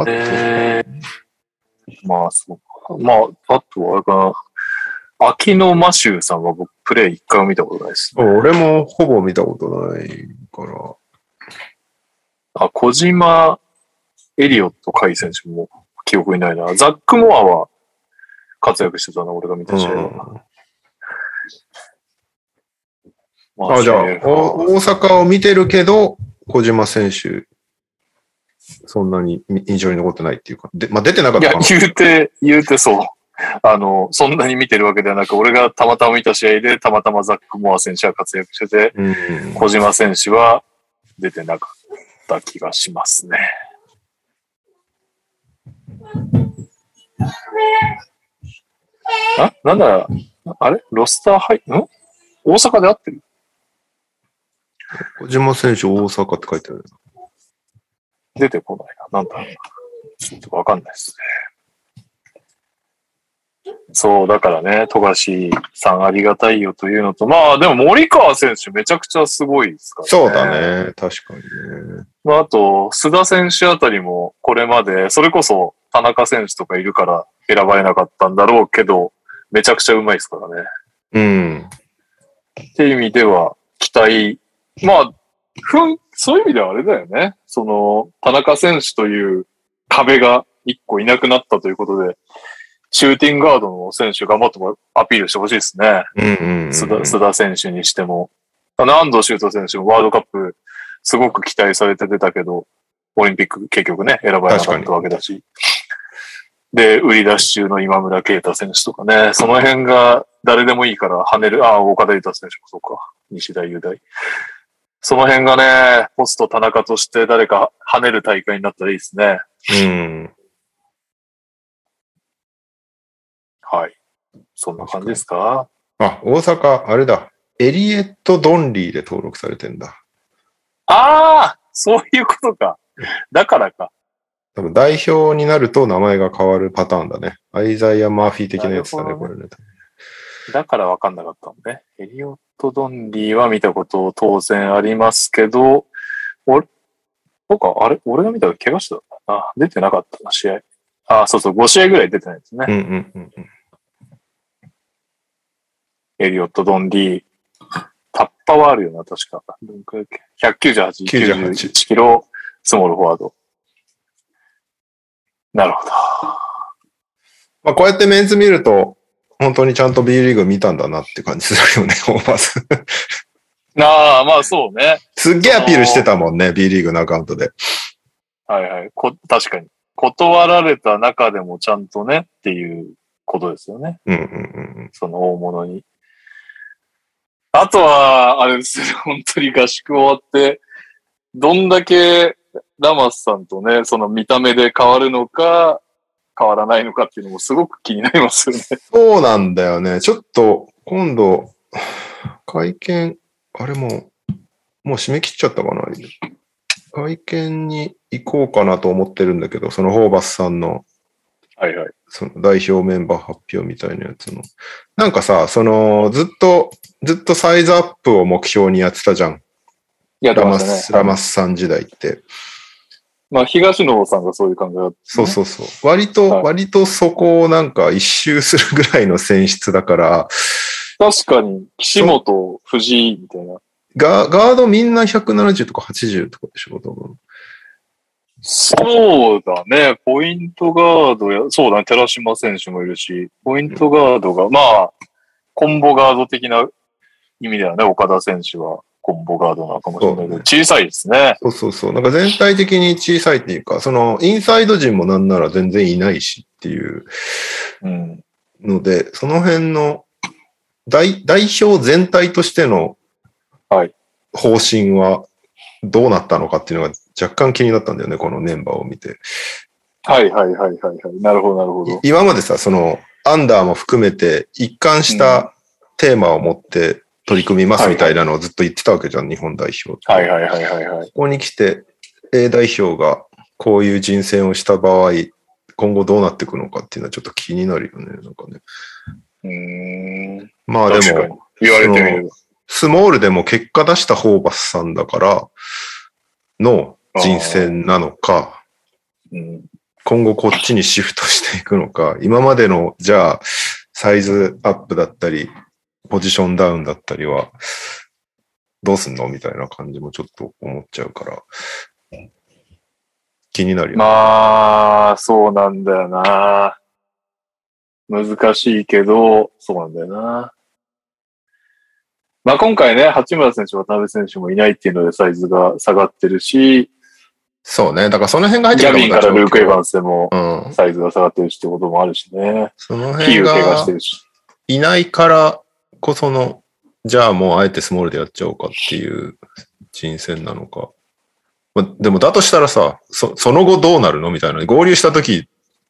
S1: あと、
S2: えーまあ、そうか。まあ、あとは、あれかな。秋野真修さんは僕、プレイ一回も見たことないです。
S1: 俺もほぼ見たことないから、
S2: あ、小島エリオット海選手も記憶にないな。ザック・モアは活躍してたな、俺が見た試合は。ま
S1: あ、じゃあ、
S2: 試合
S1: お大阪を見てるけど、小島選手、そんなに印象に残ってないっていうか、でまあ、出てなかっ
S2: い
S1: た
S2: や
S1: か、な
S2: 言うて、言うてそう。あの、そんなに見てるわけではなく、俺がたまたま見た試合で、たまたまザック・モア選手は活躍してて、
S1: うん、
S2: 小島選手は出てなかった気がしますね。あ、なんだ、あれロスター入っ、ん大阪で合ってる
S1: 小島選手、大阪って書いてある。
S2: 出てこないな。なんだちょっとわかんないですね。そう、だからね、富樫さんありがたいよというのと、まあでも森川選手めちゃくちゃすごいですからね。
S1: そうだね、確かにね。
S2: まあ、あと、須田選手あたりも、これまで、それこそ田中選手とかいるから選ばれなかったんだろうけど、めちゃくちゃうまいですからね。
S1: うん。
S2: っていう意味では、期待、まあ、ふん、そういう意味ではあれだよね。その、田中選手という壁が一個いなくなったということで、シューティングガードの選手頑張ってもアピールしてほしいですね。
S1: うんうん、うん。
S2: 須田須田選手にしても。あの、安藤修斗選手もワールドカップ、すごく期待されて出たけど、オリンピック結局ね、選ばれなかったわけだし。で、売り出し中の今村啓太選手とかね、その辺が誰でもいいから跳ねる、あ、岡田裕太選手もそうか、西田雄大。その辺がね、ポスト田中として誰か跳ねる大会になったらいいですね。
S1: うん。
S2: はい。そんな感じですか
S1: あ、大阪、あれだ。エリエット・ドンリーで登録されてんだ。
S2: ああそういうことか。だからか。
S1: 多分代表になると名前が変わるパターンだね。アイザイア・マーフィー的なやつだね、
S2: なるほ
S1: こ
S2: ど
S1: れね。
S2: だから分かんなかったのね。エリオット・ドンリーは見たこと当然ありますけど、俺、そうか、あれ、俺が見たら怪我してたのかな。出てなかったな、試合。あ、そうそう、5試合ぐらい出てないですね。
S1: うんうんうんうん。
S2: エリオット・ドンリー。タッパはあるよな、確か。どんくらいだっけ198、
S1: 98
S2: 91キロ、スモールフォワード。なるほど。
S1: まあ、こうやってメンズ見ると、本当にちゃんと B リーグ見たんだなって感じするよね、思わず。
S2: ああ、まあそうね。
S1: すっげえアピールしてたもんね、B リーグのアカウントで。
S2: はいはい。こ確かに。断られた中でもちゃんとねっていうことですよね。
S1: うんうんうん
S2: その大物に。あとは、あれですよ、 本当に合宿終わって、どんだけラマスさんとね、その見た目で変わるのか、変わらないのかっていうのもすごく気になりますよね。
S1: そうなんだよね。ちょっと、今度、会見、あれもう、もう締め切っちゃったかな。会見に行こうかなと思ってるんだけど、そのホーバスさんの
S2: はいはい。
S1: その代表メンバー発表みたいなやつの。なんかさ、その、ずっと、ずっとサイズアップを目標にやってたじゃん。
S2: やって
S1: ラ
S2: ま
S1: マ
S2: し
S1: ス、
S2: た
S1: ラ
S2: ね。
S1: マスさん時代って。
S2: まあ、東野さんがそういう感じだった、ね。
S1: そうそうそう。割と、
S2: はい
S1: 割とそこをなんか一周するぐらいの選出だから、
S2: 確かに、岸本、藤井みたいな。
S1: ガガードみんな170とか80とかでしょ、多分。
S2: そうだね。ポイントガードや、そうだね。寺島選手もいるし、ポイントガードが、まあ、コンボガード的な意味ではね、岡田選手はコンボガードなのかもしれないけ
S1: そう
S2: ど、
S1: ね
S2: 小さいですね。
S1: そうそうそう。なんか全体的に小さいっていうか、そのインサイド陣もなんなら全然いないしっていう
S2: うん。
S1: ので、その辺の代代表全体としての
S2: はい
S1: 方針はどうなったのかっていうのが若干気になったんだよね、このメンバーを見て。
S2: はいはいはいはいはい。なるほどなるほど。
S1: 今までさ、その、アンダーも含めて、一貫したテーマを持って取り組みますみたいなのをずっと言ってたわけじゃん、日本代表って
S2: はいはいはいはいはい。
S1: ここに来て、A 代表がこういう人選をした場合、今後どうなっていくのかっていうのはちょっと気になるよね。なんかね。
S2: うーん。
S1: まあで
S2: 確かに
S1: も、。
S2: 言われてみれば。
S1: スモールでも結果出したホーバスさんだからの人選なのか、
S2: うん
S1: 今後こっちにシフトしていくのか、今までの、じゃあ、サイズアップだったり、ポジションダウンだったりは、どうすんのみたいな感じもちょっと思っちゃうから、気になるよね。
S2: まあ、そうなんだよな。難しいけど、そうなんだよな。まあ今回ね、八村選手、渡辺選手もいないっていうのでサイズが下がってるし、
S1: そうね。だからその辺が入って
S2: ギ
S1: く
S2: ャビ
S1: る
S2: ン
S1: の
S2: からルーク・エヴァ
S1: ン
S2: ンスでも
S1: うん。
S2: サイズが下がってるしってこともあるしね。
S1: その辺
S2: キーウ怪我し
S1: が
S2: てるし。
S1: いないからこその、じゃあもうあえてスモールでやっちゃおうかっていう人選なのか。まあ、でもだとしたらさ、そその後どうなるのみたいな。合流した時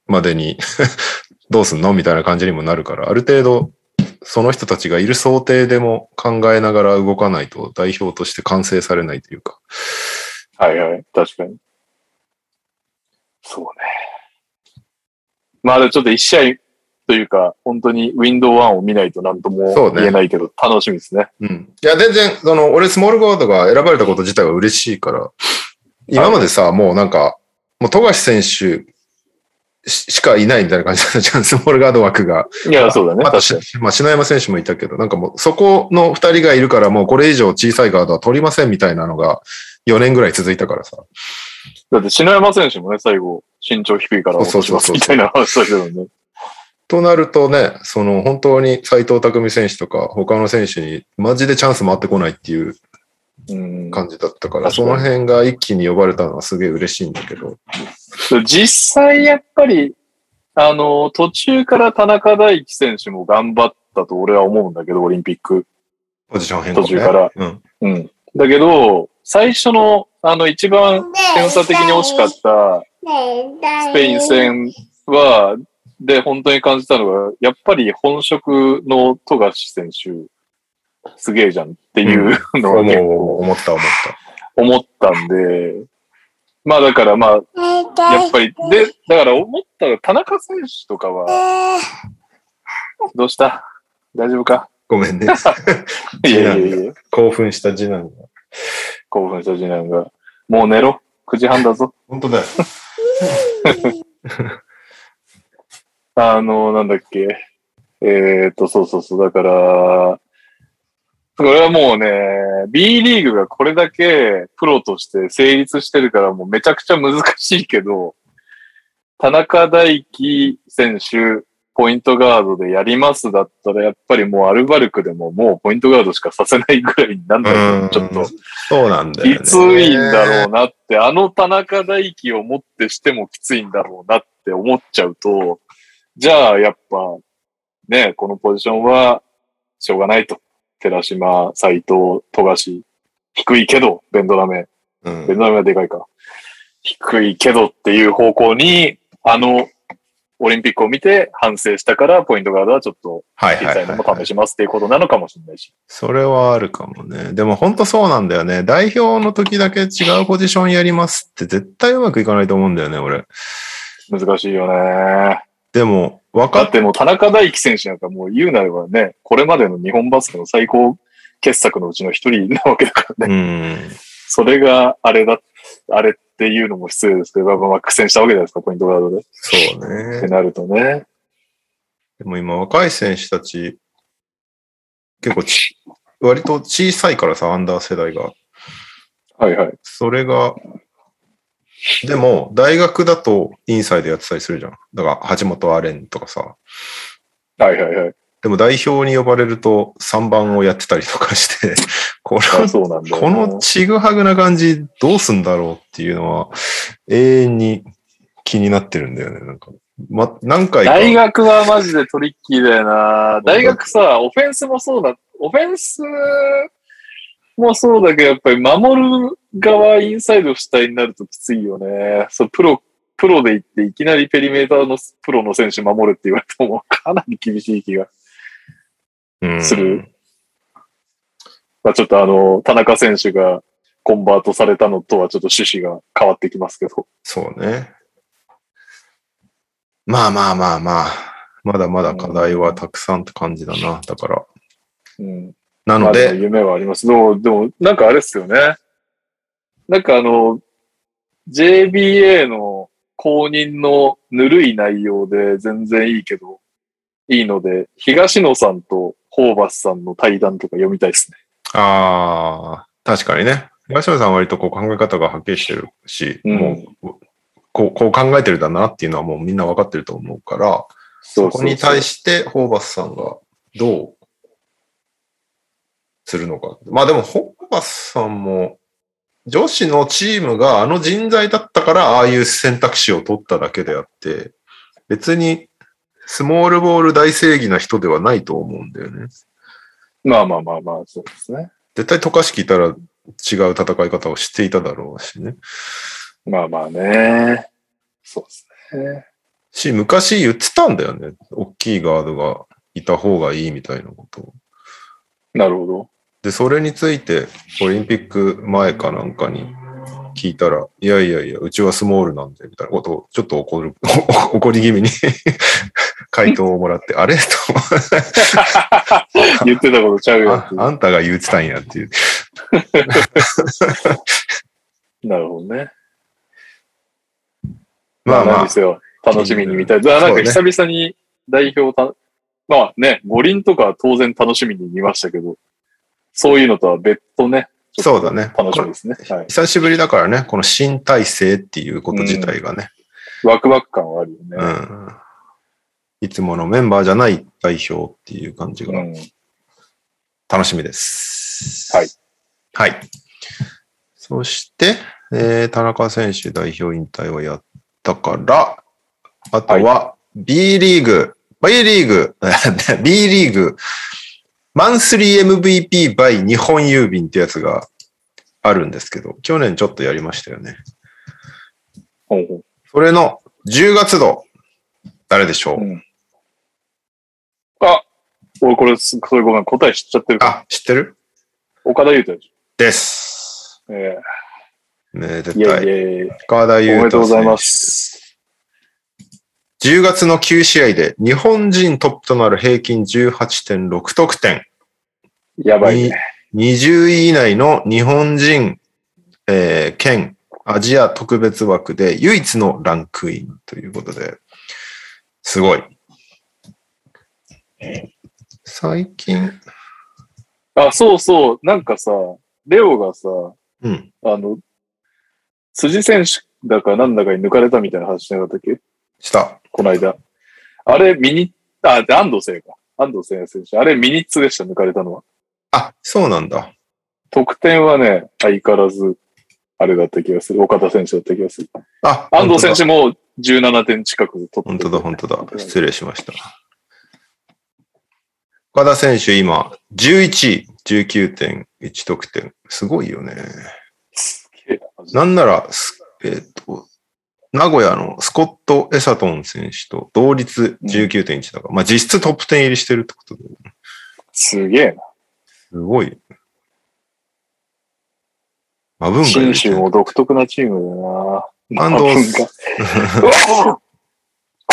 S1: までに どうすんのみたいな感じにもなるから、ある程度その人たちがいる想定でも考えながら動かないと代表として完成されないというか。
S2: はいはい、確かに。そうね。まあでもちょっと一試合というか、本当にウィンドウ1を見ないと何と
S1: そう
S2: も
S1: ね
S2: 言えないけど、楽しみですね。
S1: うん。いや、全然、その、俺、スモールガードが選ばれたこと自体は嬉しいから、今までさ、もうなんか、もう、富樫選手ししかいないみたいな感じだったじゃん、ス モールガード枠が。
S2: いや、そうだね。
S1: また
S2: 確
S1: し
S2: かに。、
S1: まあ、篠山選手もいたけど、なんかもう、そこの二人がいるから、もうこれ以上小さいガードは取りませんみたいなのが、4年ぐらい続いたからさ。
S2: だって、篠山選手もね、最後、身長低いから、
S1: そうそうそうそう
S2: みたいな話だけどね。
S1: となるとね、その、本当に斎藤匠選手とか、他の選手に、マジでチャンス回ってこないっていう
S2: うん。
S1: 感じだったから、
S2: 確か
S1: そ
S2: に
S1: の辺が一気に呼ばれたのはすげえ嬉しいんだけど、
S2: 実際、やっぱり、あの、途中から田中大輝選手も頑張ったと俺は思うんだけど、オリンピック。
S1: ポジション変更ね。
S2: 途中から
S1: うん。
S2: うん。だけど、最初の、あの、一番
S4: 点
S2: 点
S4: 差
S2: 差的
S4: 的
S2: に
S4: に
S2: 惜
S4: 惜
S2: しか
S4: しか
S2: っ
S4: ったた
S2: ス
S4: ス
S2: ペ
S4: ペ
S2: イ
S4: イ
S2: ン
S4: ン戦
S2: 戦は、で、本当に感じたのが、やっぱり本職の富樫選手、すげえじゃんっていうの
S1: 思
S2: は
S1: う
S2: 結
S1: 思
S2: 構
S1: う思った思った。
S2: 思ったんで、まあだからまあ、や
S4: や
S2: っ
S4: っぱ
S2: ぱり、で、だから思ったら田中選手とかは、どうした大丈夫か
S1: ごめん ね。
S2: いやいやいや、
S1: 興奮した次男が。
S2: 興奮した次男が、もう寝ろ、9時半だぞ。
S1: 本当だよ。
S2: あの、なんだっけ。えーっと、そうそうそう。だから、これはもうね、B リーグがこれだけプロとして成立してるからもうめちゃくちゃ難しいけど、田中大輝選手、ポイントガードでやりますだったら、やっぱりもうアルバルクでももうポイントガードしかさせないぐらいになんだろ
S1: う
S2: うんちょっと
S1: そうなんだよ、ね。
S2: きついんだろうなって、あの田中大輝をもってしてもきついんだろうなって思っちゃうと、じゃあやっぱ、ね、このポジションはしょうがないと。寺島、斎藤、富樫、低いけど、ベンドラメ、
S1: う
S2: ベン
S1: ん。
S2: ドラメはでかいか。低いけどっていう方向に、あの、オリンピックを見て反省したから、ポイントガードはちょっと、
S1: はい
S2: 小
S1: は
S2: さ
S1: い、
S2: い
S1: は
S2: のも試
S1: い。
S2: しますっていうことなのかもしれないし。
S1: それはあるかもね。でも本当そうなんだよね。代表の時だけ違うポジションやりますって絶対うまくいかないと思うんだよね、俺。
S2: 難しいよね。
S1: でも、分か
S2: だ
S1: っ
S2: ってもう田中大輝選手なんかもう言うなればね、これまでの日本バスケの最高傑作のうちの一人なわけだからね。
S1: うん。
S2: それがあれだ、あれっていうのも失礼ですけど、まあまあ苦戦したわけじゃないですか、ポイントガードで。っ
S1: そう
S2: て
S1: ね。
S2: なるとね。
S1: でも今、若い選手たち、結構ち、割と小さいからさ、アンダー世代が。
S2: はいはい。
S1: それが、でも、大学だとインサイドやってたりするじゃん。だから、橋本アレンとかさ。
S2: はいはいはい。
S1: でも、代表に呼ばれると3番をやってたりとかして、 こ
S2: あ
S1: の、
S2: そうなんだよ
S1: こ
S2: な、
S1: のちぐはぐな感じ、どうすんだろうっていうのは、永遠に気になってるんだよね。なんか、ま、何回か。
S2: 大学はマジでトリッキーだよな。大学さ、オフェンスもそうだ。オフェンスもそうだけど、やっぱり守る側インサイド主体になるときついよね。そう、プロ、プロで行っていきなりペリメーターのプロの選手守るって言われても かなり厳しい気が。
S1: うん
S2: する。まあちょっとあの、田中選手がコンバートされたのとはちょっと趣旨が変わってきますけど。
S1: そうね。まあまあまあまあ、まだまだ課題はたくさんって感じだな。だから。
S2: うん。
S1: なの
S2: まあ
S1: で、
S2: も夢はあります。でも、でも、なんかあれですよね。なんかあの、JBA の公認のぬるい内容で全然いいけど、いいので、東野さんとホーバスさんの対談とか読みたいですね。
S1: ああ、確かにね。東野さんは割とこう考え方がはっきりしてるし、
S2: うん
S1: もう、こう、こう考えてるだなっていうのはもうみんなわかってると思うから、
S2: そ
S1: そこに対してホーバスさんがどうするのか。まあでもホーバスさんも女子のチームがあの人材だったからああいう選択肢を取っただけであって、別にスモールボール大正義な人ではないと思うんだよね。
S2: まあまあまあまあ、そうですね。
S1: 絶対渡嘉敷いたら違う戦い方をしていただろうしね。
S2: まあまあね。そうですね。
S1: し、昔言ってたんだよね。大きいガードがいた方がいいみたいなことを。
S2: なるほど。
S1: で、それについて、オリンピック前かなんかに聞いたら、いやいやいや、うちはスモールなんで、みたいなことを、ちょっと怒る、 怒り気味に 回答をもらって、あれ と
S2: 言ってたことちゃうよっ
S1: あ
S2: て。
S1: あんたが言ってたんやっていう。
S2: なるほどね。
S1: まあま
S2: 何
S1: あ
S2: に、せよ楽しみに見たい。だからなんか久々に代表た、まあね、五輪とかは当然楽しみに見ましたけど、そういうのとは別途ね、ちょ
S1: そ
S2: っ
S1: うだね。
S2: と楽しみですね。はい。
S1: 久しぶりだからね、この新体制っていうこと自体がね、
S2: ワクワク感はあるよ
S1: う
S2: ね。
S1: ん。いつものメンバーじゃない代表っていう感じ
S2: う
S1: が
S2: ん。
S1: 楽しみです。
S2: はい。
S1: はい。そして、えー田中選手代表引退をやったから、あとは B リーグ、B リーグ、B リーグ、マンスリー MVP by 日本郵便ってやつがあるんですけど、去年ちょっとやりましたよね。
S2: ほうほう
S1: それの10月度、誰でしょう、
S2: うんあ、俺これ、すそれごめん、答え知っちゃってるから。
S1: あ、知ってる
S2: 岡田優太でし
S1: です。
S2: ょ。え
S1: ね、
S2: え
S1: 絶
S2: いやい
S1: 対。
S2: やいや
S1: 岡田優
S2: おめでと
S1: 太
S2: うござい
S1: 選
S2: ま
S1: 手
S2: す。
S1: 10月の9試合で日本人トップとなる平均18.6得点。
S2: やばいね。
S1: に20位以内の日本人、えー兼アジア特別枠で唯一のランクインということで、すごい。最近、
S2: あ、そうそう。なんかさ、レオがさ、
S1: うん。
S2: あの、辻選手だかなんだかに抜かれたみたいな話しなかったっけ
S1: した。
S2: この間。あれ、ミニ、あ、で安藤聖か。安藤聖也選手。あれ、ミニッツでした、抜かれたのは。
S1: あ、そうなんだ。
S2: 得点はね、相変わらず、あれだった気がする。岡田選手だった気がする。
S1: あ、
S2: 安藤選手
S1: 手。
S2: も17点近く取ってて
S1: 本当だ、本当だ。失礼しました。岡田選手今、11位、19.1得点。すごいよね。
S2: すげえな
S1: なんなら、すえーっと、名古屋のスコット・エサトン選手と同率19.1だから、まあ実質トップ10入りしてるってことで、
S2: すげえな。
S1: すごい。マブンガ
S2: 信州も独特なチームだ な。
S1: 安藤
S2: なんかうわ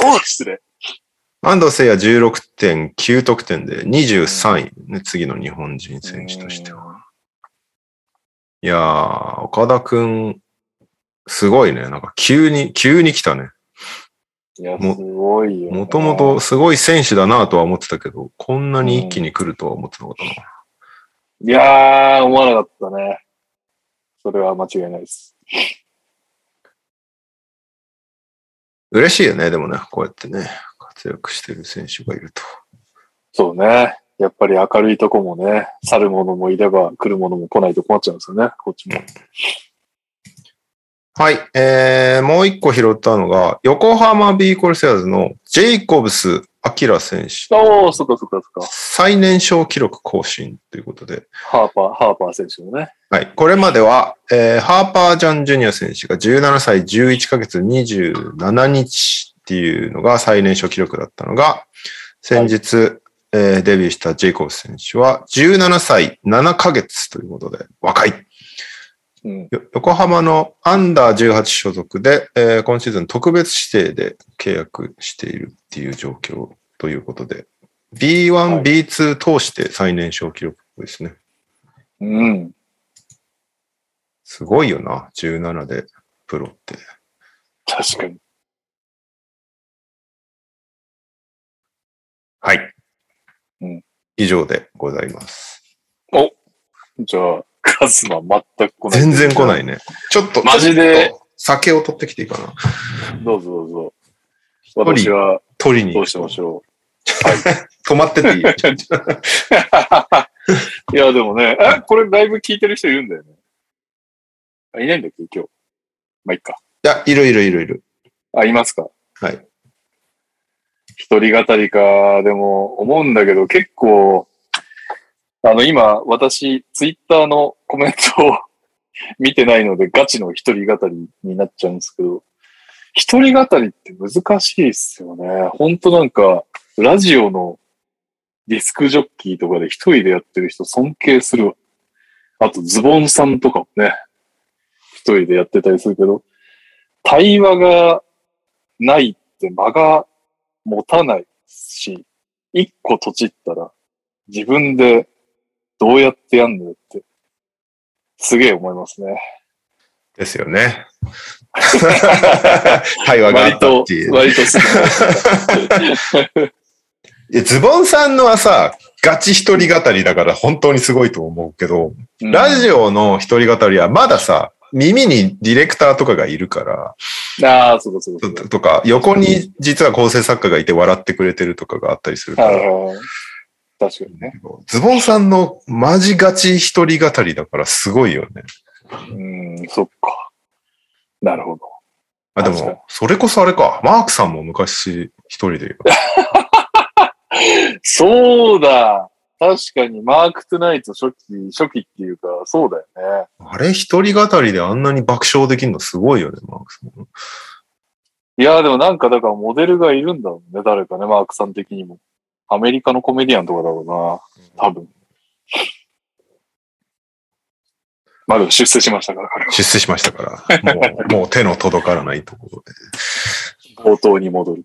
S2: おうおう失礼。
S1: 安藤聖也16.9得点で23位、ね、次の日本人選手としては。
S2: は。
S1: いやー、岡田くん、すごいね。なんか急に、急に来たね。
S2: いや、
S1: も
S2: すごいよな。
S1: もともとすごい選手だなとは思ってたけど、こんなに一気に来るとは思ってなかったな。
S2: いやー、思わなかったね。それは間違いないです。
S1: 嬉しいよね、でもね、こうやってね、活躍してる選手がいると。
S2: そうね。やっぱり明るいとこもね、去る者もいれば来る者も来ないと困っちゃうんですよね、こっちも。
S1: はい、えー、もう一個拾ったのが、横浜ビーコルセアーズのジェイコブス・アキラ選手、
S2: おー、そっかそっかそっか。
S1: 最年少記録更新ということで、
S2: ハーパー、ハーパー選手のね。
S1: はい、これまでは、えーハーパー・ジャン・ジュニア選手が17歳11ヶ月27日っていうのが最年少記録だったのが、先日、えーデビューしたジェイコブス選手は17歳7ヶ月ということで、若い。
S2: うん。
S1: よ横浜のアンダー18所属で、えー今シーズン特別指定で契約しているっていう状況ということで、B1、
S2: はい
S1: B2 通して最年少記録ですね。
S2: うん。
S1: すごいよな、17でプロって。
S2: 確かに。
S1: はい。
S2: うん
S1: 以上でございます。
S2: じゃあ、カズマ全く来ない。
S1: 全然来ないね。ちょっと、
S2: マジで
S1: ちょっと酒を取ってきていいかな。
S2: どうぞどうぞ。
S1: 人
S2: 私は
S1: 取りに。
S2: どうして ましょ
S1: 止まってて いいよ。
S2: う。いや、でもね、え、これライブ聞いてる人いるんだよね。あいないんだっけ今日。まあ、いっか。
S1: いや、いるいるいるいる。
S2: あ、いますか
S1: はい。
S2: 一人語りか、でも思うんだけど、結構、あの、今、私、ツイッターのコメントを 見てないので、ガチの一人語りになっちゃうんですけど、一人語りって難しいですよね。ほんとなんか、ラジオのディスクジョッキーとかで一人でやってる人尊敬するわ。あと、ズボンさんとかもね、一人でやってたりするけど、対話がないって間が持たないし、一個閉じったら自分でどうやってやんのよって、すげえ思いますね。
S1: ですよね。 対話があ
S2: 割
S1: った
S2: と
S1: ってい、う。
S2: 割とす
S1: いやズボンさんのはさ、ガチ一人語りだから本当にすごいと思うけど、
S2: ご い。
S1: ラジオの一人語りはまださ、耳にディレクターとかがいるから、
S2: オああ、そうだそうだそ
S1: と
S2: うだ。
S1: とか、横に実は構成作家がいて笑ってくれてるとかがあったりするか
S2: はい
S1: ら、
S2: はいはい確かにね。
S1: ズボンさんのマジガチ一人語りだからすごいよね。
S2: うん、そっか。なるほど。
S1: あ、で
S2: 確かに
S1: も、それこそあれか、マークさんも昔一人で
S2: そうだ確かに、マークトゥナイト初期、初期っていうか、そうだよね。
S1: あれ、一人語りであんなに爆笑できるのすごいよね、マークさん。
S2: いやーでもなんか、だからモデルがいるんだろうね、誰かね、マークさん的にも。アメリカのコメディアンとかだろうな、多分。まあでも出世しましたから、彼は
S1: 出世しましたから、も うもう手の届からないところで。
S2: 冒頭に戻る。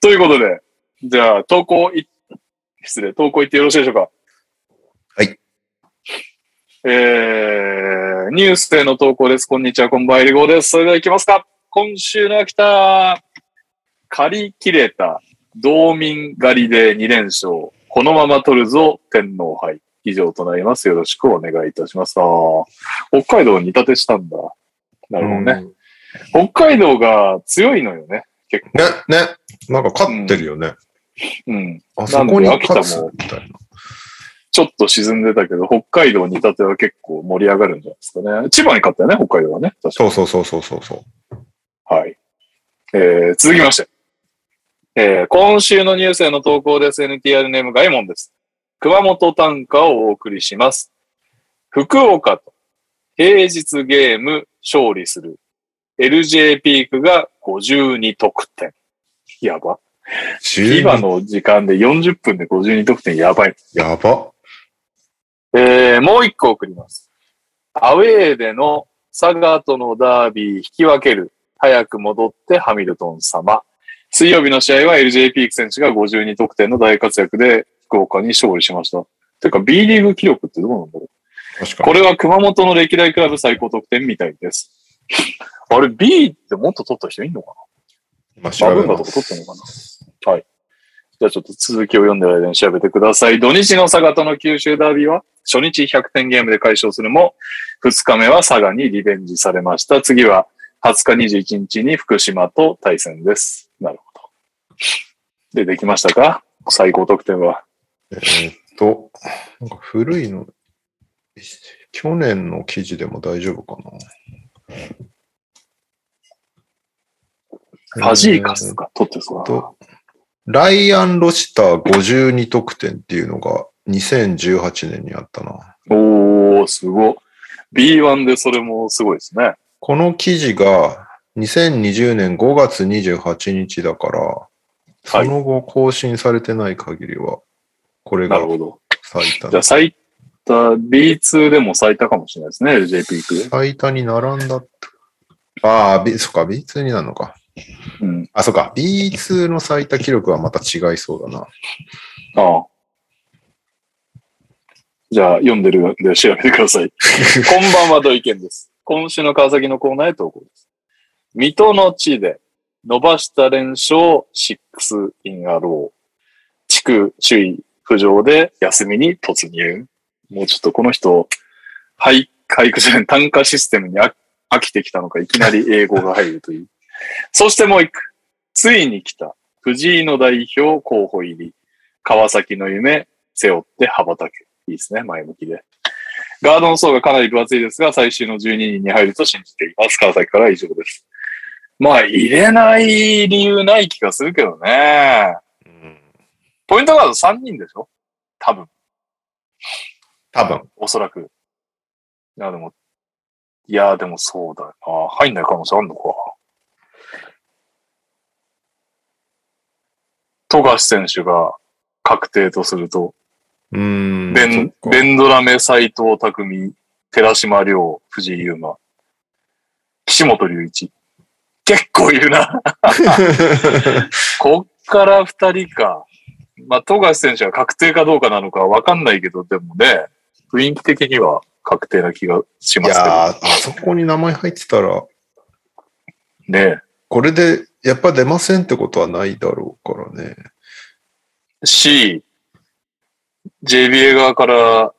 S2: ということで、じゃあ、投稿い、失礼、投稿いってよろしいでしょうか。
S1: はい。
S2: えー、ニュースへの投稿です。こんにちは、こんばんは、りごです。それでは行きますか。今週の秋田、借り切れた、道民狩りで2連勝、このまま取るぞ、天皇杯。以上となります。よろしくお願いいたします。あー北海道に立てしたんだ。なるほどね。
S1: うん
S2: 北海道が強いのよね。
S1: ね、ね、なんか勝ってるよね。
S2: うん。
S1: あそこに勝つ
S2: なん
S1: みたいな。
S2: ちょっと沈んでたけど、北海道に立ては結構盛り上がるんじゃないですかね。千葉に勝ったよね、北海道はね。確か
S1: そうそうそうそうそうそう。
S2: に。はい。えー、続きまして。えー、今週のニュースへの投稿です。NTR ネームガイモンです。熊本短歌をお送りします。福岡と平日ゲーム勝利する。LJ ピークが52得点。やば。
S1: 12
S2: 今の時間で40分で52得点やばい。
S1: やば。
S2: えーもう一個送ります。アウェーでの佐賀とのダービー引き分ける。早く戻ってハミルトン様。水曜日の試合は LJ ピーク選手が52得点の大活躍で福岡に勝利しました。てか B リーグ記録ってどうなんだろう
S1: 確か
S2: これは熊本の歴代クラブ最高得点みたいです。あれ B ってもっと取った人いんのか
S1: に。まあ、調
S2: なバブ
S1: べ
S2: ンバと
S1: ま
S2: か
S1: す
S2: 取ったのかなはい。じゃあちょっと続きを読んでる間に調べてください。土日の佐賀との九州ダービーは初日100点ゲームで解消するも、2日目は佐賀にリベンジされました。次は20日21日に福島と対戦です。なるほど。で、できましたか最高得点は。
S1: えーっと、なんか古いの、去年の記事でも大丈夫か
S2: フ
S1: な。
S2: ァジーカスが取ってそうだな。
S1: と、ライアン・ロシター52得点っていうのが2018年にあったな。
S2: おー、すご。B1 でそれもすごいですね。
S1: この記事が2020年5月28日だから、その後更新されてない限りは、これ
S2: な
S1: が
S2: るほど。
S1: 最多
S2: じゃあ最た B2 でも最多かもしれないですね、LJ ピーク。
S1: 最多に並んだって。ああ、B、そっか、B2 になるのか。
S2: うん。
S1: あ、そっか、B2 の最多記録はまた違いそうだな。
S2: ああ。じゃあ、読んでるんで調べてください。こんばんは、土井健です。今週の川崎のコーナーへ投稿です。水戸の地で、伸ばした連勝、6インアロー。地区首位浮上で休みに突入。もうちょっとこの人、俳俳句じゃない、単価システムに飽飽きてきたのか、いきなり英語が入るという。そしてもう一句。ついに来た、藤井の代表候補入り。川崎の夢、背負って羽ばたけ。いいですね、前向きで。ガードの層がかなり分厚いですが、最終の12人に入ると信じています。川崎からは以上です。まあ、入れない理由ない気がするけどね。
S1: うん、
S2: ポイントガード3人でしょ多分、
S1: 多分。
S2: おそらく。いや、でも、いや、でもそうだよな。入んない可能性あんのか。富樫選手が確定とすると、
S1: うーん。
S2: ベ
S1: そっ
S2: ン
S1: か、
S2: ベンドラメ、斎藤匠、寺島亮、藤井優馬、岸本隆一。結構いるな。 こっから二人か。まあ、富樫選手が確定かどうかなのかわかんないけど、でもね、雰囲気的には確定な気がし
S1: い
S2: ますけど
S1: やー、あそこに名前入ってたら、。
S2: ね
S1: これでやっぱ出ませんってことはないだろうからね。
S2: えし、JBA 側から、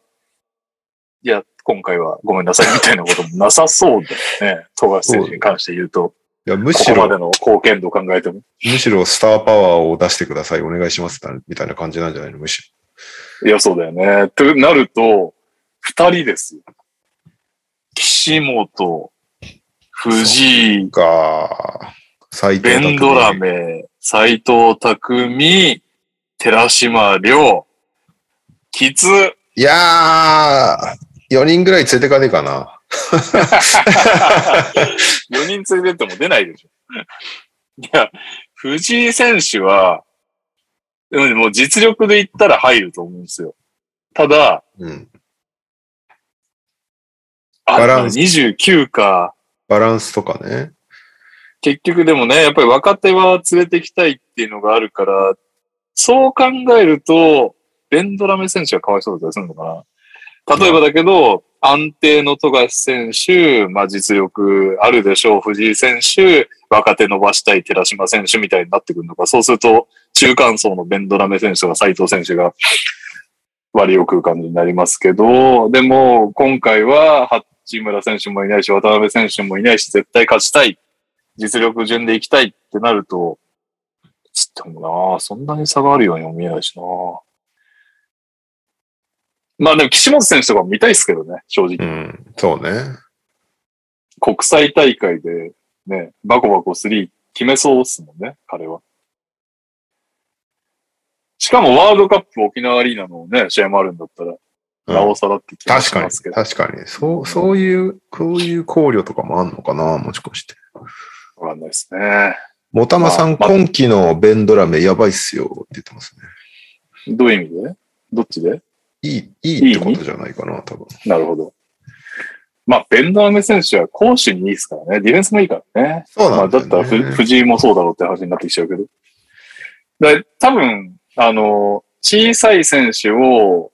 S2: いや、今回はごめんなさいみたいなこともなさそうだよね。富樫選手に関して言うと。
S1: いや、む
S2: こ
S1: し
S2: こま
S1: ろ、
S2: での貢献度を考えても。
S1: むしろスターパワーを出してください、お願いします、みたいな感じなんじゃないのむし
S2: いや、そうだよね。となると、二人ですよ。岸本、藤井
S1: ろ。、か、最低だ
S2: ベンドラメ、斎藤匠、寺島亮、キツ、
S1: いやー、4人ぐらい連れてかねえかな。
S2: 4人連れてっても出ないでしょ。いや、藤井選手は、でももう実力で言ったら入ると思うんですよ。ただ、
S1: うん。
S2: あ
S1: バランス
S2: 29か、
S1: バランスとかね。
S2: 結局でもね、やっぱり若手は連れてきたいっていうのがあるから、そう考えると、ベンドラメ選手がかわいそうだったりするのかな。例えばだけど、安定の富樫選手、まあ実力あるでしょう、藤井選手、若手伸ばしたい寺島選手みたいになってくるのか、そうすると、中間層のベンドラメ選手とか斎藤選手が割を食う感じになりますけど、でも、今回は、八村選手もいないし、渡辺選手もいないし、絶対勝ちたい。実力順でいきたいってなると、つってもなあそんなに差があるようにも見えないしなまあでも、岸本選手とかも見たいですけどね、正直
S1: う。ん。そうね。
S2: 国際大会で、ね、バコバコ3決めそうっすもんね、彼は。しかもワールドカップ沖縄アリーナのね、試合もあるんだったら、
S1: うん
S2: なおさらって気が
S1: 確
S2: し
S1: かに、
S2: ますけど。
S1: 確かに。そう、そういう、こういう考慮とかもあんのかな、もしかして。
S2: わかんないですね。
S1: もたまさん、
S2: まあまあ
S1: 今期のベンドラメやばいっすよって言ってますね。
S2: どういう意味でどっちで
S1: いい、いいってことじゃないかな、多分。
S2: なるほど。まあ、ベンダーメ選手は攻守にいいですからね。ディフェンスもいいからね。
S1: そう
S2: ま
S1: な
S2: あ、
S1: んだ
S2: だ
S1: よ
S2: っ
S1: ね。
S2: たらふ藤井もそうだろうって話になってきちゃうけど。だ多分、あの、小さい選手を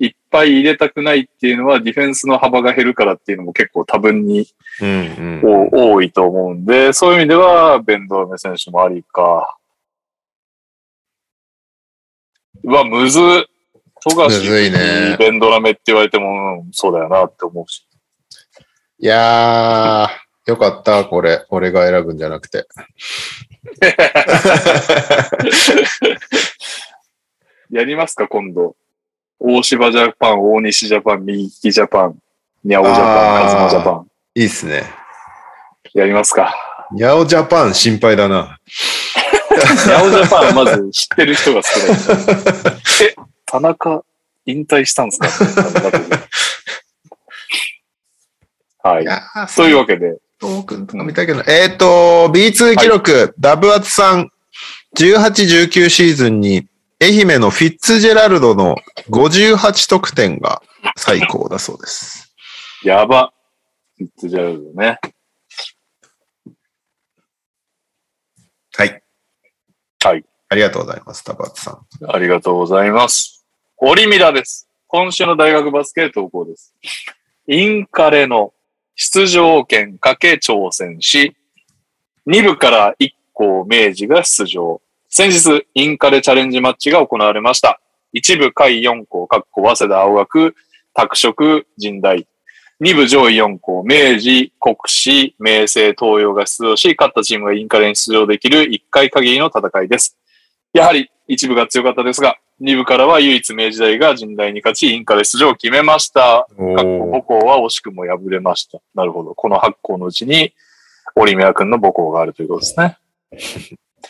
S2: いっぱい入れたくないっていうのは、ディフェンスの幅が減るからっていうのも結構多分に
S1: うんうん。
S2: お多いと思うんで、そういう意味では、ベンドラメ選手もありか。うわ、むずっ。富樫
S1: むずいね
S2: ベンドラメって言われても、うんそうだよなって思うし。
S1: いやー、よかった、これ。俺が選ぶんじゃなく て。
S2: やりますか、今度。大芝ジャパン、大西ジャパン、右利きジャパン、ニャオジャパン、カズマ
S1: あー
S2: ジャパン。
S1: いいっすね。
S2: やりますか。
S1: ニャオジャパン心配だな。
S2: ニャオジャパンはまず知ってる人が少ない。 え、田中引退したんですかはい
S1: い。やー、
S2: というわけで、
S1: そうくんとか見たいけど。えっ、と、B2 記録、ダブアツさん、18、19シーズンに愛媛のフィッツジェラルドの58得点が最高だそうです。
S2: やば。フィッツジェラルドね。
S1: はい。
S2: はい。
S1: ありがとうございます、田畑さん。
S2: ありがとうございます。オリミラです。今週の大学バスケ投稿です。インカレの出場権かけ挑戦し、2部から1校明治が出場。先日、インカレチャレンジマッチが行われました。1部下位4校、各校早稲田、青学、拓殖、神大。2部上位4校、明治、国士、明星、東洋が出場し、勝ったチームがインカレに出場できる1回限りの戦いです。やはり一部が強かったですが、二部からは唯一明治大が神大に勝ち、インカレ出場を決めました。
S1: お
S2: 各母校は惜しくも敗れました。なるほど。この8校のうちに、オリミア君の母校があるということですね。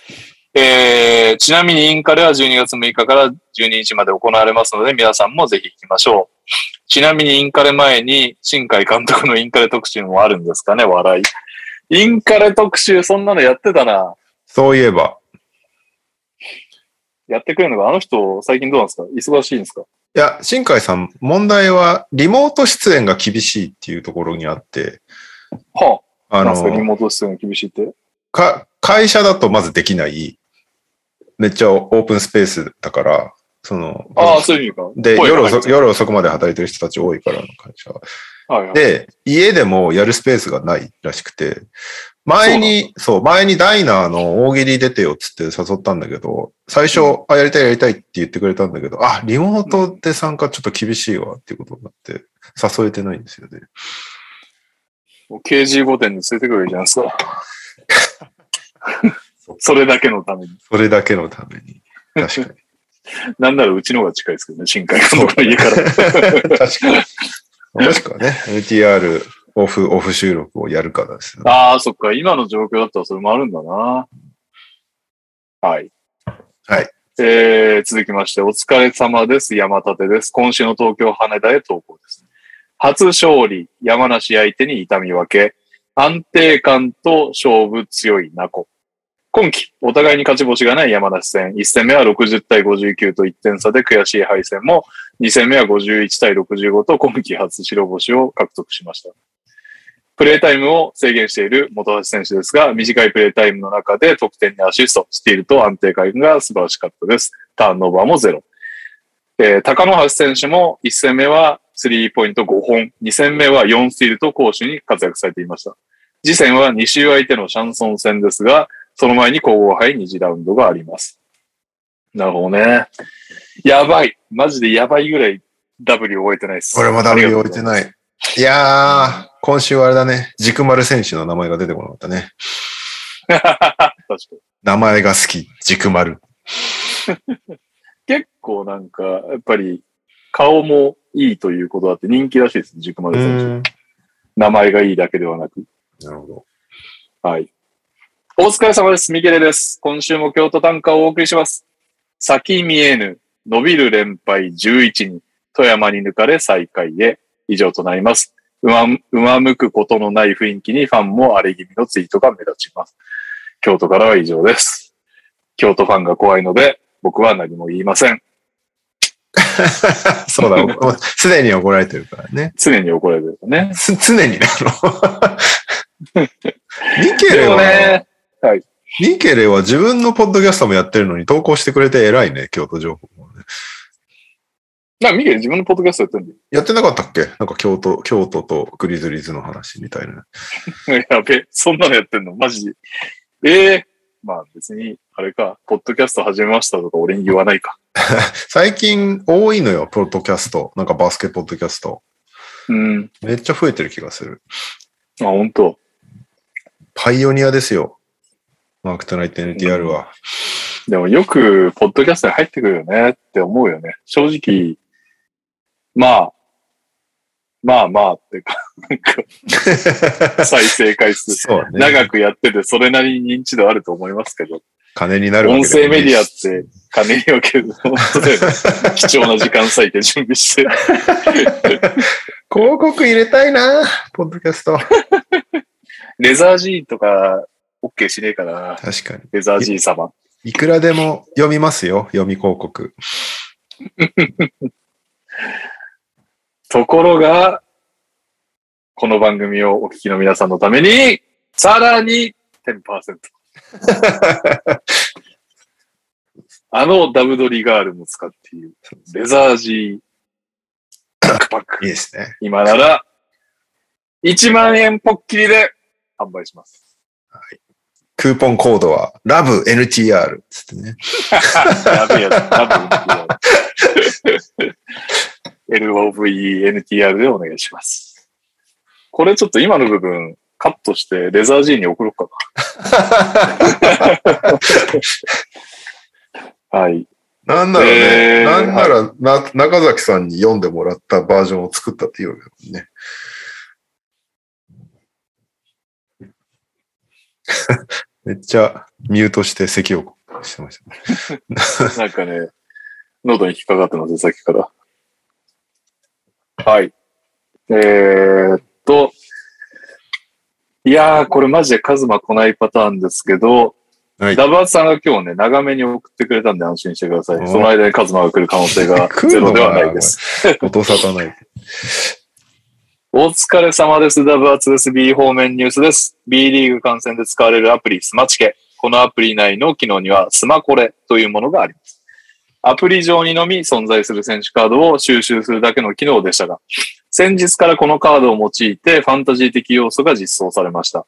S2: えー、ちなみにインカレは12月6日から12日まで行われますので、皆さんもぜひ行きましょう。ちなみにインカレ前に、新海監督のインカレ特集もあるんですかね、笑い。インカレ特集、そんなのやってたな。
S1: そういえば、
S2: やってくれるのが、あの人、最近どうなんですか忙しいんですか
S1: いや、新海さん、問題はリモート出演が厳しいっていうところにあって、
S2: はあ、
S1: あ
S2: なんですかリ
S1: の、
S2: モート出演厳しいって。
S1: か、会社だとまずできない、めっちゃオープンスペースだから、その、
S2: ああ、そういう意味か。
S1: で、
S2: 声が
S1: 夜
S2: 入っ
S1: 遅
S2: て
S1: く
S2: る
S1: 夜遅くまで働いてる人たち多いから、会社は。
S2: はいはい。
S1: で、家でもやるスペースがないらしくて、前に、そう前にダイナーの大喜利出てよっつって誘ったんだけど、最初、あ、やりたいやりたいって言ってくれたんだけど、あ、リモートで参加ちょっと厳しいわっていうことになって、誘えてないんですよね。
S2: もう KG5 点に連れてくるじゃないですか。 それだけのために。
S1: それだけのために。確か
S2: なんならうちの方が近いですけどね、新海監督の家から。
S1: に。確かに。もしくはね、NTR オフ、オフ収録をやるからですよね。
S2: ああ、そっか。今の状況だったらそれもあるんだな。はい。
S1: はい。
S2: えー、続きまして、お疲れ様です。山立です。今週の東京羽田へ投稿です。初勝利、山梨相手に痛み分け、安定感と勝負強いナコ。今季、お互いに勝ち星がない山梨戦、1戦目は60対59と1点差で悔しい敗戦も、2戦目は51対65と今季初白星を獲得しました。プレータイムを制限している本橋選手ですが、短いプレータイムの中で得点にアシスト、スティールと安定感が素晴らしかったです。ターンオーバーもゼロ。えー高野橋選手も1戦目はスリーポイント5本、2戦目は4スティールと攻守に活躍されていました。次戦は2週相手のシャンソン戦ですが、その前に皇后杯2次ラウンドがあります。なるほどね。やばい。マジでやばいぐらい W 終えてないです。
S1: 俺も
S2: ありが
S1: W
S2: とう
S1: 置
S2: ご
S1: い
S2: ざ
S1: て
S2: ます
S1: ない。いやー、今週はあれだね、軸丸選手の名前が出てこなかったね。
S2: 確かに。
S1: 名前が好き、軸丸。
S2: 結構なんか、やっぱり、顔もいいということだって人気らしいです、軸丸選手。名前がいいだけではなく。
S1: なるほど。
S2: はい。お疲れ様です。ミケレです。今週も京都短歌をお送りします。先見えぬ、伸びる連敗11に、富山に抜かれ再開へ、以上となります。うま、うまむくことのない雰囲気にファンも荒れ気味のツイートが目立ちます。京都からは以上です。京都ファンが怖いので、僕は何も言いません。
S1: そうだ、もうすでに怒られてるからね。
S2: 常に怒られてるよね。
S1: す常にね、あの、 ニケ
S2: で
S1: レ
S2: も
S1: は、
S2: ね、
S1: ニケレは自分のポッドキャストもやってるのに投稿してくれて偉いね、京都情報もね。
S2: なんかミケル自分のポッドキャストやってんだ
S1: やってなかったっけなんか京都、京都とグリズリーズの話みたいな。
S2: よ。 やべ、そんなのやってんのマジで。ええまあ別に、あれか、ポッドキャスト始めましたとか俺に言わないか。
S1: 最近多いのよ、ポッドキャスト。なんかバスケポッドキャスト。
S2: うん。
S1: めっちゃ増えてる気がする。
S2: あ、本当。
S1: パイオニアですよ。マークトナイト NTR は。
S2: でもよく、ポッドキャストに入ってくるよねって思うよね。正直、まあ、まあまあってか、 再生回数。
S1: そうね。
S2: 長くやってて、それなりに認知度あると思いますけど、
S1: 金になるわけで
S2: 音
S1: も
S2: 声
S1: ね
S2: メディアって金に分ける本当だよね貴重な時間割いて準備して
S1: 広告入れたいなポッドキャスト。
S2: レザー G とか、OK しねえかな。
S1: 確かに。
S2: レザー G 様。
S1: いくらでも読みますよ、読み広告。
S2: ところが、この番組をお聞きの皆さんのために、さらに10%。あのダブドリガールも使っている、レザージーバックパッ
S1: いい
S2: ク。
S1: ですね。
S2: 今なら、1万円ポッキリで販売します。
S1: クーポンコードは、ラブ NTR つってね。
S2: やべえやつ。多分 LOVENTR でお願いします。これちょっと今の部分カットしてレザー G に送ろうかな。はい。
S1: なんならね、
S2: えー
S1: なんならな、中崎さんに読んでもらったバージョンを作ったっていうよりね。 めっちゃミュートして咳をしてましたね。
S2: なんかね、喉に引っかかってます、さっきから。はい。えー、っと、いやー、これマジでカズマ来ないパターンですけど、
S1: はい
S2: ダブアツさんが今日ね、長めに送ってくれたんで安心してくださ
S1: お
S2: い。その間にカズマが来る可能性が
S1: 来
S2: ゼ
S1: るの
S2: ロ
S1: か
S2: で
S1: な
S2: はないです。
S1: 音沙汰ない。
S2: お疲れ様です。ダブアツです。B 方面ニュースです。B リーグ観戦で使われるアプリ、スマチケ。このアプリ内の機能には、スマコレというものがあります。アプリ上にのみ存在する選手カードを収集するだけの機能でしたが、先日からこのカードを用いてファンタジー的要素が実装されました。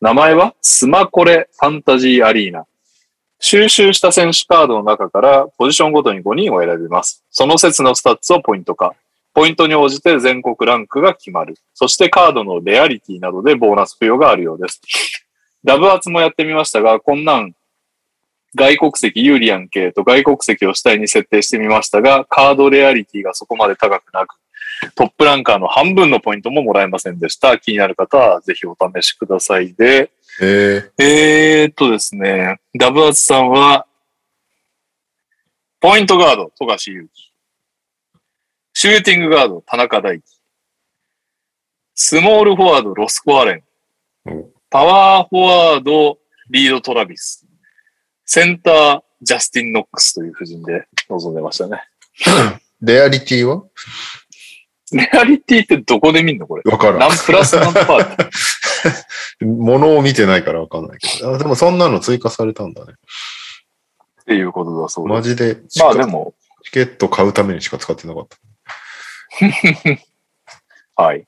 S2: 名前はスマコレファンタジーアリーナ。収集した選手カードの中からポジションごとに5人を選びます。その説のスタッツをポイント化。ポイントに応じて全国ランクが決まる。そしてカードのレアリティなどでボーナス付与があるようです。ダブアツもやってみましたが、こんなん、外国籍ユーリアン系と外国籍を主体に設定してみましたが、カードレアリティがそこまで高くなく、トップランカーの半分のポイントももらえませんでした。気になる方はぜひお試しくださいで、
S1: え
S2: えー、っとですね、ダブアツさんは、ポイントガード、富樫勇樹。シューティングガード、田中大輝。スモールフォワード、ロスコアレン
S1: うん。
S2: パワーフォワード、リード・トラビス。センター、ジャスティン・ノックスという布陣で臨んでましたね。
S1: ー、レアリティは
S2: レアリティってどこで見んのこれ。
S1: わから
S2: 何
S1: ん。
S2: プラス何パーって。
S1: 物を見てないからわかんないけど。あでもそんなの追加されたんだね。
S2: っていうことだそうで
S1: マ
S2: す。
S1: ジでチケ
S2: まあでも、
S1: チケット買うためにしか使ってなかった。
S2: はい。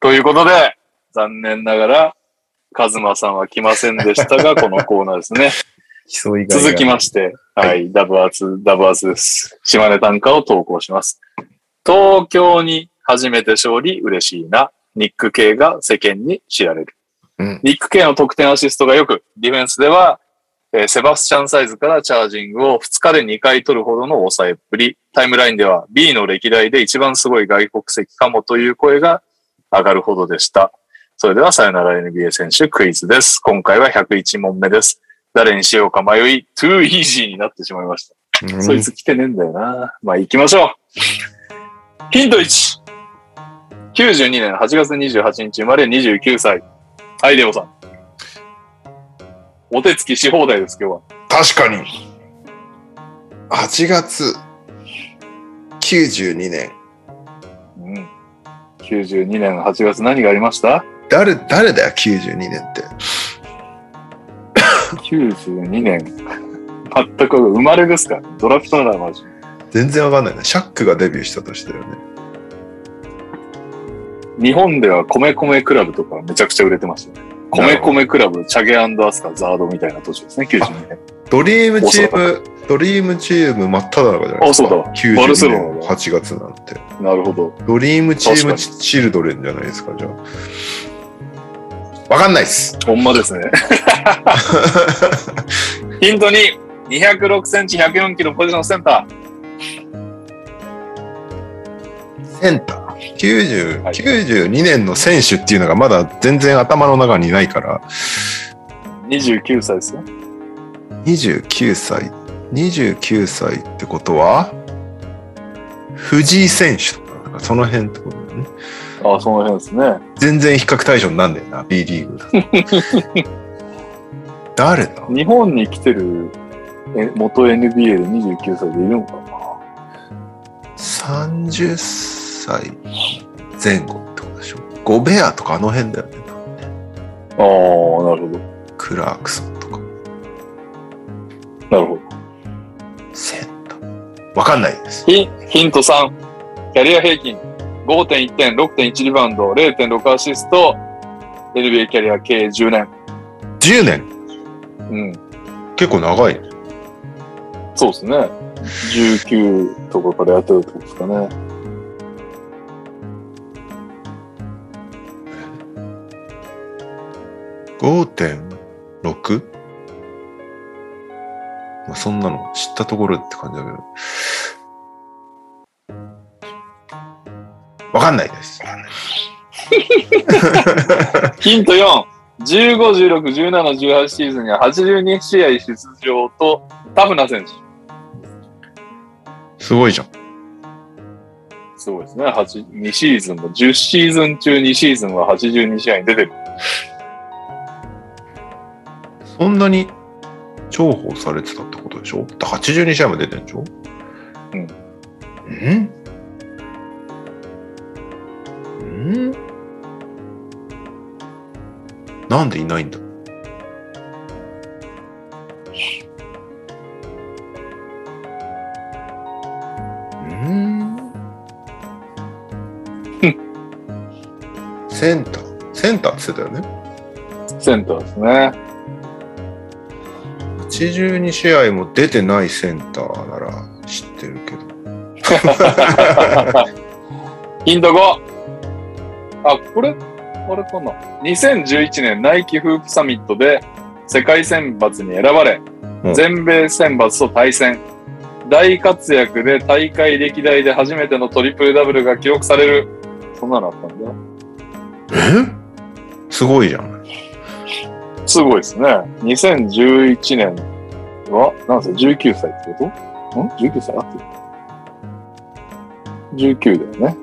S2: ということで、残念ながら、カズマさんは来ませんでしたが、このコーナーですね。
S1: 競い
S2: 続き
S1: ま
S2: まして、はい、ダブアツ、ダブアツです。島根短歌を投稿します。東京に初めて勝利、嬉しいな。ニック・系が世間に知られる。
S1: うん
S2: ニック・系の得点アシストが良く、ディフェンスでは、えーセバスチャンサイズからチャージングを2日で2回取るほどの抑えっぷり、タイムラインでは B の歴代で一番すごい外国籍かもという声が上がるほどでした。それではさよなら NBA 選手クイズです。今回は101問目です。誰にしようか迷い、トゥーイージーになってしまいました。
S1: うん
S2: そいつ来てねえんだよな。まあ行きましょう。ヒント1。92年8月28日生まれ29歳。はい、レオさん。お手つきし放題です、今日は。
S1: 確かに。8月92年。
S2: うん。92年8月何がありました
S1: 誰、誰だよ、92年って。
S2: ?92 年。全く生まれですかドラフトならマジ。
S1: 全然わかんないね。シャックがデビューしたとしてだよね。
S2: 日本では米米クラブとかめちゃくちゃ売れてましたね。米米クラブ、チャゲアスカ、ザードみたいな年ですね、92年。
S1: ドリームチーム、ドリームチーム真っ只中じゃないですか。
S2: あそうだわバルセ
S1: 92
S2: ロ
S1: 年
S2: ナだ
S1: 8月なんて。
S2: なるほど。
S1: ドリームチー
S2: 確
S1: ム
S2: かに
S1: チチルドレンじゃないですか、じゃあ。わかんないっす。
S2: ほんまですね。ヒント2、206センチ、104キロ、ポジションセンター。
S1: センター。90
S2: はい
S1: 92年の選手っていうのがまだ全然頭の中にないから、
S2: 29歳ですよ。
S1: 29歳。29歳ってことは、藤井選手とか、その辺ってことだね。
S2: ああ、その辺ですね。
S1: 全然比較対象になんねえな、B リーグだと。誰だ
S2: 日本に来てるえ元 NBA で29歳でいるのか
S1: 30歳前後ってことでしょ。ゴベアとかあの辺だよね。
S2: なああ、なるほど。
S1: クラークソンとか。
S2: なるほど。
S1: センター。わかんないです。
S2: ヒヒント3。キャリア平均5.1点、6.1リバウンド、0.6アシスト、NBA キャリア計10年。
S1: 10年
S2: うん。
S1: 結構長いね。
S2: そうですね。19とかからやってたってことですかね。
S1: 5.6? まあ、そんなの知ったところって感じだけど。わかんないです。
S2: ヒント4。15、16、17、18シーズンには82試合出場とタフな選手。
S1: すごいじゃん。
S2: すごいですね。8 2シーズンも、10シーズン中2シーズンは82試合に出てる。
S1: そんなに重宝されてたってことでしょだ82試合も出てんでしょ
S2: うん。
S1: うんんなんでいないんだ うんセンターセンターって言ってたよね
S2: センターですね。
S1: 82試合も出てないセンターなら知ってるけど。
S2: ヒント5。あ、これ、これかな。2011年ナイキフープサミットで世界選抜に選ばれ、
S1: うん
S2: 全米選抜と対戦。大活躍で大会歴代で初めてのトリプルダブルが記録される。そんなのあったん
S1: え
S2: だ。
S1: すごいじゃん。
S2: すごいですね。2011年は、なんせ19歳ってことん ?19 歳あってる ?19 だよね。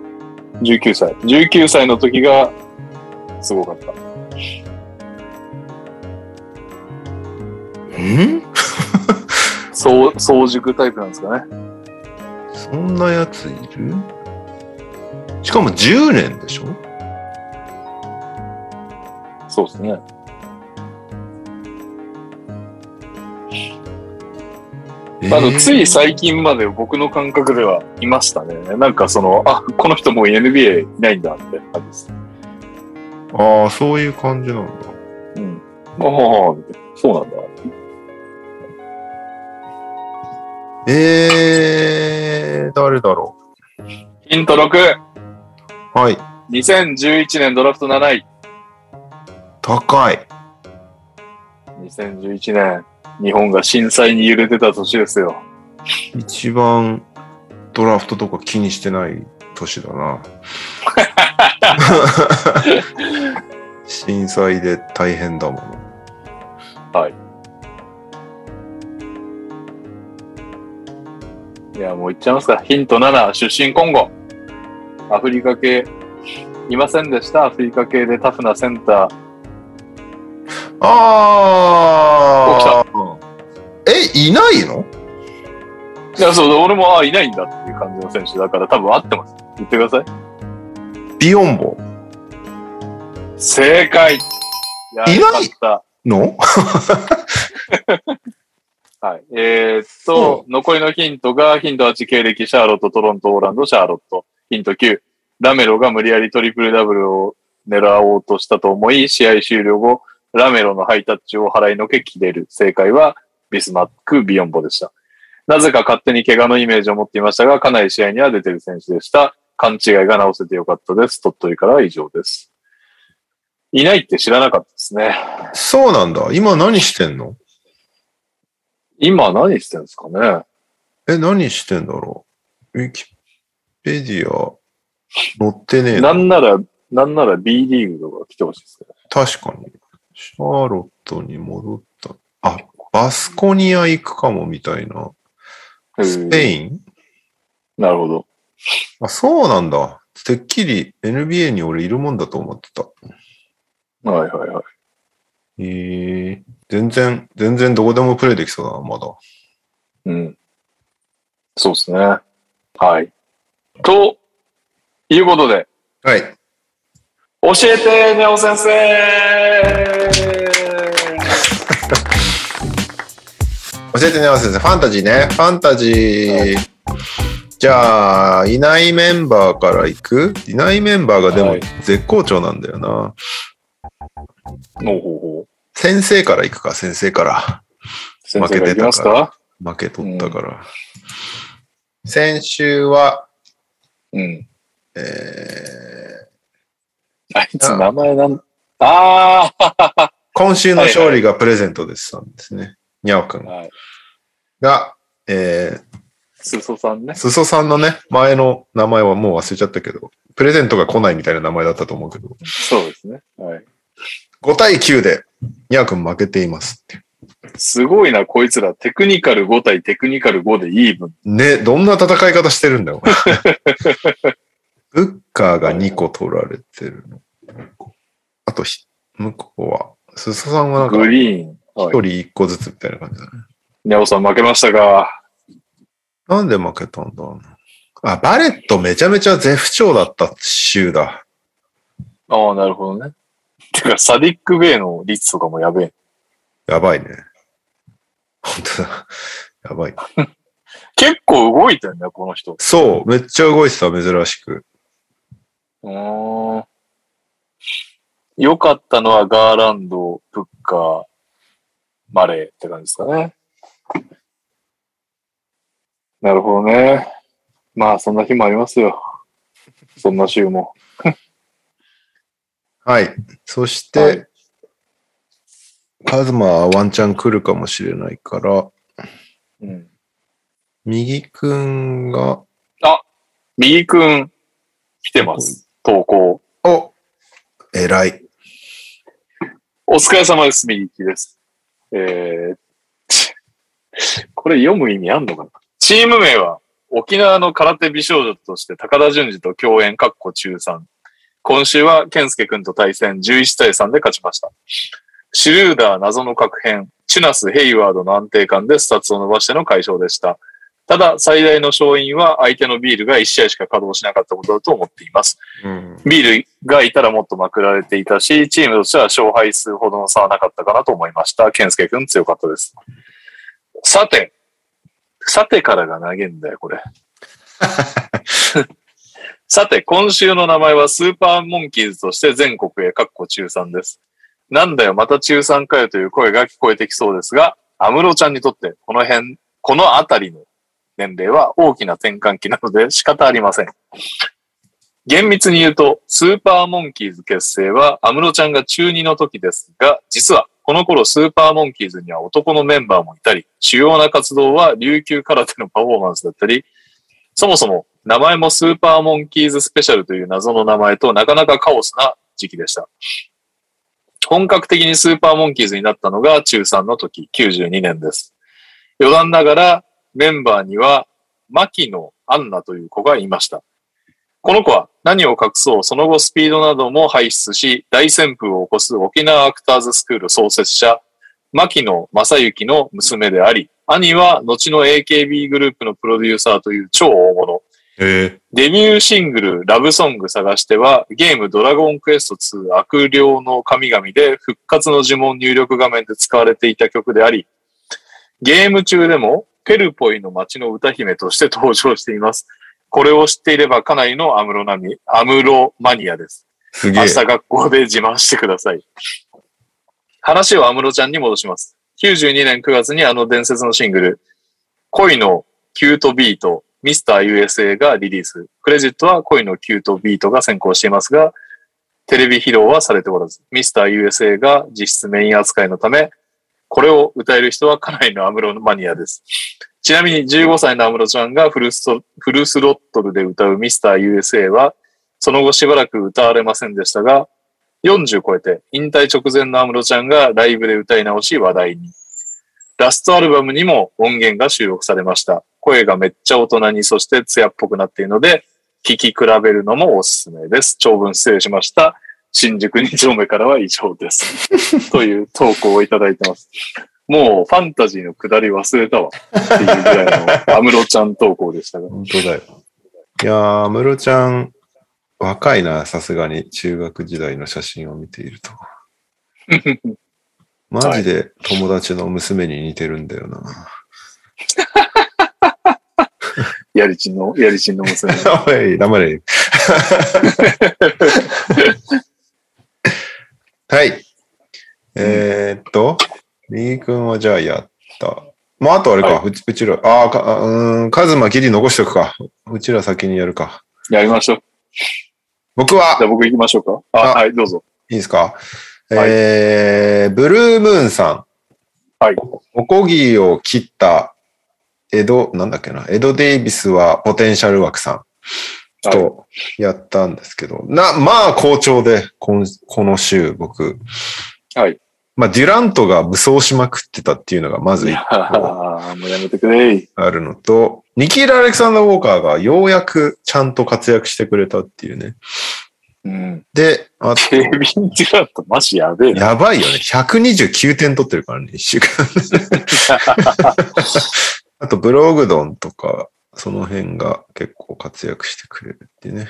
S2: 19歳。19歳の時が、すごかった。
S1: ん
S2: そう、早熟タイプなんですかね。
S1: そんなやついるしかも10年でしょ
S2: そうですね。あの、つい最近まで僕の感覚ではいましたね。なんかその、あ、この人もう NBA いないんだって感じです。
S1: ああ、そういう感じなんだ。
S2: うん。ああ、そうなんだ。
S1: えー、誰だろ
S2: ヒント6、
S1: うはい。
S2: 2011年ドラフト7位。
S1: 高い。
S2: 2011年、日本が震災に揺れてた年ですよ。
S1: 一番ドラフトとか気にしてない年だ な。震災で大変だもの。
S2: いや、もう言っちゃいますか。ヒント7、出身コンゴ。アフリカ系、いませんでした。アフリカ系でタフなセンター。
S1: ああえ、いないの
S2: いや、そう、俺も、あ、いないんだっていう感じの選手だから、多分合ってます。言ってください。
S1: ビヨンボ
S2: 正解いや
S1: いない
S2: よかった。
S1: の
S2: はい。えー、っと、残りのヒントが、ヒント8、経歴、シャーロット、トロント、オーランド、シャーロット。ヒント9、ラメロが無理やりトリプルダブルを狙おうとしたと思い、試合終了後、ラメロのハイタッチを払いのけ切れる。正解は、ビスマック、ビヨンボでした。なぜか勝手に怪我のイメージを持っていましたが、かなり試合には出てる選手でした。勘違いが直せてよかったです。鳥取からは以上です。いないって知らなかったですね。
S1: そうなんだ。今何してんの
S2: 今何してんですかね
S1: え、何してんだろうウィキペディア載ってねえ
S2: な
S1: な。
S2: んなら、なんなら B リーグとか来てほしいですね。
S1: 確かに。シャーロットに戻った。あ、バスコニア行くかもみたいな。スペ
S2: ン。
S1: イン
S2: なるほど。
S1: あ、そうなんだ。てっきり NBA に俺いるもんだと思ってた。
S2: はいはいはい。
S1: ええ全然、全然どこでもプレイできそうだな、まだ。
S2: うん。そうですね。はい。と、いうことで、
S1: はい。
S2: 教えて、ネオ先生
S1: 教えてね、先生。ファンタジーね。ファンタジー。じゃあ、いないメンバーから行くいないメンバーがで
S2: は
S1: も
S2: い
S1: 絶好調なんだよな。
S2: の方法。
S1: 先生から行くか、先生から。
S2: 先生がいきますか
S1: 負け取ったから。先週は、
S2: うん。
S1: えー
S2: あいつ名前なん、ああ
S1: 今週の勝利がプレゼントですさんですね。にゃおくん
S2: はい。
S1: が、えー、
S2: すそさんね。
S1: 裾さんのね、前の名前はもう忘れちゃったけど、プレゼントが来ないみたいな名前だったと思うけど、
S2: そうですね。はい。
S1: 5対9で、にゃおくん負けていますって。
S2: すごいな、こいつら。テクニカル5対テクニカル5でイーブン。
S1: ね、どんな戦い方してるんだよ。ブッカーが2個取られてるの。あとひ、向こうは、すそさんはなんか、
S2: グ
S1: 1
S2: リーン。はい
S1: 人。1個ずつみたいな感じだね。
S2: ニャオさん負けましたが、
S1: なんで負けたんだろうなあ、バレットめちゃめちゃ絶不調だった週だ。
S2: ああ、なるほどね。てか、サディック・ベイの率とかもやべえ。
S1: やばいね。本当だ。やばい。
S2: 結構動いてんだよ、この人。
S1: そう、めっちゃ動いてた、珍しく。
S2: うーん。良かったのはガーランド、ブッカー、マレーって感じですかね。なるほどね。まあ、そんな日もありますよ。そんな週も。
S1: はい。そして、
S2: はい
S1: カズマはワンチャン来るかもしれないから、
S2: うん。
S1: 右くんが、
S2: 右くん、来てます。投稿。
S1: お偉い。
S2: お疲れ様です、右利きです。えー、これ読む意味あんのかなチーム名は、沖縄の空手美少女として高田純次と共演、かっこ中3。今週は、健介くんと対戦、11対3で勝ちました。シュルーダー謎の確変、チュナス・ヘイワードの安定感でスタッツを伸ばしての快勝でした。ただ、最大の勝因は相手のビールが1試合しか稼働しなかったことだと思っています。
S1: うん。
S2: ビールがいたらもっとまくられていたし、チームとしては勝敗数ほどの差はなかったかなと思いました。健介くん強かったです。さて、さてからが投げんだよ、これ。さて、今週の名前はスーパーモンキーズとして全国へ、かっこ中3です。なんだよ、また中3かよという声が聞こえてきそうですが、安室ちゃんにとって、この辺、この辺りの年齢は大きな転換期なので仕方ありません。厳密に言うと、スーパーモンキーズ結成は、安室ちゃんが中2の時ですが、実は、この頃スーパーモンキーズには男のメンバーもいたり、主要な活動は琉球空手のパフォーマンスだったり、そもそも名前もスーパーモンキーズスペシャルという謎の名前となかなかカオスな時期でした。本格的にスーパーモンキーズになったのが中3の時、92年です。余談ながらメンバーには、牧野アンナという子がいました。この子は何を隠そう、その後スピードなども輩出し、大旋風を起こす沖縄アクターズスクール創設者、牧野正幸の娘であり、兄は後の AKB グループのプロデューサーという超大物。
S1: え
S2: デビューシングル、ラブソング探しては、ゲームドラゴンクエスト2悪霊の神々で復活の呪文入力画面で使われていた曲であり、ゲーム中でもペルポイの街の歌姫として登場しています。これを知っていればかなりのアムロナミ、アムロマニアです。
S1: すげ
S2: 明
S1: え
S2: 日。学校で自慢してください。話を安室ちゃんに戻します。92年9月にあの伝説のシングル、恋のキュートビート、ミスター USA がリリース。クレジットは恋のキュートビートが先行していますが、テレビ披露はされておらず、ミスター USA が実質メイン扱いのため、これを歌える人はかなりのアムロマニアです。ちなみに15歳のアムロちゃんがフルストフルスロットルで歌うミスター USA は、その後しばらく歌われませんでしたが、40超えて引退直前の安室ちゃんがライブで歌い直し話題に。ラストアルバムにも音源が収録されました。声がめっちゃ大人に、そして艶っぽくなっているので、聴き比べるのもおすすめです。長文失礼しました。新宿2丁目からは以上です。という投稿をいただいてます。もうファンタジーのくだり忘れたわ。っていうぐらいの、アムロちゃん投稿でしたが。
S1: 本当だよ。いやー、ムロちゃん、若いな、さすがに、中学時代の写真を見てい ると。マジで友達の娘に似てるんだよな。
S2: やりちんの、やりちんの娘。
S1: おい、黙れ。はい。えーっと、右くんはじゃあやった。まあ、あとあれか、
S2: は
S1: うちうちら、ああ、かあうーん、カズマギリ残しとくか。うちら先にやるか。
S2: やりましょう。
S1: 僕は
S2: じゃあ、僕行きましょうか。あ、
S1: あ
S2: はい、どうぞ。
S1: いいですか、
S2: はい
S1: えー、ブルームーンさん。
S2: はい。
S1: おこぎを切った、エド、なんだっけな、エド・デイビスはポテンシャル枠さんとやったんですけど、な、まあ好調で、このこの週僕。
S2: はい。
S1: まあデュラントが武装しまくってたっていうのがまず
S2: い
S1: 一
S2: やーもうやめてくれい。
S1: 個あるのと、ニキーラ・アレクサンダー・ウォーカーがようやくちゃんと活躍してくれたっていうね。
S2: うん。
S1: で、あと、
S2: ケビン・デュラント、マジやべえな。
S1: やばいよね。129点取ってるからね、一週間。あと、ブログドンとか、その辺が結構活躍してくれるっていうね。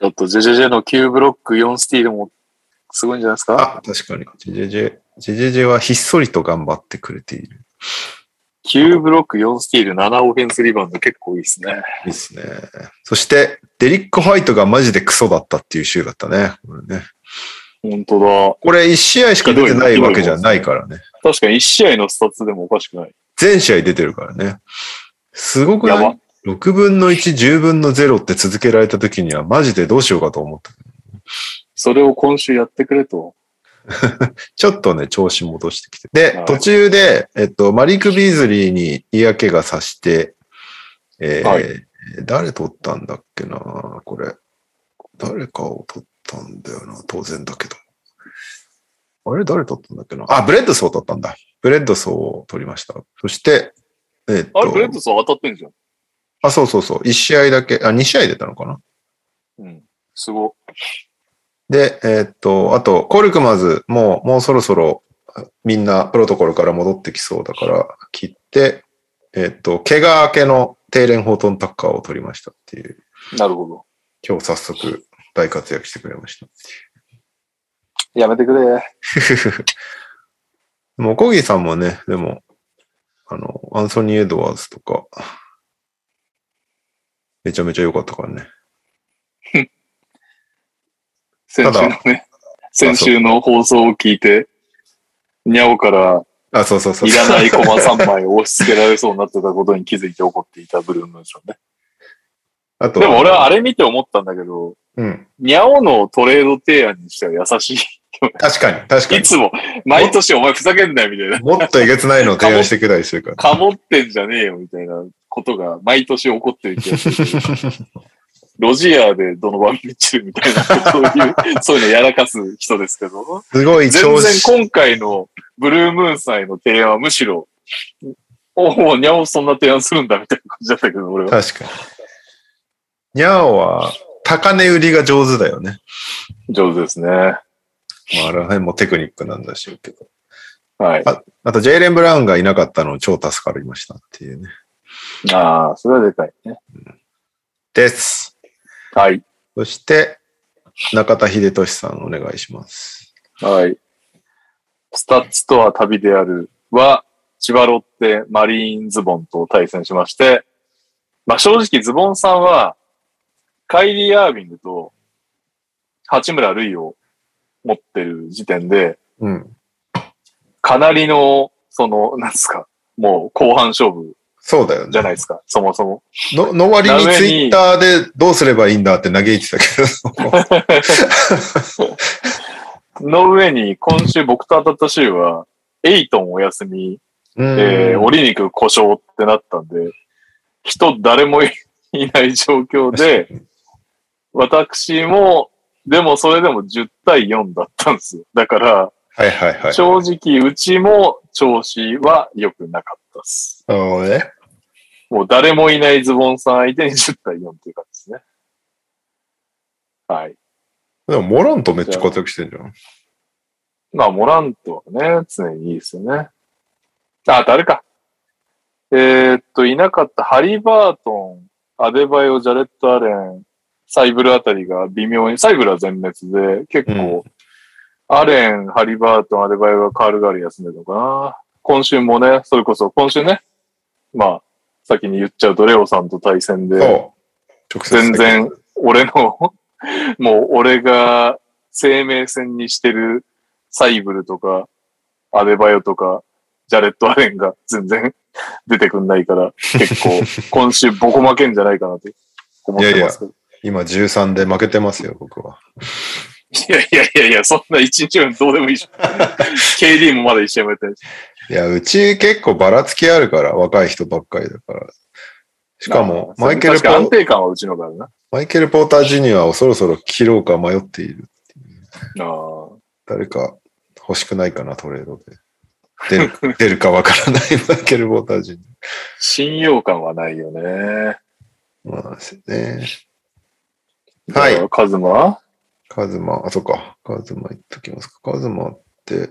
S2: ちょっと、ジェジェジェの9ブロック4スティールも、すごいんじゃないですか
S1: あ、確かに。ジェジェジェ、ジェジェジェはひっそりと頑張ってくれている。
S2: ?9 ブロック4スティール7オフェンスリバウンド結構いいですね。
S1: いいっすね。そして、デリック・ホワイトがマジでクソだったっていう週だったね。これね。
S2: 本当だ。
S1: これ1試合しか出てないわけじゃないからね。
S2: 確かに1試合のスタッツでもおかしくない。
S1: 全試合出てるからね。すごく
S2: や
S1: な
S2: ば
S1: い。6分の1、10分の0って続けられた時にはマジでどうしようかと思った。
S2: それを今週やってくれと。
S1: ちょっとね、調子戻してきて。で
S2: はい、
S1: 途中で、えっと、マリック・ビーズリーに嫌気がさして、えー
S2: はい
S1: 誰取ったんだっけなこれ。誰かを取ったんだよな当然だけど。あれ誰取ったんだっけなあ、ブレッドソー取ったんだ。ブレッドソーを取りました。そして、えっと、
S2: あれ、ブレッドソン当たってんじゃん。
S1: あ、そうそうそう。1試合だけ、あ、2試合出たのかな
S2: うん。すご。
S1: で、えーっと、あと、コルクマズ、もう、もうそろそろ、みんなプロトコルから戻ってきそうだから、切って、えーっと、怪我明けのテイレン・ホートン・タッカーを取りましたっていう、
S2: なるほど。
S1: 今日早速大活躍してくれました。
S2: やめてくれ。
S1: もう、コギーさんもね、でも、あの、アンソニー・エドワーズとか、めちゃめちゃ良かったからね。
S2: 先週のね、先週の放送を聞いて、にゃおから
S1: あ、そうそうそう
S2: い
S1: そう。
S2: らないコマ3枚を押し付けられそうになってたことに気づいて怒っていたブルームーンさ んね。
S1: あと、
S2: でも俺はあれ見て思ったんだけど、
S1: うん。
S2: にゃおのトレード提案にしては優し
S1: 確かに、確か
S2: い。い
S1: に。
S2: つも、毎年お前ふざけんなよみたいな。
S1: もっとえげつないのを提案してくれたりするから。
S2: かもってんじゃねえよみたいなことが毎年起こってる気がするけど。ロジアでドノバン・ミッチェルみたいなことを言う、 そういうのやらかす人ですけど。
S1: すごい
S2: 全
S1: 調
S2: 然
S1: 子。
S2: 今回のブルームーンさんへの提案はむしろ、おお、にゃおそんな提案するんだみたいな感じだったけど、俺は。
S1: 確かに。にゃおは、高値売りが上手だよね。
S2: 上手ですね。は
S1: まあ、あれ辺もテクニックなんだしけど。
S2: い。
S1: あと、ジェイレン・ブラウンがいなかったの超助かりましたっていうね。
S2: ああ、それはでかいね。
S1: です。
S2: はい。
S1: そして、中田秀俊さんお願いします。
S2: はい。スタッツとは旅であるは、千葉ロッテマリーンズボンと対戦しまして、まあ正直ズボンさんは、カイリー・アービングと八村塁を持ってる時点で、
S1: うん。
S2: かなりの、その、なんですか、もう後半勝負
S1: そうだよ
S2: じゃ
S1: ね。
S2: ないですか、そもそも。
S1: の、の割に
S2: な上に
S1: ツイッターでどうすればいいんだって嘆いてたけ ど。
S2: の上に、今週僕と当たった週は、エイトンお休み、
S1: うん
S2: えー、折り肉故障ってなったんで、人誰もいいない状況で、私も、でもそれでも10対4だったんですよ。だから、
S1: はいはいはい。
S2: 正直、うちも調子は良くなかったです。
S1: あのね。
S2: もう誰もいないズボンさん相手に10対4っていう感じですね。はい。
S1: でも、モラントめっちゃ活躍してんじゃん。
S2: まあ、モラントはね、常にいいですよね。あ、誰か。えーっと、いなかったハリバートン、アデバイオ、ジャレット・アレン、サイブルあたりが微妙に、サイブルは全滅で、結構、アレン、ハリバートン、アデバイオがカールガール休んでるのかな。今週もね、それこそ今週ね、まあ、先に言っちゃうとレオさんと対戦で、
S1: そう。直接的
S2: 全然。俺の、もう俺が生命線にしてるサイブルとか、アデバヨとか、ジャレット・アレンが全然 出てくんないから、結構 今週ボコ負けんじゃないかなって思ってますけど。
S1: 今13で負けてますよ、僕は。
S2: いやいやいやいや、そんな1日目どうで もいいじゃん。KD もまだ1試合もやってないし。
S1: いや、うち結構ばらつきあるから、若い人ばっかりだから。しかも、
S2: まあ
S1: マイケル・
S2: 確
S1: ポ
S2: か安
S1: ー
S2: 定感はうちの方があ
S1: マイケルポーター・ジュニアをそろそろ切ろうか迷っている。
S2: るな。ああ。
S1: 誰か欲しくないかな、トレードで。出 る出るかわからない マイケル・ポーター・ジュニ
S2: 信用感はないよね。
S1: ア。まあですね。はい
S2: じゃあ。カズマ
S1: カズマ、あ、そっか。カズマ言っときますか。カズマって、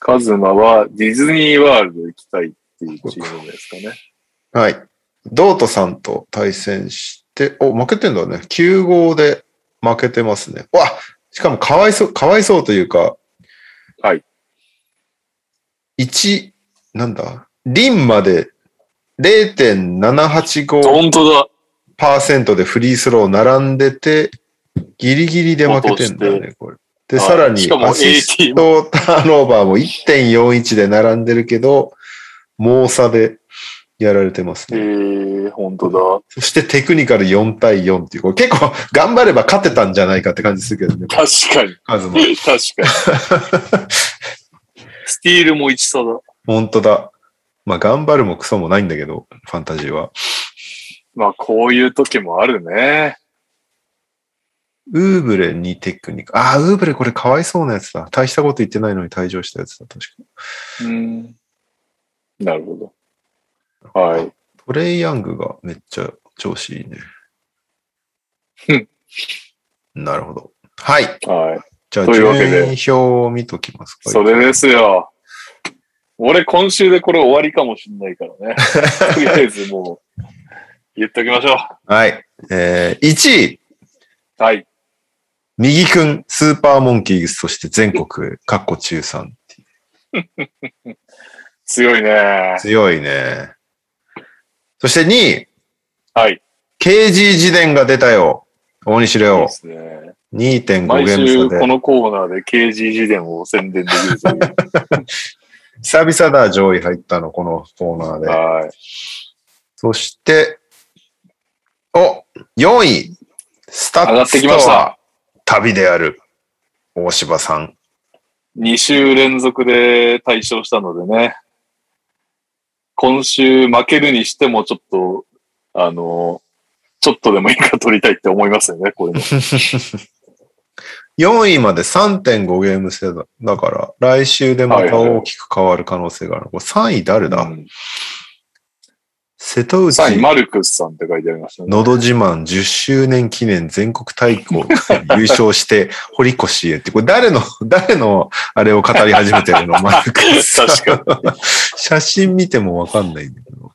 S2: カズマはディズニーワールド行きたいっていうチームですかね。
S1: はい。ドートさんと対戦して、お、負けてんだね。9号で負けてますね。わしかもかわいそう、かわいそうというか。
S2: はい。
S1: 1、なんだリンまで0.785%
S2: 本当だ。
S1: でフリースロー並んでて、ギリギリで負けてんだよ
S2: 落と
S1: ね、これ。で、
S2: はい
S1: さらに
S2: しか、も
S1: アシ ストターンオーバーも1.41で並んでるけど、猛差でやられてます
S2: え
S1: ね。
S2: ー、本当
S1: そしてテクニカル4対4っていう、これ結構頑張れば勝てたんじゃないかって感じするけどね、
S2: だ。確かに。
S1: カズマ。
S2: 確かに。 スティールも一差だ。
S1: 本当だ。まあ頑張るもクソもないんだけど、ファンタジーは。
S2: まあ、こういう時もあるね。
S1: ウーブレにテクニカル。ああ、ウーブレこれかわいそうなやつだ。大したこと言ってないのに退場したやつだ、確かに。
S2: うん。なるほど。はい。
S1: トレイヤングがめっちゃ調子いいね。なるほど。はい。
S2: は
S1: じゃあ
S2: というわけで
S1: 順位表を見ときます
S2: い。
S1: か。
S2: それですよ。俺、今週でこれ終わりかもしんないから ね。とりあえずもう、言っときましょ
S1: はい。えー、1位。
S2: う。はい。
S1: 右くん、スーパーモンキーズとして全国、かっこ中さん。
S2: 強いね。
S1: 強いね。そして2位、
S2: はい。
S1: KG 自伝が出たよ。大西
S2: そう
S1: レ
S2: で
S1: オ。
S2: すね。
S1: 2.5
S2: 毎
S1: ゲー
S2: 週
S1: ム差
S2: こ
S1: で。
S2: のコーナーで KG 自伝を宣伝できるという。
S1: 久々だ、上位入ったの、このコーナーで。
S2: はい。
S1: そして、お、4位、スタ
S2: 上が
S1: ッ
S2: って
S1: ツ
S2: き
S1: と
S2: ました
S1: は旅である、大柴さん。
S2: 2週連続で対象したのでね。今週負けるにしてもちょっと、あの、ちょっとでもいいから取りたいって思いますよね、これも。
S1: 4位まで3.5ゲーム差だだから、来週でまた大きく変わる可能性がある。これ3位誰だ、
S2: うん
S1: 瀬戸内
S2: 3位、マルクスさんって書いてありましたね。
S1: のど自慢10周年記念全国大会優勝して、 堀越へって、これ誰の、誰のあれを語り始めてる のマルクスさん
S2: 確
S1: 写真見てもわかんないんだけど。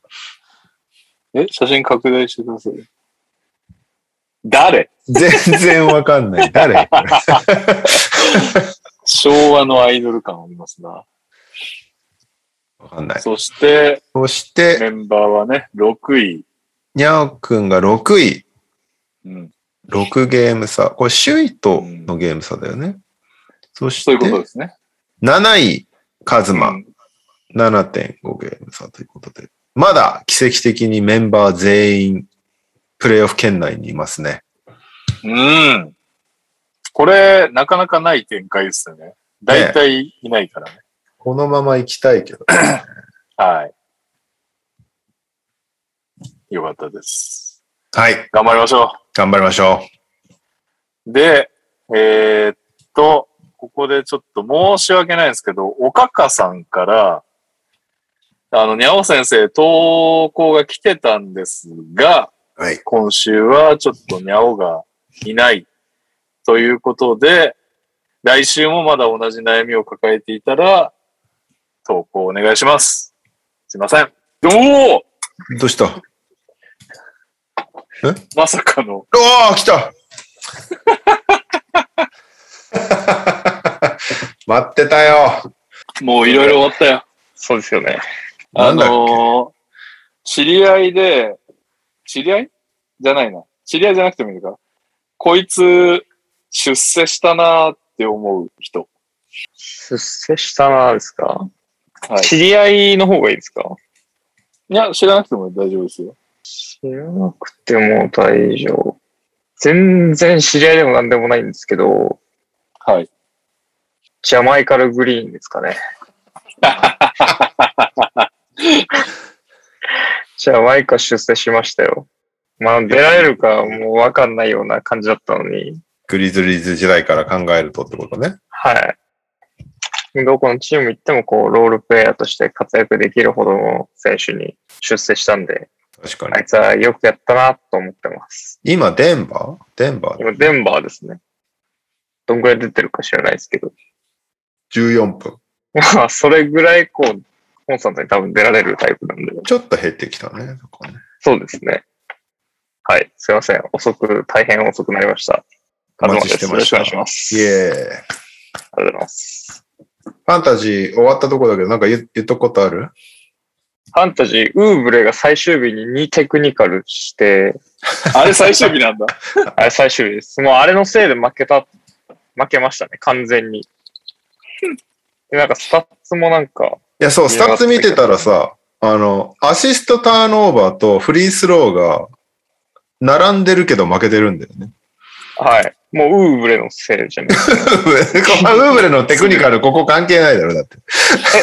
S2: え、写真拡大してください。誰
S1: 全然わかんない。誰これ
S2: 昭和のアイドル感ありますな。
S1: わかんない。
S2: そして、
S1: そし
S2: メ
S1: て、
S2: ンバーはね、6位。
S1: にゃおくんが6位。
S2: うん。
S1: 6ゲーム差。これ首位とのゲーム差だよね。そし
S2: そういうこと
S1: て、
S2: ですね。
S1: 7位、カズマ
S2: う。ん
S1: 7.5ゲーム差ということで。まだ奇跡的にメンバー全員、プレイオフ圏内にいますね。
S2: うん。これ、なかなかない展開ですよね。大体いないからね。
S1: このまま行きたいけど。
S2: はい。よかったです。
S1: はい。
S2: 頑張りましょ
S1: 頑張りましょ
S2: う。で、えーっと、ここでちょっと申し訳ないんですけど、おかかさんから、あの、にゃお先生、投稿が来てたんですが、
S1: う。はい。
S2: 今週はちょっとにゃおがいないということで、来週もまだ同じ悩みを抱えていたら、投稿お願いします。すいません。おお
S1: どうしたあ
S2: まさかの、
S1: あ、来 た待ってたよ。
S2: もういろいろ終わったよ。
S3: そうですよね。
S2: あ
S1: なんだっけ
S2: のー知り合いで、知り合いじゃないな。知り合いじゃなくてもいいのか。こいつ、出世したなーって思う人。
S3: 出世したなですか、
S2: はい。
S3: 知り合いの方がいいですか
S2: いや、知らなくても大丈夫ですよ。
S3: 知らなくても大丈夫。全然知り合いでも何でもないんですけど、
S2: はい。
S3: ジャマイカルグリーンです かね。ジャマイカ出世しましたよ。まあ、出られるかもうわかんないような感じだったのに、
S1: グリズリーズ時代から考えるとってことね。
S3: はい。どこのチーム行っても、こう、ロールプレイヤーとして活躍できるほどの選手に出世したんで、
S1: 確かに。
S3: あいつはよくやったなと思ってます。
S1: 今、デンバーデンバー
S3: 今、デンバーですね。どんぐらい出てるか知らないですけど。
S1: 14分。
S3: まあ、それぐらい、こう、コンスタントに多分出られるタイプなんで。
S1: ちょっと減ってきたね。そこね
S3: そうですね。はい。すいません。遅く、大変遅くなりました。
S1: お待ちして
S3: よ
S1: ま
S3: ろ
S1: し
S3: しくお
S1: た
S3: 願いします。
S1: イエーイ。
S3: ありがとうございます。
S1: ファンタジー終わったとこだけど、なんか言言っとくことある
S3: ファンタジー、ウーブレが最終日に2テクニカルして、
S2: あれ最終日なん だ。
S3: あれ最終日です。もうあれのせいで負けた、負けましたね、完 全に。で、なんかスタッツもなんか、
S1: いや、そう、スタッツ見てたらさ、あの、アシストターンオーバーとフリースローが並んでるけど負けてるんだよ ね。
S3: はい。もうウーブレのせいじゃないですか。
S1: ウーブレのテクニカル、ここ関係ないだろ、だって。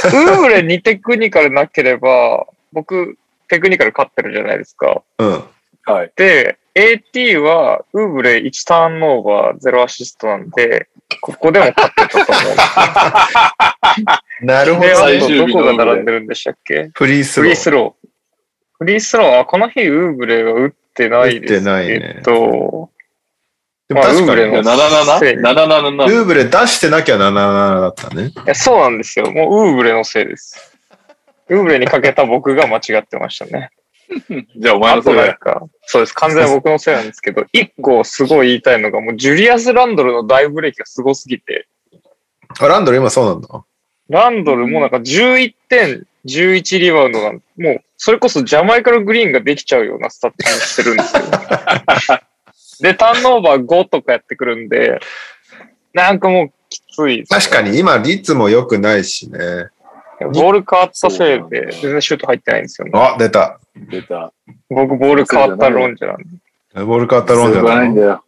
S3: え、ウーブレ2テクニカルなければ、僕、テクニカル勝ってるじゃないですか。
S1: うん。
S2: はい。
S3: で、AT は、ウーブレ1ターンオーバー、0アシストなんで、ここでも勝ってたと思う。
S1: なるほど
S3: で、。
S2: 最
S3: あ
S2: 終日の
S3: とどこが並んでるんでしたっけ
S1: フリース
S3: フ
S1: ロ
S3: リ
S1: ー。
S3: ースロー。フリースローは、この日、ウーブレは打ってないですけど。
S1: 打ってないねで
S3: ま
S1: も
S3: あ
S1: 確か
S3: ウーブレ
S1: に。
S3: のせい
S2: 77?7777?
S1: ウーブレ出してなきゃ77だったね。
S3: いや、そうなんですよ。もうウーブレのせいです。ウーブレにかけた僕が間違ってましたね。
S2: じゃあお前
S3: あ
S2: のせ
S3: と
S2: いだ
S3: なん
S2: よ。
S3: か、そうです。完全に僕のせいなんですけど、一個すごい言いたいのが、もうジュリアス・ランドルの大ブレーキがすごすぎて、
S1: あ、ランドル今そうなんだ。
S3: ランドルもなんか11点、11リバウンドなんもう、それこそジャマイカルグリーンができちゃうようなスタッツにしてる んですよ。で、ターンオーバー5とかやってくるんで、なんかもうきつい。
S1: 確かに今、率も良くないしね。
S3: ボール変わったせいで、全然シュート入ってないんですよね。
S1: あ、出た。
S2: 出た。
S3: 僕、ボール変わったロンジェなんで。
S1: ボール変わったロン
S2: し
S1: じ
S2: ょ
S1: ゃ
S2: うが
S1: な
S2: ないいんだよ。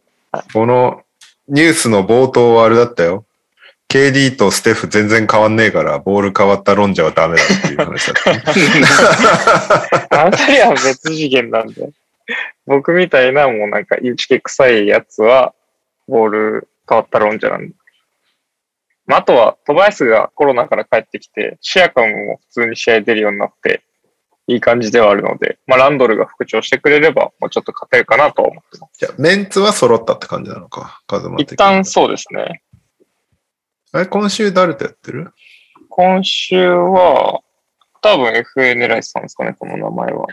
S1: このニュースの冒頭はあれだったよ。KD とステフ全然変わんねえから、ボール変わった論者はダメだっていう話だった ね。
S3: あなたりは別次元なんで。僕みたいな、もうなんか、インチキ臭いやつは、ボール変わったロンジャなんで。まあ、あとは、トバヤスがコロナから帰ってきて、シアカムも普通に試合出るようになって、いい感じではあるので、まあ、ランドルが復調してくれれば、もうちょっと勝てるかなとは思ってます。
S1: じゃあメンツは揃ったって感じなのか、カズマ的に
S3: 一旦そうですね。
S1: あれ、今週誰とやってる
S3: 今週は、多分 FA 狙いさんですかね、この名前は。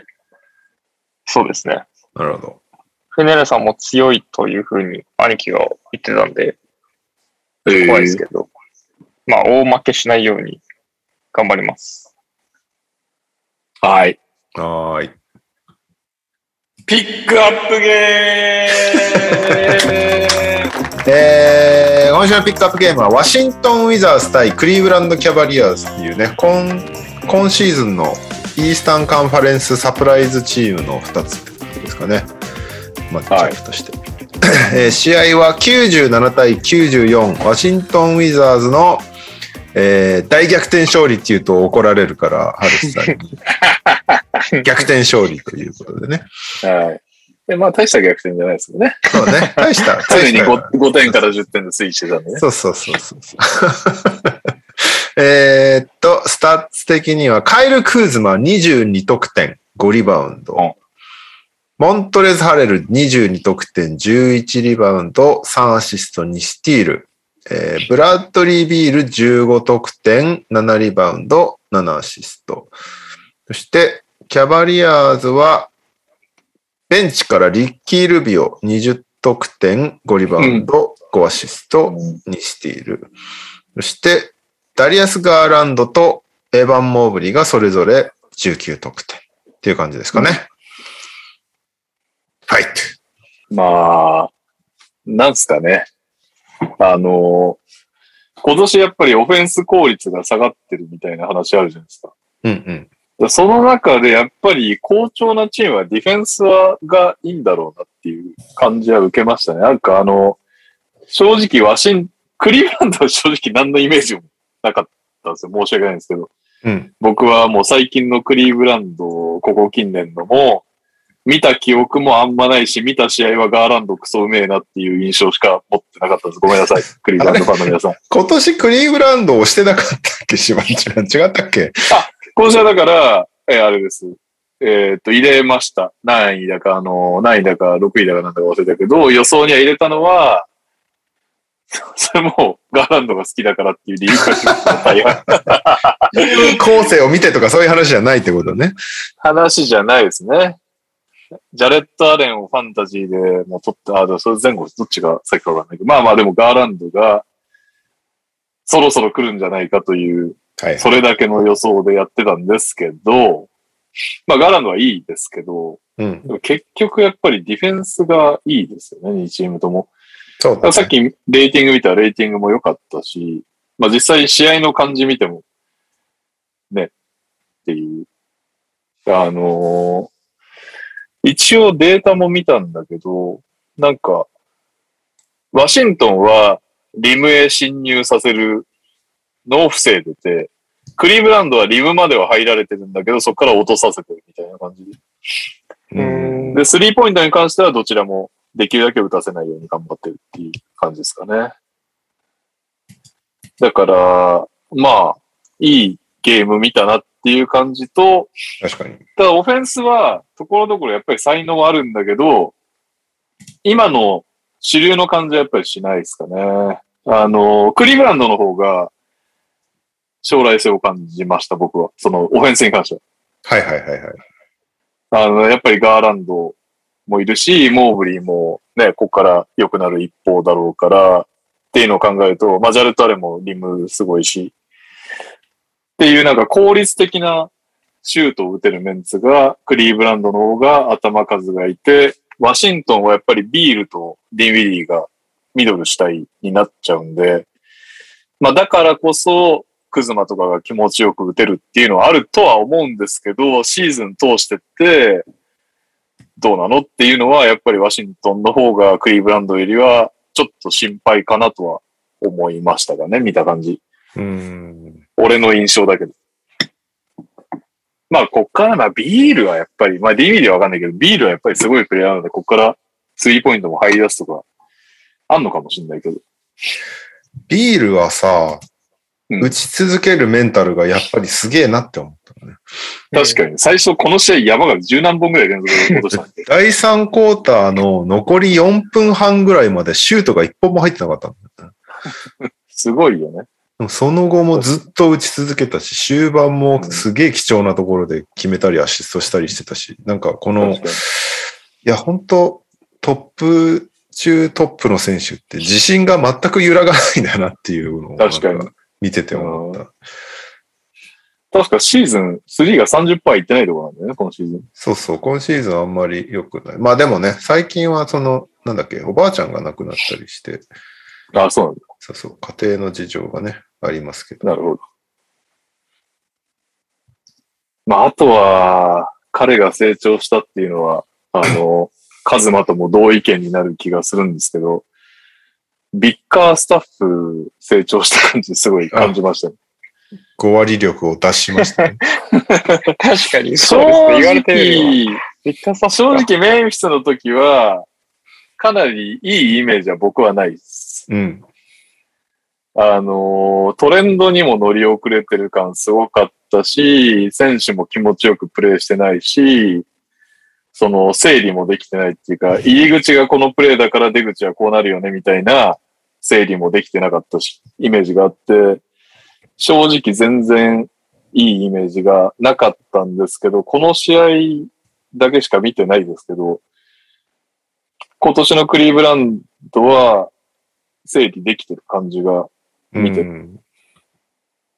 S3: そうですね。
S1: なるほど。
S3: フェネルさんも強いというふうに兄貴が言ってたんで、怖いですけど、まあ、大負けしないように頑張ります。
S2: はい。
S1: はーい。
S2: ピックアップゲーム
S1: えー、今週のピックアップゲームは、ワシントン・ウィザーズ対クリーブランド・キャバリアーズっていうね、今今シーズンのイースタンカンファレンスサプライズチームの2つですかね、マッチアップとして。 えー試合は97対94、ワシントン・ウィザーズの、えー大逆転勝利っていうと怒られるから、ハルスさんに。逆転勝利ということでね。
S2: はい。で、まあ、大した逆転じゃないですよね。
S1: そうね、大した。
S2: 常
S1: 大
S2: に
S1: した
S2: 5, 5点から10点で推移してたんでね。
S1: そうそうそうそうそう。 えーっと、スタッツ的には、カイル・クーズマ22得点、5リバウンド。
S2: うん
S1: モントレズ・ハレル22得点、11リバウンド、3アシスト、2スティール。えーブラッドリー・ビール15得点、7リバウンド、7アシスト。そして、キャバリアーズは、ベンチからリッキー・ルビオ20得点、5リバウンド、5アシスト、にしている。そして、ダリアス・ガーランドとエヴァン・モーブリーがそれぞれ19得点っていう感じですかね。はい。
S2: まあ、なんすかね。あの、今年やっぱりオフェンス効率が下がってるみたいな話あるじゃないですか。
S1: うんうん。
S2: でその中でやっぱり好調なチームはディフェンスはがいいんだろうなっていう感じは受けましたね。なんかあの、正直ワシン、 クリーブランドは正直何のイメージもなかったんですよ。申し訳ないんですけど。
S1: うん。
S2: 僕はもう最近のクリーブランド、ここ近年のも、見た記憶もあんまないし、見た試合はガーランドクソうめえなっていう印象しか持ってなかったです。ごめんなさい、クリーブランドファンの皆さん。
S1: 今年クリーブランドをしてなかったっけしばちゃん。違ったっけ
S2: 今週はだから、えーあれです。えーっと、入れました。何位だか、あの、何位だか、6位だかなんだか忘れたけど、予想には入れたのは、 それもガーランドが好きだからっていう理由が大半
S1: 構成を見てとかそういう話じゃないってことね。
S2: 話じゃないですね。ジャレット・アレンをファンタジーでもう取った、あ、でもそれ前後どっちが先かわかんないけど、まあまあでもガーランドがそろそろ来るんじゃないかという、
S1: はい。
S2: それだけの予想でやってたんですけど、まあガーランドはいいですけど、
S1: うん。
S2: でも結局やっぱりディフェンスがいいですよね、2チームとも。
S1: そうだ、ね。
S2: さっきレーティング見たらレーティングも良かったし、まあ実際試合の感じ見ても、ね、っていう。あのー一応データも見たんだけど、なんか、ワシントンはリムへ侵入させるのを防いでて、クリーブランドはリムまでは入られてるんだけど、そこから落とさせてるみたいな感じで。
S1: う
S3: うん
S1: ん。
S2: で、スリーポイントに関してはどちらもできるだけ打たせないように頑張ってるっていう感じですかね。だから、まあ、いいゲーム見たなっていう感じと、
S1: 確かに。
S2: ただオフェンスはところどころやっぱり才能はあるんだけど、今の主流の感じはやっぱりしないですかね。あの、クリーブランドの方が将来性を感じました、僕は。そのオフェンスに関しては
S1: はいはいはいはい。
S2: あの、やっぱりガーランドもいるし、モーブリーもね、ここから良くなる一方だろうから、っていうのを考えると、まあ、ジャレット・アレンもリムすごいし、っていうなんか効率的なシュートを打てるメンツが、クリーブランドの方が頭数がいて、ワシントンはやっぱりビールとディンウィリーがミドル主体になっちゃうんで、まあだからこそ、クズマとかが気持ちよく打てるっていうのはあるとは思うんですけど、シーズン通してって、どうなのっていうのは、やっぱりワシントンの方がクリーブランドよりは、ちょっと心配かなとは思いましたがね、見た感じ。
S1: うん。
S2: 俺の印象だけど。まあ、こっから、まあ、ビールはやっぱり、まあ、DV ではわかんないけど、ビールはやっぱりすごいプレイヤーなので、こっからスリーポイントも入り出すとか、あんのかもしれないけど。
S1: ビールはさ、
S2: うん
S1: 打ち続けるメンタルがやっぱりすげえなって思った、ね。。
S2: 確かに、最初この試合山が十何本ぐらい連続で落としたんで
S1: 第3クォーターの残り4分半ぐらいまでシュートが1本も入ってなかったんだよね。
S2: すごいよね。
S1: でもその後もずっと打ち続けたし、終盤もすげえ貴重なところで決めたりアシストしたりしてたし、なんかこの
S2: 確かに、
S1: いや、本当トップ中トップの選手って自信が全く揺らがないんだなっていうのをなん
S2: 確かに
S1: 見てて思った。
S2: 確かシーズン3が30%いってないところなんだよね、このシーズン。
S1: そうそう、今シーズンあんまり良くない。まあでもね、最近はその、なんだっけ、おばあちゃんが亡くなったりして、
S2: あ、そうなんだ。
S1: そうそう、家庭の事情がね、ありますけど。
S2: なるほど。まあ、あとは、彼が成長したっていうのは、あ の、カズマとも同意見になる気がするんですけど、ビッカースタッフ成長した感じすごい感じましたね。
S1: 5割力を出しました ね。
S3: 確かに、そうですね。言われてみれば。ビッカーサッフ
S2: 正
S3: が
S2: 直メインスの時は、かなりいいイメージは僕はないです。
S1: うん。
S2: あのー、トレンドにも乗り遅れてる感すごかったし、選手も気持ちよくプレーしてないし、その整理もできてないっていうか、入り口がこのプレーだから出口はこうなるよねみたいな、整理もできてなかったし、イメージがあって、正直全然いいイメージがなかったんですけど、この試合だけしか見てないですけど、今年のクリーブランドは整理できてる感じが見て
S1: うん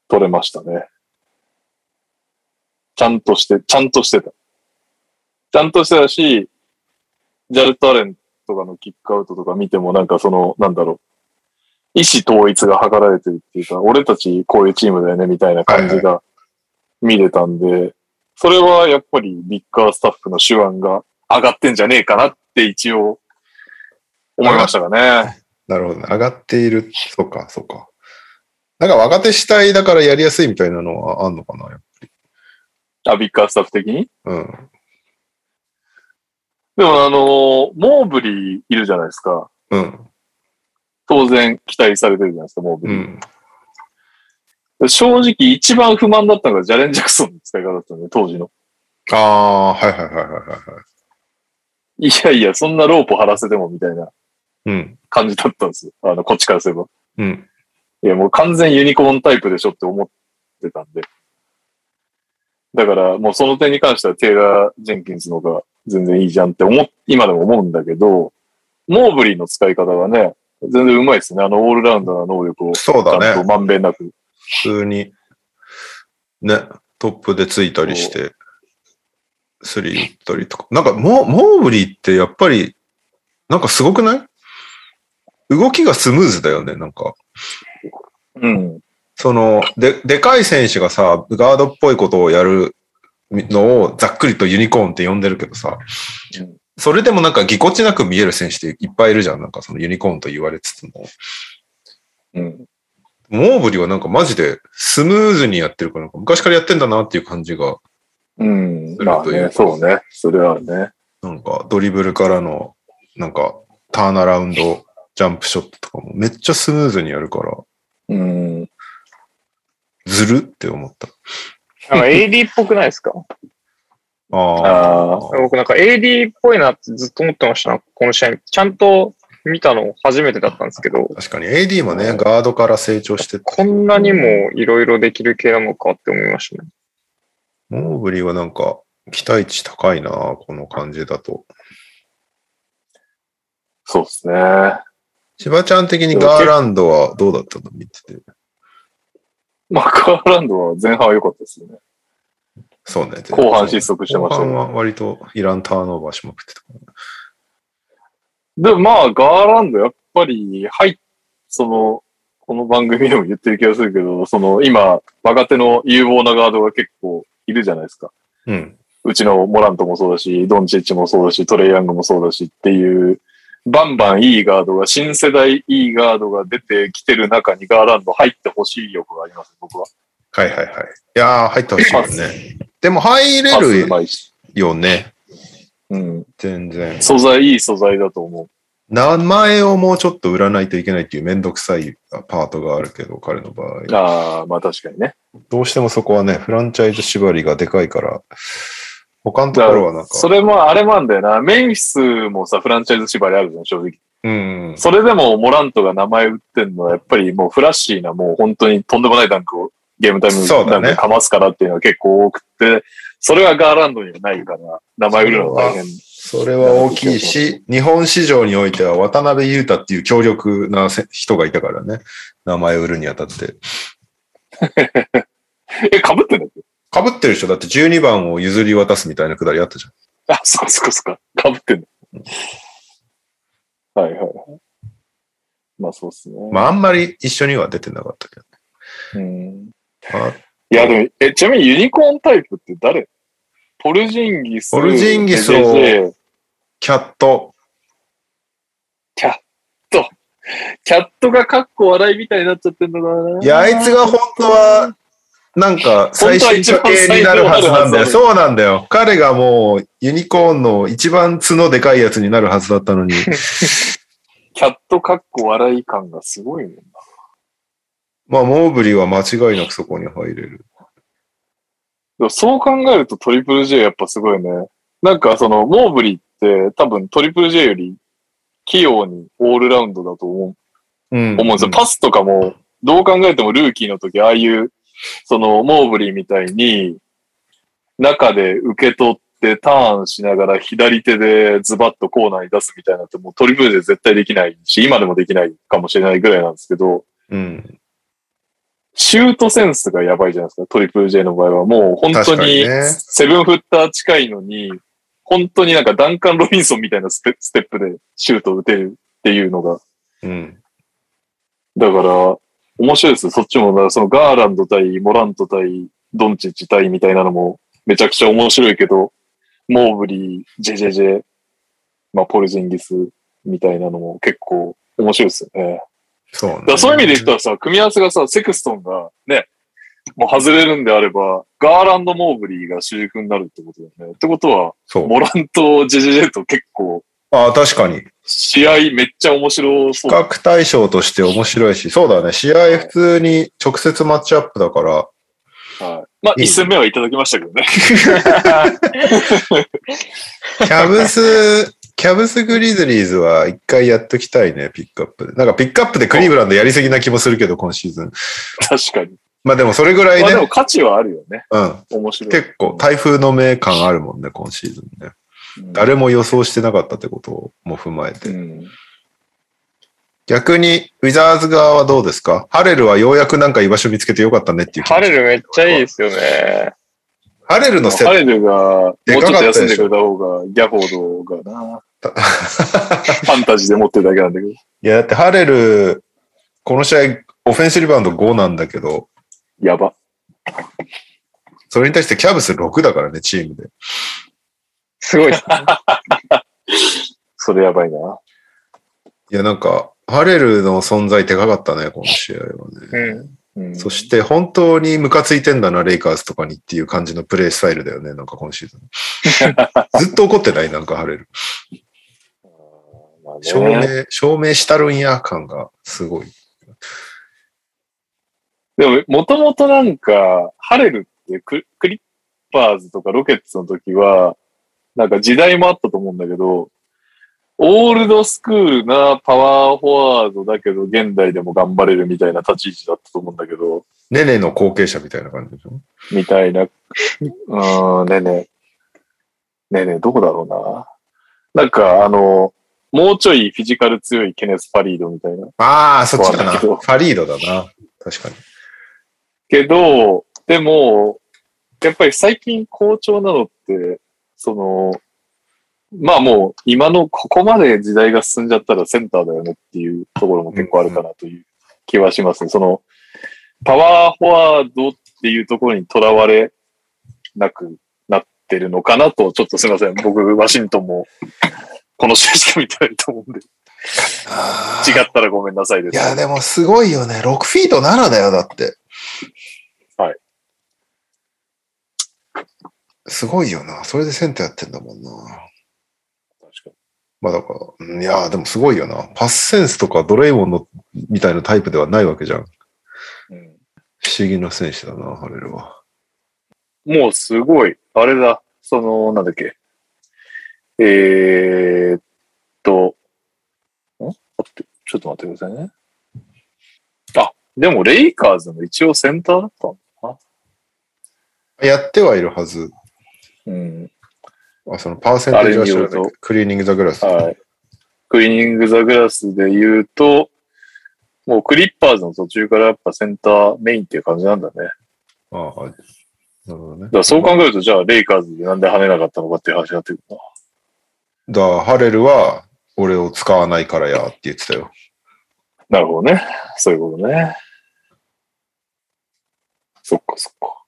S2: 取れましたね。ちゃんとして、ちゃんとしてた。ちゃんとしてたし、ジャルトアレンとかのキックアウトとか見てもなんかその、なんだろう。意思統一が図られてるっていうか、俺たちこういうチームだよねみたいな感じが見れたんで、それはやっぱりビッカースタッフの手腕が上がってんじゃねえかなって一応思いましたか ね。
S1: なるほどね。上がっている。そうか、そうか。なんか若手主体だからやりやすいみたいなのはあんのかな
S2: あ、ビッカースタッフ的に
S1: うん。
S2: でもあのーモーブリーいるじゃないですか。
S1: うん。
S2: 当然期待されてるじゃないですか、モーブ
S1: う
S2: リー。
S1: ん。
S2: 正直一番不満だったのがジャレン・ジャクソンの使い方だったんで、当時の。
S1: ああ、はいはいはいはいはいはい。
S2: いやいや、そんなロープ張らせてもみたいな
S1: うん。
S2: 感じだったんですよ。あの、こっちからすれば。
S1: うん。
S2: いや、もう完全ユニコーンタイプでしょって思ってたんで。だから、もうその点に関してはテイラー・ジェンキンスの方が全然いいじゃんって思っ、今でも思うんだけど、モーブリーの使い方がね、全然うまいですね。あの、オールラウンダーな能力をち
S1: そう
S2: ゃん
S1: だ
S2: と
S1: ね。
S2: まんべんなく。
S1: 普通に、ね、トップでついたりして、スリー打ったりとか。なんかモ、モーブリーってやっぱり、なんかすごくない動きがスムーズだよね、なんか。
S2: うん。
S1: その、で、でかい選手がさ、ガードっぽいことをやるのをざっくりとユニコーンって呼んでるけどさ
S2: うん、
S1: それでもなんかぎこちなく見える選手っていっぱいいるじゃん。なんかそのユニコーンと言われつつも。
S2: うん。
S1: モーブリはなんかマジでスムーズにやってるから、なんか昔からやってんだなっていう感じが、
S2: うん。
S1: する
S2: まあ
S1: という
S2: ね、そうね。それはね。
S1: なんかドリブルからの、なんかターンアラウンド、ジャンプショットとかもめっちゃスムーズにやるから、
S2: うん。
S1: ずるって思った。
S3: なんか AD っぽくないですか
S1: あ
S2: ああ。
S1: あ。
S3: 僕なんか AD っぽいなってずっと思ってましたなんかこの試合。ちゃんと見たの初めてだったんですけど、
S1: 確かに AD もね、ガードから成長して
S3: こんなにもいろいろできる系なのかって思いましたね。
S1: モーブリーはなんか、期待値高いなこの感じだと。
S2: そうですね。
S1: 千葉ちゃん的にガーランドはどうだったの見てて。
S2: まあ、カーランドは前半は良かったですよね。
S1: そうね。
S2: 後半失速してました
S1: 後
S2: け
S1: 半は
S2: ど。
S1: 割とイランターンオーバーしまくってたからね。
S2: でもまあ、ガーランドやっぱり、はい、その、この番組でも言ってる気がするけど、その、今、若手の有望なガードが結構いるじゃないですか。
S1: うん。
S2: うちのモラントもそうだし、ドンチッチもそうだし、トレイヤングもそうだしっていう、バンバンいいガードが、新世代いいガードが出てきてる中にガーランド入ってほしい欲があります、僕は。
S1: はいはいはい。いやー、入ってほしいよね。でも入れ
S2: パスう
S1: る
S2: まいし。
S1: よね。
S2: うん。
S1: 全然。
S2: 素材、いい素材だと思
S1: 名前をもうちょっと売らないといけないっていうめんどくさいパートがあるけど、彼の場合。
S2: う。ああ、まあ確かにね。
S1: どうしてもそこはね、フランチャイズ縛りがでかいから、他のところはなんか、
S2: それもあれなんだよな。メンフィスもさ、フランチャイズ縛りあるじゃん、正直。
S1: うん。
S2: それでもモラントが名前打ってんのは、やっぱりもうフラッシーな、もう本当にとんでもないダンクをゲームタイム
S1: そう
S2: な
S1: だ
S2: ん
S1: ね
S2: かかますからっていうのが結構多くて、それはガーランドにはないから、名前売るのは大変。
S1: それは大きいし、日本市場においては渡辺裕太っていう強力なせ人がいたからね。名前を売るにあたって。
S2: え、被ってんだっけ
S1: 被ってる人だって12番を譲り渡すみたいなくだりあったじ
S2: あ、そっかそっかそっか。被ってんだ。はいはいはい。まあそうっすね。
S1: ゃん。まああんまり一緒には出てなかったけ
S2: うん
S1: ど。あ
S2: いやでも、え、ちなみにユニコーンタイプって誰ポルジンギス。
S1: ポルジンギスを
S2: JJ
S1: キャット。
S2: キャットがかっこ笑いみたいになっちゃってんのかな。
S1: いや、あいつが本当は、なんか最終形になるはずなんだよ。
S2: 本当
S1: そうなんだよ。彼がもうユニコーンの一番角でかいやつになるはずだった のに。
S2: キャットかっこ笑い感がすごいもんな。
S1: まあ、モーブリーは間違いなくそこに入れる。
S2: でもそう考えるとトリプル J やっぱすごいね。なんかその、モーブリーって多分トリプル J より器用にオールラウンドだと思
S1: うん
S2: 思うんですよ。
S1: ッ
S2: パスとかも、どう考えてもルーキーの時、ああいう、その、モーブリーみたいに、中で受け取ってターンしながら左手でズバッとコーナーに出すみたいなって、もうトリプルで絶対できないし、今でもできないかもしれないぐらいなんですけど、
S1: うん。
S2: シュートセンスがやばいじゃないですか、トリプル J の場合は。もう本当
S1: 確か
S2: に
S1: にね、
S2: セブンフッター近いのに、本当になんかダンカン・ロビンソンみたいなステステップでシュートを打てるっていうのが。
S1: うん。
S2: だから、面白いですよそっちも、だからそのガーランド対モラント対ドンチッチ対みたいなのもめちゃくちゃ面白いけど、モーブリー、ジェジェジェ、まあポルジンギスみたいなのも結構面白いですよね。
S1: そう
S2: だからそういう意味で言ったらさ、組み合わせがさ、セクストンがね、もう外れるんであれば、ガーランド・モーブリーが主軸になるってことだよね。ってことは、
S1: そう。
S2: モランとジェジェジェと結構、
S1: ああ、確かに。
S2: 試合めっちゃ面白そ
S1: 比
S2: うだ。
S1: 較対象として面白いし、そうだね。試合普通に直接マッチアップだから、
S2: はい、まあ、
S1: いいね
S2: 一戦目はいただきましたけどね。
S1: キャブス、キャブスグリズリーズは一回やっときたいね、ピックアップで。なんかピックアップでクリーブランドやりすぎな気もするけど、今シーズン。
S2: 確かに。
S1: まあでもそれぐらい
S2: まあで
S1: ね
S2: も、価値はあるよね。
S1: うん。
S2: 面白い。
S1: 結構台風の名感あるもんね、今シーズンね。
S2: うん
S1: 誰も予想してなかったってことも踏まえ
S2: う
S1: て。
S2: ん。
S1: 逆に、ウィザーズ側はどうですかハレルはようやくなんか居場所見つけてよかったねっていう気
S3: ハ
S1: 持ち
S3: レルめっちゃいいですよね。
S1: ハレルのセッ
S2: ハレルが、もうちょっと休んでくれ
S1: で
S2: た方が、ギャフォード がな、ファンタジーで持ってるだけなんだけど。
S1: いや、だってハレル、この試合、オフェンスリバウンド5なんだけど、
S2: やば。
S1: それに対してキャブス6だからね、チームで。
S3: すごいっすね。
S2: それやばいな。
S1: いや、なんか、ハレルの存在でかかったね、この試合はね。
S3: うん。
S2: うん
S1: そして、本当にムカついてんだな、レイカーズとかにっていう感じのプレイスタイルだよね、なんか今 シーズン。ずっと怒ってない、なんかハレル。
S2: まあね
S1: 証明、証明したるんや感がすごい。
S2: でも、もともとなんか、ハレルってククリッパーズとかロケッツの時は、なんか時代もあったと思うんだけど、オールドスクールなパワーフォワードだけど、現代でも頑張れるみたいな立ち位置だったと思うんだけど、
S1: ネネの後継者みたいな感じでしょ
S2: みたいな。うーん、ねえねえ。ねえねえ、どこだろうな。なんか、あの、もうちょいフィジカル強いケネス・パリードみたいな。
S1: ああ、そっちだ
S2: そうなん
S1: な。
S2: だ
S1: フ
S2: けど
S1: ァリードだな。確かに。
S2: けど、でも、やっぱり最近好調なのって、その、まあもう今のここまで時代が進んじゃったらセンターだよねっていうところも結構あるかなという気はしますね。その、パワーフォワードっていうところにとらわれなくなってるのかなと、ちょっとすいません。僕、ワシントンもこの試合しか見てないと思うんで、違ったらごめんなさいで
S1: い
S2: す。
S1: や、でもすごいよね。6フィート7だよ、だって。
S2: はい。
S1: すごいよな。それでセンターやってんだもんな。
S2: 確かに
S1: まあだからうん、いや、でもすごいよな。パスセンスとかドレイモンのみたいなタイプではないわけじゃん。
S2: うん
S1: 不思議な選手だな、ハレルは。
S2: もうすごい、あれだ、その、なんだっけ。えー、っと、ん待って、ちょっと待ってくださいね。あ、でもレイカーズの一応センターだったのか
S1: やってはいるはず。
S2: なうん。
S1: あそのパーセンテージは知らないけ
S2: あれによ
S1: ど
S2: ると
S1: クリーニング・ザ・グラス。
S2: はい。クリーニング・ザ・グラスで言うと、もうクリッパーズの途中からやっぱセンターメインっていう感じなんだね。だか
S1: ああ、はいなるほどね。
S2: らそう考えると、じゃあレイカーズでなんで跳ねなかったのかっていう話になってくるな。
S1: だからハレルは俺を使わないからやって言ってたよ。
S2: なるほどね。そういうことね。そっかそっか。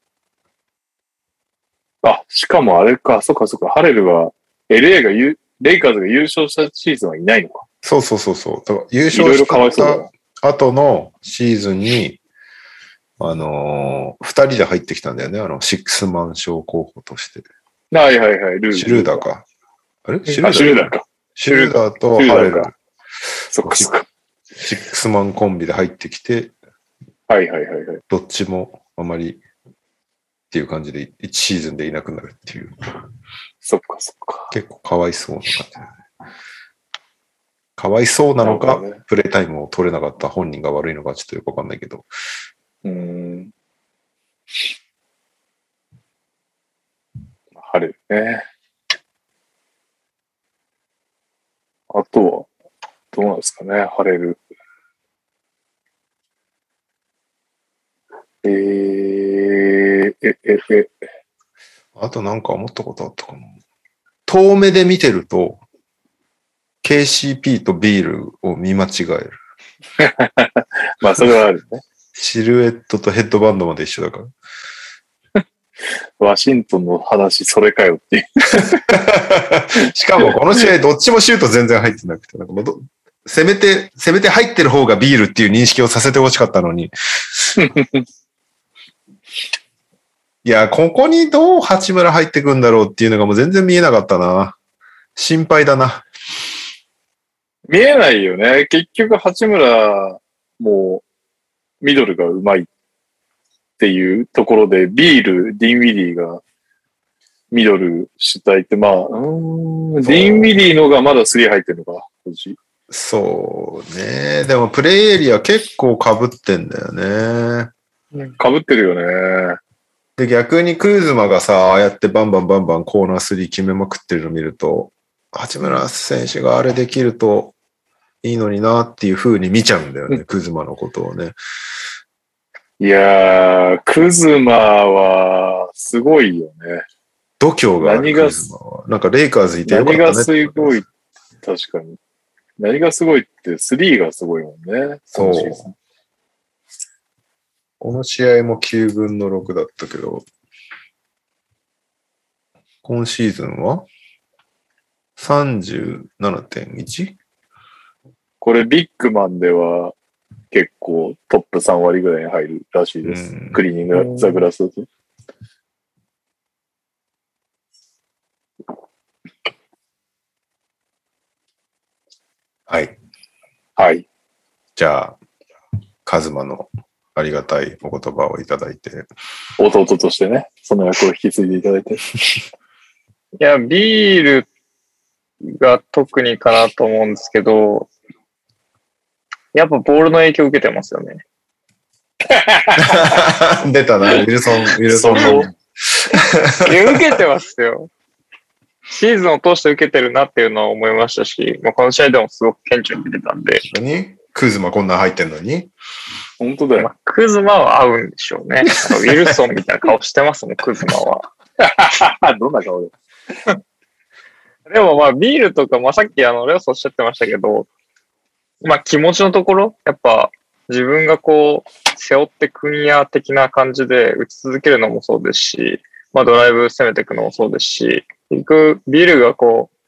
S2: あ、しかもあれか、そっかそっか、ハレルは、LA がゆ、レイカーズが優勝したシーズンはいないのか。
S1: そうそうそうそう。だから優
S2: いろ
S1: 勝
S2: いろかわい
S1: し
S2: そうだな
S1: た。後のシーズンに、あのー二人で入ってきたんだよね。あの、シックスマン賞候補として。
S2: はいはいはい、ルー
S1: シュルーダーか。あれシュル
S2: あ、シュ
S1: ー
S2: ルー
S1: ダ
S2: ダ
S1: ー
S2: ーか。
S1: シュルーダーとハ
S2: シュルーダ
S1: レ
S2: ー
S1: ル
S2: か、そっかそっか。
S1: シックスマンコンビで入ってきて、
S2: はいはいはいはい。
S1: どっちもあまりっていう感じで、1シーズンでいなくなるっていう、
S2: そっかそっか。
S1: 結構かわいそうな感じ。かわいそうなの
S2: なる
S1: か
S2: ほどね、
S1: プレータイムを取れなかった本人が悪いのか、ちょっとよくわかんないけど。
S2: うん。春ね。あとは、どうなんですかね、晴れる。えー、え、え、え、
S1: あとなんか思ったことあったかな。遠目で見てると、KCP とビールを見間違える。
S2: まあ、それはあるね。
S1: シルエットとヘッドバンドまで一緒だから。
S2: ワシントンの話、それかよっていう。
S1: しかもこの試合どっちもシュート全然入ってなくて、なんかもうどせめて、せめて入ってる方がビールっていう認識をさせてほしかったのに。いや、ここにどう八村入ってくんだろうっていうのがもう全然見えなかったな。心配だな。
S2: 見えないよね。結局、八村もミドルがうまいっていうところで、ビール、ディンウィリーがミドル主体って、まあ、うーん
S1: そう
S2: ディンウィリーのがまだ3入ってるのか、今年
S1: そうね。でもプレイエリア結構被ってんだよね。
S2: 被ってるよね。
S1: で、逆にクーズマがさ、ああやってバンバンバンバンコーナー3決めまくってるの見ると、八村選手があれできるといいのになっていう風に見ちゃうんだよね、クーズマのことをね。
S2: いやー、クズマはすごいよね。
S1: 度胸がある
S2: 何
S1: ク
S2: が
S1: ーズマは。なんかレイカーズいてよかっ
S2: 何
S1: たね。
S2: がすごい、確かに。何がすごいって、3がすごいもんね。
S1: そう
S2: 今シーズン
S1: この試合も9分の6だったけど、今シーズンは 37.1?
S2: これビッグマンでは結構トップ3割ぐらいに入るらしいです。
S1: うん
S2: クリーニング
S3: うん
S2: ザグラスだと。
S1: はい。
S2: はい。
S1: じゃあ、カズマのありがたいお言葉をいただい て。
S2: 弟としてね、その役を引き継いでいただいて。
S3: いや、ビールが特にかなと思うんですけど、やっぱボールの影響受けてますよね。
S1: 出たな、ウィルソン、ウィルソン。
S2: そこ
S3: いや受けてますよ。シーズンを通して受けてるなっていうのは思いましたし、まあ、この試合でもすごく顕著に出てたんで、
S1: 何クズマこんなん入ってんのに
S2: 本当だ
S3: ま
S2: よ。
S3: あ、クズマは合うんでしょうね。あのウィルソンみたいな顔してますもん、クズマは。
S2: どんな顔で。
S3: でもまあ、ビールとか、まあさっきあの、レオスおっしゃってましたけど、まあ気持ちのところ、やっぱ自分がこう、背負ってクニア的な感じで打ち続けるのもそうですし、まあドライブ攻めていくのもそうですし、結局ビールがこう、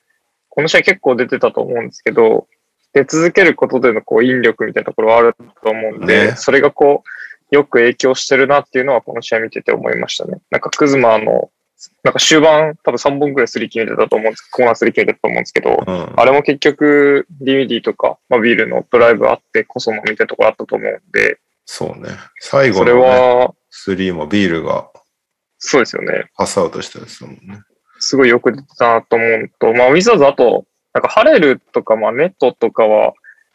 S3: この試合結構出てたと思うんですけど、出続けることでのこう引力みたいなところはあると思うんで、
S1: ね
S3: それがこう、よく影響してるなっていうのはこの試合見てて思いましたね。なんかクズマの、なんか終盤多分3本くらいスリー決めてたと思うんですコーナースリー決めてたと思うんですけど、
S1: うん。
S3: あれも結局、ディミディとか、まあ、ビールのドライブあってこそのみたいなところあったと思うんで、
S1: そうね。最後
S3: それ
S1: の、ね、
S3: は、
S1: スリーもビールが
S3: そうですよね。
S1: パスアウトしたやつだもんね。
S3: すごいよく出てたなと思うのと、まあ、ウィザーズあと、なんかハレルとか、まあ、ネットとかは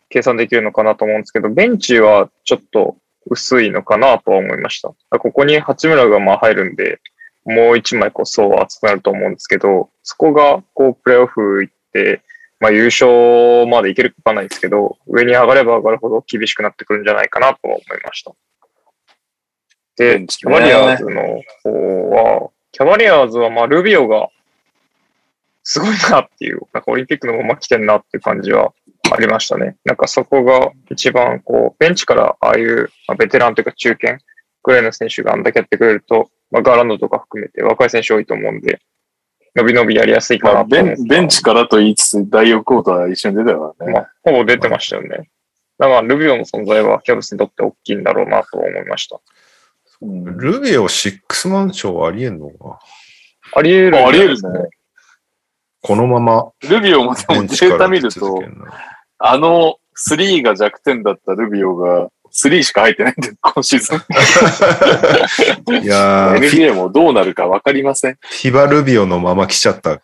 S3: 計算できるのかなと思うんですけど、ベンチはちょっと薄いのかなとは思いました。ここに八村がまあ入るんで、もう一枚こう層は厚くなると思うんですけど、そこがこうプレーオフ行って、まあ優勝までいけるかわかんないですけど、上に上がれば上がるほど厳しくなってくるんじゃないかなとは思いました。
S2: ベ
S3: で、
S2: ンチ
S3: キャ
S2: ね
S3: バリアーズの方は、キャバリアーズはまあルビオがすごいなっていう、なんかオリンピックのまま来てんなっていう感じはありましたね。なんかそこが一番こう、ベンチからああいうまあベテランというか中堅ぐらいの選手があんだけやってくれると、まあ、ガーランドとか含めて若い選手多いと思うんで、伸び伸びやりやすいか
S2: ま
S3: な
S2: あ、
S3: と
S2: ベ
S3: 思う
S2: ンベンチからと言いつつ、第4クォーター一緒に出たから
S3: ま
S2: ね。
S3: あ、ほぼ出てましたよね。だから、ルビオの存在はキャブスにとって大きいんだろうなと思いました。
S2: うん
S1: ルビオシックスマンションありえんのか
S3: あり得るんじゃない
S2: あり得る
S3: で
S2: ね
S3: すかね。
S1: このまま
S2: ルビオもで
S1: ベ
S2: も
S1: ン
S2: デ
S1: チか
S2: ータ
S1: ら
S2: 見る
S1: 出続
S2: と
S1: け、るな。
S2: あの3が弱点だったルビオが3しか入ってないんで、今シーズン。
S1: いやー、フィ
S2: NBA もどうなるかわかりません。
S1: フィバルビオのまま来ちゃったっ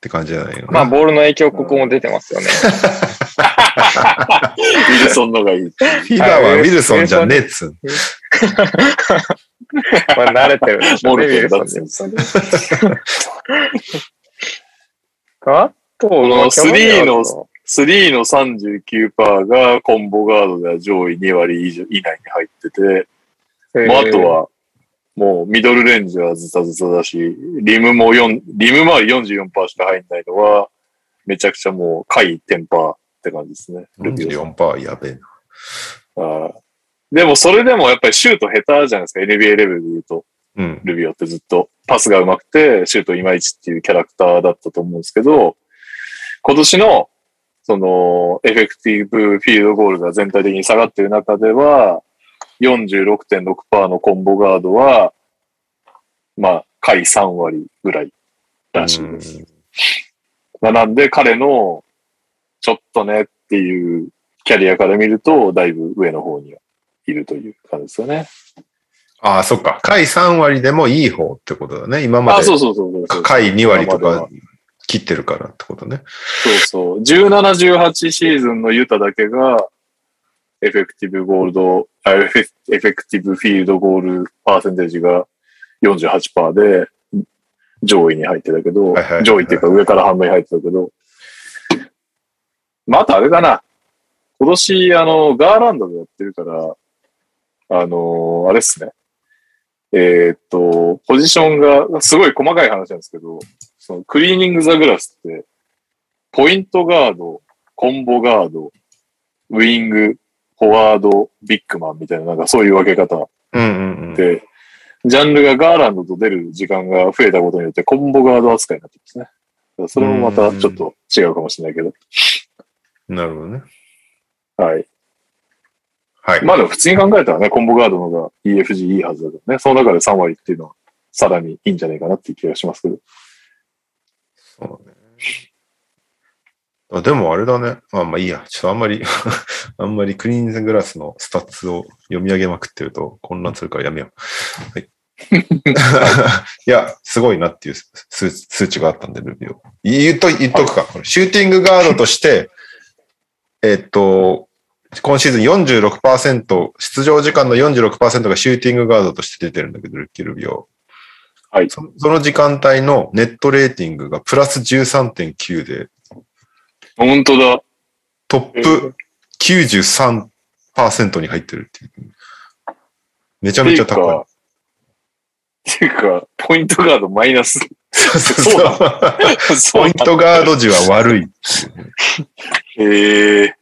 S1: て感じじゃないよね。
S3: まあ、ボールの影響、ここも出てますよね。
S2: ィルソンのがいい。
S1: フィバーはウィルソンじゃねえっつう
S3: まあ慣れてるでし
S2: モ
S3: ょね。
S2: ルテルだっ
S3: ウィルソン
S2: て
S3: に。あと、
S2: この
S3: キャバリアーズ
S2: の3の39%がコンボガードでは上位2割以上以内に入ってて、もうあと、は、もうミドルレンジはズタズタだし、リムも4、リム周り44%しか入んないのは、めちゃくちゃもう、下位10%って感じですね。ルビオさん
S1: 44%やべえな。
S2: あーでもそれでもやっぱりシュート下手じゃないですか、NBA レベルで言うと。
S1: うん。
S2: ルビオってずっとパスが上手くて、シュートいまいちっていうキャラクターだったと思うんですけど、今年の、その、エフェクティブフィールドゴールが全体的に下がってる中では、46.6%のコンボガードは、まあ、下位3割ぐらいらしいです。
S1: うん
S2: まあなんで彼の、ちょっとねっていうキャリアから見ると、だいぶ上の方にはいるという感じですよね。
S1: ああ、そっか。下位3割でもいい方ってことだね。今ま
S2: あ、
S1: で
S2: そうそうそうそうそう。
S1: 下位2割と
S2: 今までは
S1: か切ってるからってことね。
S2: そうそう。17、18シーズンのユタだけが、エフェクティブゴールド、あエフェエフェクティブフィールドゴールパーセンテージが48%で、上位に入ってたけど
S1: はいはいは、い
S2: 上位っていうか上から半分に入ってたけど、まあ、あとあれかな。今年、あの、ガーランドでやってるから、あの、あれっすね。えーっと、ポジションが、すごい細かい話なんですけど、そのクリーニングザグラスって、ポイントガード、コンボガード、ウィング、フォワード、ビッグマンみたいな、なんかそういう分け方
S1: うんうんうん。
S2: で、ジャンルがガーランドと出る時間が増えたことによって、コンボガード扱いになってますね。だからそれもまたちょっと違うかもしれないけど。
S1: なるほどね。
S2: はい。
S1: はい。
S2: まあでも普通に考えたらね、コンボガードの方が EFG いいはずだからね。その中で3割っていうのはさらにいいんじゃないかなっていう気がしますけど。
S1: そうね。あでもあれだね。まあまあいいや。ちょっとあんまり、 あんまりクリーンズグラスのスタッツを読み上げまくってると混乱するからやめよう。はい。いや、すごいなっていう数数値があったんで、ルビーを。言っと、言っとくか。これシューティングガードとして、えっと、今シーズン46%、出場時間の46%がシューティングガードとして出てるんだけど、ルッキールビオ。
S2: はい。
S1: そその時間帯のネットレーティングがプラス13.9で、
S2: 本当だ。
S1: トップ93%に入ってるっていう。めちゃめちゃ高
S2: い。っていうか、ポイントガードマイ ナス。
S1: い。
S2: そうそう
S1: ポ
S2: な
S1: イ
S2: ん
S1: ン
S2: だ
S1: トガード時は悪い。
S2: へえー。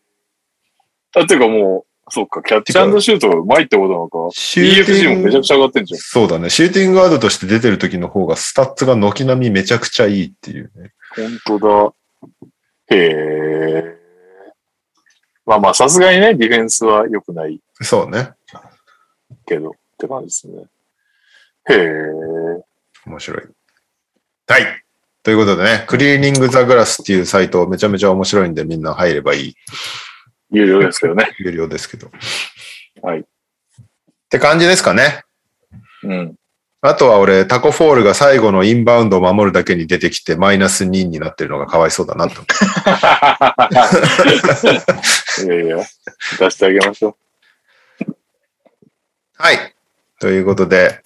S2: あ、ていうかもう、そうか、キャッチシュートがうまいってことなのか。
S1: シューテ
S2: EFG
S1: ィ
S2: も
S1: ン
S2: めちゃ
S1: グ
S2: く、ちゃ上がってんじゃん。
S1: そうだね。シューティングガードとして出てる時の方がスタッツが軒並みめちゃくちゃいいっていうね。
S2: 本当だ。へえ。まあまあ、さすがにね、ディフェンスは良くない
S1: そうね。
S2: けど、って感じですね。へえ。
S1: 面白い。はい。ということでね、クリーニングザグラスっていうサイトめちゃめちゃ面白いんでみんな入ればいい。
S2: 有料ですけどね。
S1: 有料ですけど。
S2: はい
S1: って感じですかね。
S2: うん。
S1: あとは俺、タコフォールが最後のインバウンドを守るだけに出てきて、マイナス2になってるのがかわいそうだなと。
S2: いやいや、出してあげましょう。
S1: はい。ということで、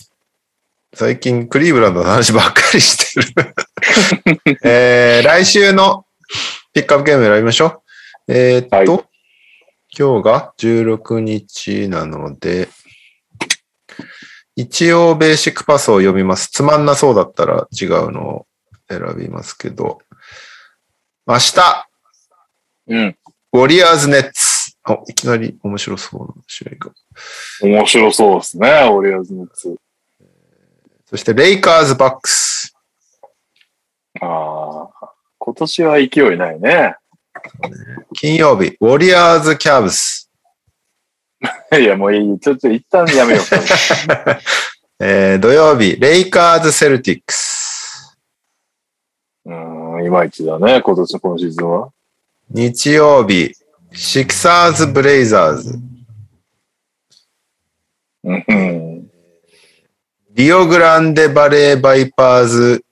S1: 最近クリーブランドの話ばっかりして る。えー、来週のピックアップゲーム選びましょう。えーっと、
S2: は
S1: 今日が16日なので、一応ベーシックパスを読みます。つまんなそうだったら違うのを選びますけど、明日、
S2: うん。
S1: ウォリアーズネッツ。おいきなり面白そうな試合が。
S2: 面白そうですね、オリアーズのツ
S1: そして、レイカーズバックス。
S2: ああ、今年は勢いないね。
S1: 金曜日、ウォリアーズ・キャブス。
S2: いや、もういい。ちょっと一旦やめよう。
S1: えー土曜日、レイカーズ・セルティックス。
S2: うーん、いまいちだね、今年、今シーズンは。
S1: 日曜日、シクサーズ・ブレイザーズ。
S2: うん。
S1: リオグランデ・バレー・バイパーズ。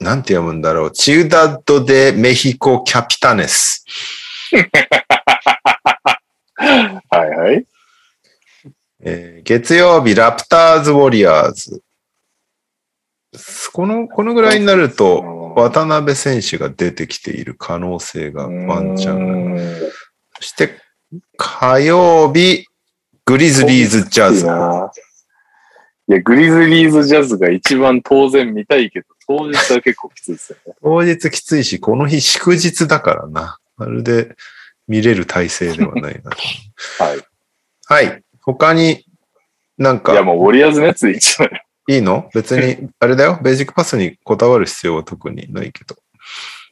S1: なんて読むんだろう。チューダッド・デ・メヒコ・キャピタネス。
S2: はいはい。
S1: えー月曜日、ラプターズ・ウォリアーズ。この、このぐらいになると、渡辺選手が出てきている可能性がワンチャンある。
S2: ン。
S1: そして、火曜日、グリズリーズ・ジャズ。
S2: いや、グリズリーズジャズが一番当然見たいけど、当日は結構きついですよね。
S1: 当日きついし、この日祝日だからな。まるで見れる体制ではない な。
S2: はい。
S1: はい。他になん
S2: いや、
S1: か
S2: もうウォリアーズ熱いいんじゃない
S1: いいの別に、あれだよ。ベーシックパスにこだわる必要は特にないけど。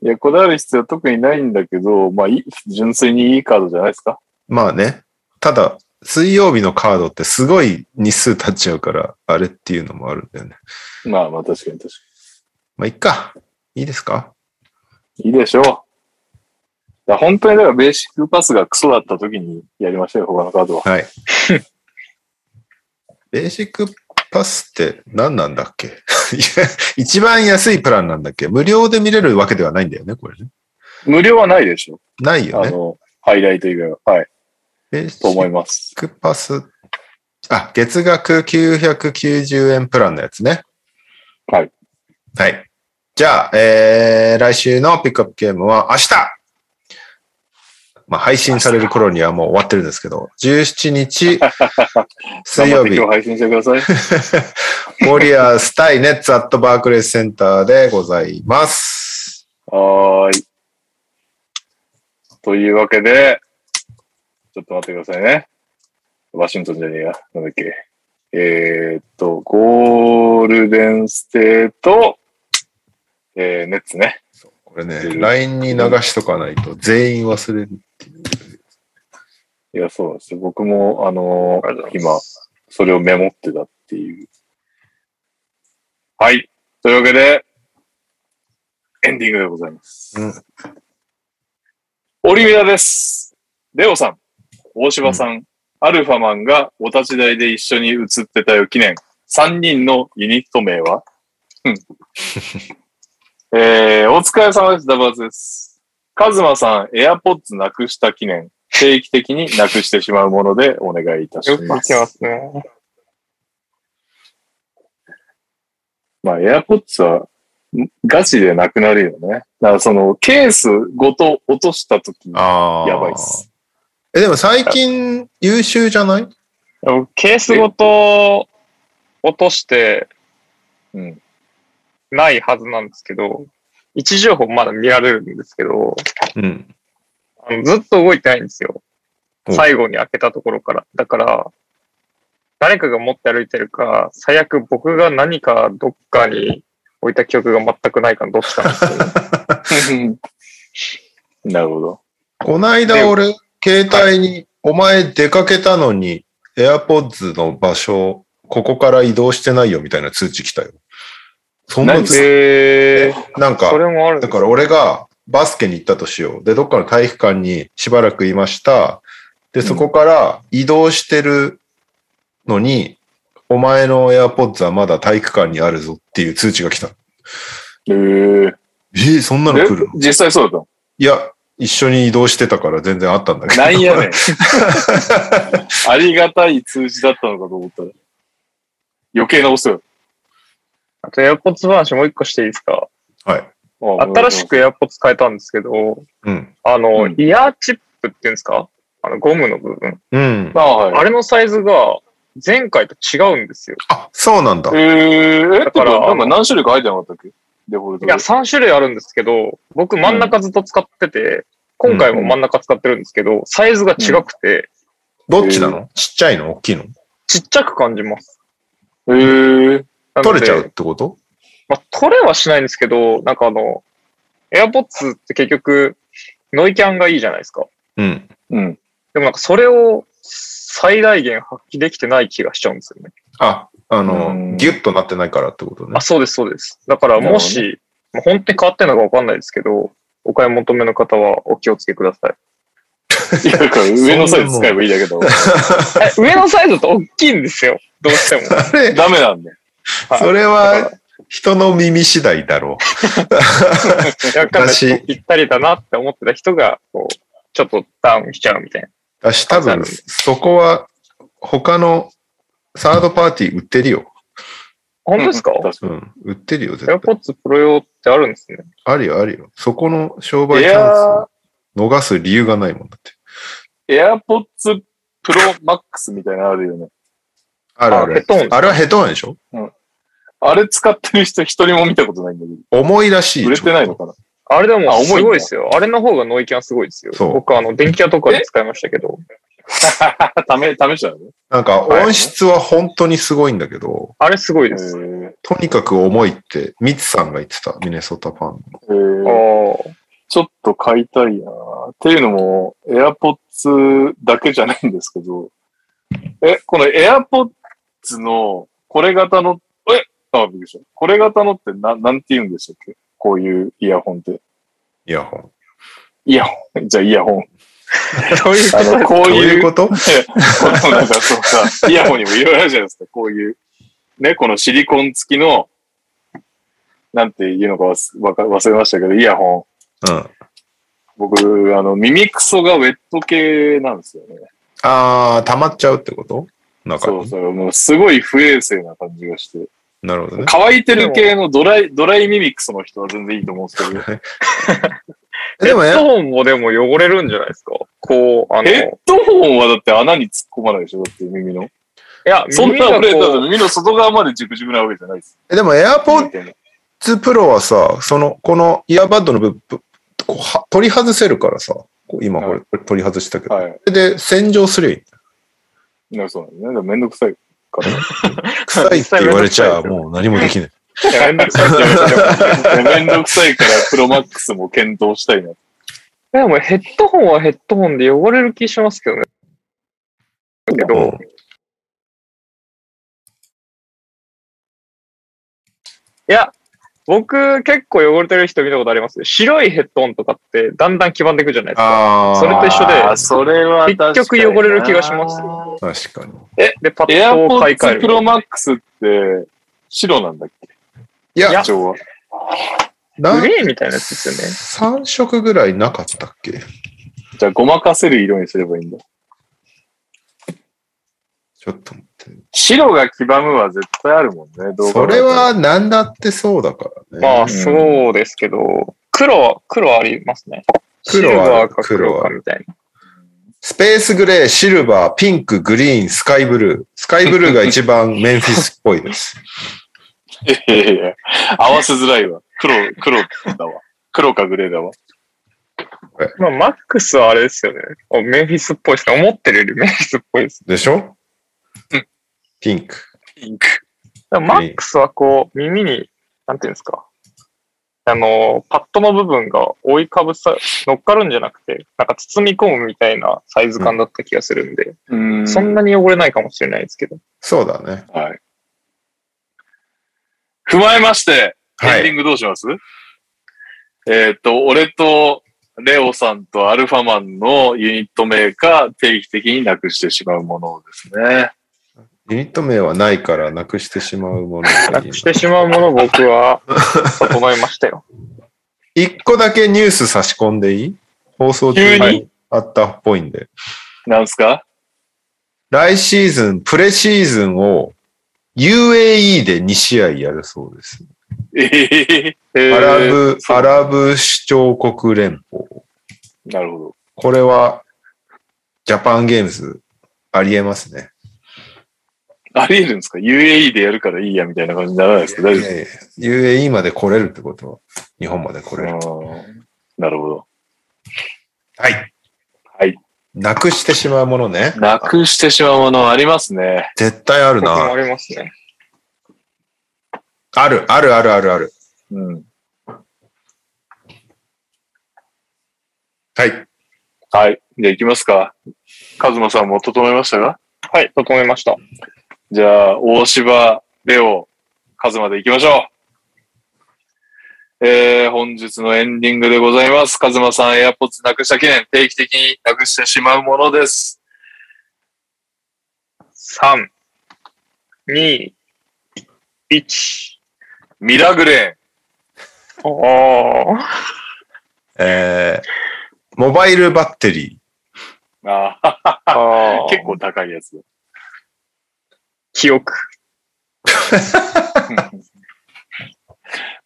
S2: いや、こだわる必要は特にないんだけど、まあ、いい純粋にいいカードじゃないですか。
S1: まあね。ただ、水曜日のカードってすごい日数経っちゃうから、あれっていうのもあるんだよね。
S2: まあまあ、確かに確か
S1: まあ、いっか。いいですか
S2: に。いいでしょう。いや本当にだからベーシックパスがクソだった時にやりましょうよ、他のカードは。
S1: はい。 ベーシックパスって何なんだっけ いや一番安いプランなんだっけ無料で見れるわけではないんだよね、これね。
S2: 無料はないでしょ。
S1: ないよ
S2: あ
S1: ね。
S2: の、ハイライト以外は。はい、
S1: ベーシ
S2: と思い
S1: ッ
S2: ます。
S1: クパス。あ、月額990円プランのやつね。
S2: はい。
S1: はい。じゃあ、えー、来週のピックアップゲームは明日まあ、配信される頃にはもう終わってるんですけど、17日、水曜
S2: 頑張って
S1: 日
S2: 今、日配信してくださ い。
S1: ウォリアーズ対ネッツアットバークレースセンターでございます。
S2: はーい。というわけで、ちょっと待ってくださいね。ワシントンじゃねえや。なんだっけ。えーっと、ゴールデンステート、えー、ネッツね。
S1: これね、LINE に流しとかないと全員忘れる。
S2: いや、そうなんですよ。僕も、あの
S3: ありが
S2: ー
S3: とうござい
S2: 今
S3: ま、
S2: それをメモってたっていう。はい。というわけで、エンディングでございます。
S1: うん
S2: オリミラです。レオさん、大柴さん、アルファマンがお立ち台で一緒に写ってたよ記念。3人のユニット名はうん。えー、お疲れ様です。ダバーズです。カズマさん、エアポッツなくした記念。定期的になくしてしまうものでお願いいたし
S3: よく来
S2: ま。
S3: ますすね。
S2: まあ、エアポッツはんガチでなくなるよね。だからそのケースごと落としたとき、や
S1: あー
S2: ばいっす。
S1: え、でも最近優秀じゃない
S3: 僕ケースごと落として
S2: うん。
S3: ないはずなんですけど、位置情報まだ見られるんですけど、
S1: うん。
S3: あのずっと動いてないんですよ。
S1: お
S3: 最後に開けたところから。だから、誰かが持って歩いてるか、最悪僕が何かどっかに置いた記憶が全くないかのどっちかなんです けど
S2: なるほど。
S1: こないだ俺、携帯に、お前出かけたのに、AirPods の場所、ここから移動してないよみたいな通知来たよ。そんな通知、
S3: へー
S1: なんか
S3: そ、れもあるんで
S1: だ
S3: す
S1: から俺がバスケに行ったとしよう。で、どっかの体育館にしばらくいました。で、そこから移動してるのに、お前の AirPods はまだ体育館にあるぞっていう通知が来た。
S2: えー、
S1: えー、そんなの来るの
S2: 実際そうだっ
S1: いや、一緒に移動してたから全然あったんだけ
S2: た
S1: ど。
S2: の。なんやねん。ありがたい通知だったのかと思ったら。余計なお世話。
S3: あと AirPods 話もう一個していいですか
S1: はい。
S3: 新しく AirPods 変えたんですけど、
S1: うん。
S3: あの、
S2: うん
S3: イヤーチップって言うんですかあの、ゴムの部分。
S1: うん。
S2: あ、は
S3: あ
S2: い。
S3: れのサイズが前回と違うんですよ。
S1: あ、そうなんだ。
S2: えー、え
S3: だから
S2: ってことなんか何種類か入ってなかったっけデフォルト
S3: い
S2: で
S3: や、。3種類あるんですけど、僕真ん中ずっと使ってて、今回も真ん中使ってるんですけど、サイズが違くて、
S1: どっちなのちっちゃいの大きいの
S3: ちっちゃく感じます。
S2: えー、
S3: なの
S1: 取れ
S3: で
S1: ちゃうってこと
S3: まあ、取れはしないんですけど、なんかあの、AirPods って結局、ノイキャンがいいじゃないですか。
S1: うん。
S2: うん。
S3: でもなんかそれを最大限発揮できてない気がしちゃうんですよね。
S1: あ、あ
S2: うん
S1: の、ギュッとなってないからってことね
S3: あ、。そうです、そうです。だからも
S2: な
S3: し、まあ本当に変わってるのかわかんないですけど、お買い求めの方はお気をつけく ださい。
S2: いや、だから上のサイズ使えばいいだけど、
S3: え上のサイズって大きいんですよ。どうし て も。
S1: あれ、
S2: ダメなんで。
S3: はい
S1: それは人の耳次第だろう。
S3: いやわかんない
S1: 私
S3: ぴったりだなって思ってた人が、こう、ちょっとダウンしちゃうみたいな。
S1: だし、多分、そこは、他のサードパーティー売ってるよ。
S3: 本当ですか、
S2: うん確か
S1: うん。売ってるよ、絶
S3: エア
S1: 対。
S3: ポッツプロ用ってあるんですね。
S1: あるよ、あるよ。そこの商売
S2: に
S1: チ
S2: エ
S1: ャン
S2: ア、
S1: スを逃す理由がないもんだって。
S2: エアポッツプロマックスみたいなのあるよね。
S1: あるある。
S3: あヘッドホンですか
S1: あれはヘッドホンでしょ
S2: あれ使ってる人一人も見たことないんだけ
S1: 重いらしい
S2: ど、
S1: よ。
S2: 売れてないのかな
S3: あれでも
S2: あ重いん
S3: す
S2: だ
S3: ごいですよ。あれの方がノイキャンすごいですよ。
S1: そう
S3: 僕あの、電気屋とかで使いましたけど、
S2: 試、試しちゃうの
S1: なんか音質は本当にすごいんだけど、
S3: あれすごい
S2: へ
S3: です。
S2: ー
S1: とにかく重いって、ミツさんが言ってた、ミネソタファンの。
S2: へー
S3: ああ。
S2: ちょっと買いたいなっていうのも、AirPods だけじゃないんですけど、え、この AirPods のこれ型の、えあ、びっくりした。これ型のってな、なんて言うんでしたっけこういうイヤホンって。
S1: イヤホン。
S2: イヤホンじゃあイヤホン。
S3: そういう
S2: あ の、こ
S1: ど
S2: う
S1: うい
S2: いうう、こ
S1: こと
S2: のなんかそうさ、イヤホンにもいろいろあるじゃないですか。こういう、ね、このシリコン付きの、なんていうのかわすわか忘れましたけど、イヤホン。
S1: うん。あ
S2: 僕、あの、耳くそがウェット系なんですよね。
S1: あー、溜まっちゃうってことなんか
S2: そ、うそう。もうすごい不衛生な感じがして。
S1: なるほどね。
S2: 乾いてる系のドライ、ドライ耳くその人は全然いいと思うんですけど、
S1: えでも
S3: ヘッド
S1: ね、
S3: ホンもでも汚れるんじゃないですかこう、あの、
S2: ヘッ
S3: い
S2: ドホンはだって穴に突っ込まないでしょだって耳の。
S3: や、
S2: そん
S3: 耳
S2: な
S3: が
S2: 触れた
S3: こ
S2: ら
S3: う、
S2: 耳の外側までジュクジュクなわけじゃないです。
S1: えでも AirPods
S2: 耳ってね
S1: Pro はさ、その、このイヤーバッドの部分、こうは取り外せるからさ、こう今これ、これ取り外したけど、
S2: はい。
S1: それで洗浄すりゃいい。
S2: なんかそうなんですね。だからめんどくさいから。
S1: 臭いって言われちゃもう何もできない。
S3: いやめんどくさいって言われ ても
S2: めんどくさいからプロマックスも検討したいな。
S3: でもヘッドホンはヘッドホンで汚れる気しますけどね。けど、いや、僕結構汚れてる人見たことありますよ白いヘッドホンとかってだんだん黄ばんでいくじゃないですか。
S1: ああ、
S3: それと一緒で
S2: あーそれは確かにな
S3: 結局汚れる気がしますよ
S1: 確かに。
S3: で、パ
S2: エ
S3: ッ
S2: ア
S3: ド
S2: ポ
S3: を買い替え
S2: ッ
S3: る
S2: ツプ。ロマックスって白なんだっけ
S1: いや、
S3: いや
S2: 一応は。
S1: な
S3: グレーみたいなやつですよね。
S1: 3色ぐらいなかったっけ
S2: じゃあごまかせる色にすればいいんだ。
S1: ちょっと待って。
S2: 白が黄ばむは絶対あるもんね。どう考
S1: そ
S2: えても
S1: れ、は何だってそうだからね。
S3: ま
S2: う
S3: あ、
S2: ん
S3: そうですけど、黒、黒ありますね。シル
S1: 黒は
S3: バーか黒かみたいな。
S1: スペースグレー、シルバー、ピンク、グリーン、スカイブ ルー。スカイブルーが一番メンフィスっぽいです。
S2: いやいやいや合わせづらいわ。黒、黒だわ。黒かグレーだわ。
S3: まあ、マックスはあれですよね。おメンフィスっぽいですね。思ってるよりメンフィスっぽいです。
S1: でしょピンク。
S2: ピンク。
S3: だからマックスはこう、耳に、なんていうんですか。あの、パッドの部分が覆いかぶさ、乗っかるんじゃなくて、なんか包み込むみたいなサイズ感だった気がするんで、
S2: うん
S3: そんなに汚れないかもしれないですけど。
S1: そうだね。
S2: はい。踏まえまして、
S1: は
S2: エンデ
S1: い。
S2: ィングどうします、えーっと、俺とレオさんとアルファマンのユニット名が定期的になくしてしまうものですね。
S1: ユニット名はないからなくしてしまうものが
S3: ない
S1: い
S3: くしてしまうもの僕は、整えましたよ。
S1: 一個だけニュース差し込んでいい放送中
S2: 急
S1: に
S2: に
S1: あったっぽいんで。
S2: なんすか
S1: 来シーズン、プレシーズンを UAE で2試合やるそうです。
S2: ええ
S3: え
S1: アラ
S3: ー、
S1: ブ、
S2: そう
S1: アラブ首長国連邦。
S2: なるほど。
S1: これは、ジャパンゲームズ、ありえますね。
S2: ありえるんですか ?UAE でやるからいいやみたいな感じにならないですか大丈夫です
S1: ええ UAE まで来れるってことは、日本まで来
S2: か
S1: れる。
S2: うんなるほど。
S1: はい。
S2: はい。
S1: なくしてしまうものね。
S2: なくしてしまうものありますね。
S1: 絶対ある
S3: 僕もあ
S1: な。
S3: りますね。
S1: ある、ある、ある、ある、ある。
S2: うん。
S1: はい。
S2: はい。じゃあ行きますか。カズマさんも整えましたか
S3: はい、整えました。
S2: じゃあ、大芝、レオ、カズマで行きましょう。えー、本日のエンディングでございます。カズマさん、エアポッツなくした記念、定期的になくしてしまうものです。
S3: 3、2、1。
S2: ミラグレーン。
S3: ああ。
S1: えー、モバイルバッテリー。
S2: ああ、
S3: ああ。
S2: 結構高いやつ。
S3: 記憶。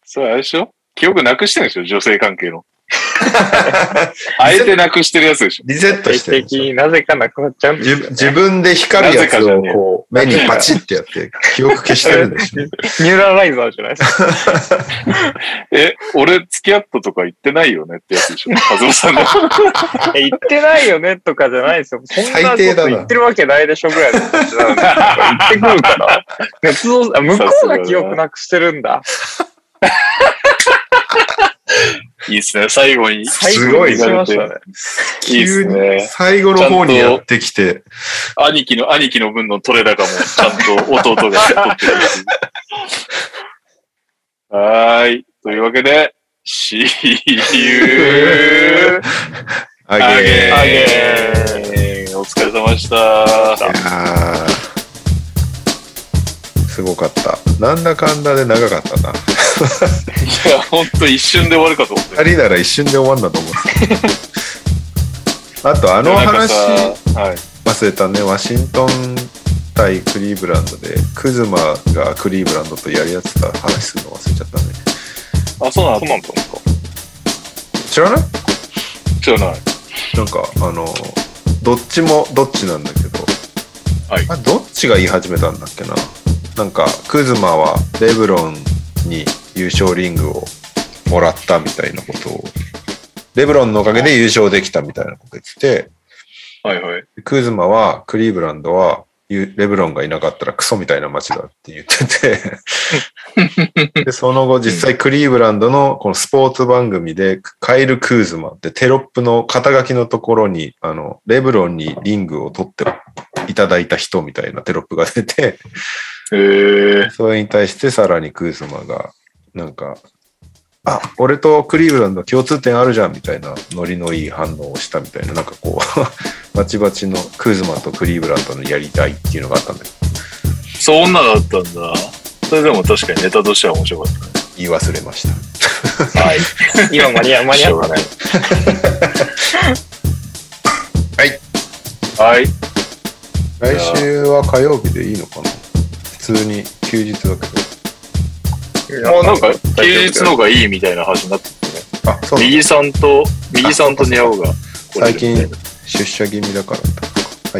S2: それあれでしょ記憶なくしてるんでしょ女性関係の。あえてなくしてるやつでしょ
S1: リセット
S3: 定
S1: し
S3: 期
S1: てるんで
S3: 的
S1: すよ。
S3: になぜかなくなっちゃうんで
S1: じ
S3: すよ、
S1: ゅ
S3: ね。
S1: 自分で光るやつをこう目にパチってやって記憶消してるんですね。
S3: ニューラライザーじゃないですか。
S2: え、俺付き合ったとか言ってないよねってやつでしょカズオさんが。
S3: え言ってないよねとかじゃないですよ。そんなこ
S1: 最
S3: と
S1: 低だな
S3: 言ってるわけないでしょぐらいの感じなんで。言ってくるから。熱造あ向こうが記憶なくしてるんだ。
S2: いいっすね。最後に。
S1: すごい
S3: 最高にしましたね。
S2: いいっすね。
S1: 最後の方にやってきて、
S2: 兄貴の、兄貴の分の取れ高も、ちゃんと弟が取ってるや つ。はーい。というわけで、See you
S1: あげー。
S3: あげ
S2: again! お疲れ様でした。
S1: いやーすごかった。なんだかんだで長かったな。
S2: いや、ほんと一瞬で終わるかと思って。
S1: 二人なら一瞬で終わんだと思ってた。あとあ
S2: あ
S1: の話
S2: はい。
S1: 忘れたね、ワシントン対クリーブランドで、クズマがクリーブランドとやり合ってた話するの忘れちゃったね。
S2: あ、そうなんそうなんですか。
S1: 知らない
S2: 知らない。
S1: なんかあのどっちもどっちなんだけど、
S2: はい
S1: あどっちが言い始めたんだっけななんかクズマはレブロンに優勝リングをもらったみたいなことをレブロンのおかげで優勝できたみたいなこと言って
S2: はいはい。
S1: てクズマはクリーブランドはゆレブロンがいなかったらクソみたいな街だって言っててでその後実際クリーブランドのこのスポーツ番組でカイル・クーズマってテロップの肩書きのところにあのレブロンにリングを取っていただいた人みたいなテロップが出て
S2: えー、
S1: それに対してさらにクーズマがなんかあ俺とクリーブランド共通点あるじゃんみたいなノリのいい反応をしたみたいななんかこう バチバチのクーズマとクリーブランドのやりたいっていうのがあったんだけど
S2: そんなだったんだ。それでも確かにネタとしては面白かっ
S1: 言い忘れました。
S2: た。はい。
S3: 今間に合う、間 に合ったね。
S2: はい。
S1: 来週は火曜日でいいのかな普通に休日だけ
S2: もうなんか、休日の方がいいみたいな話になっててね。
S1: ど。あ、そう
S2: 右さんと、右さんとニャオが。
S1: 最近出社気味だから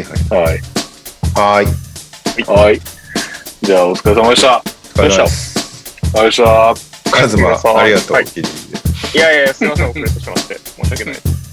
S1: はいはい。
S2: は
S1: は
S2: い。
S1: い。
S2: はい。じゃあ、お疲れ様でした。
S1: お疲れ様です。
S2: お疲れ様でした。
S1: カズマ、ありがとう。
S3: はい
S1: 聞いてくれて
S3: いやいや、すいません、遅れてしまって。申し訳ないです。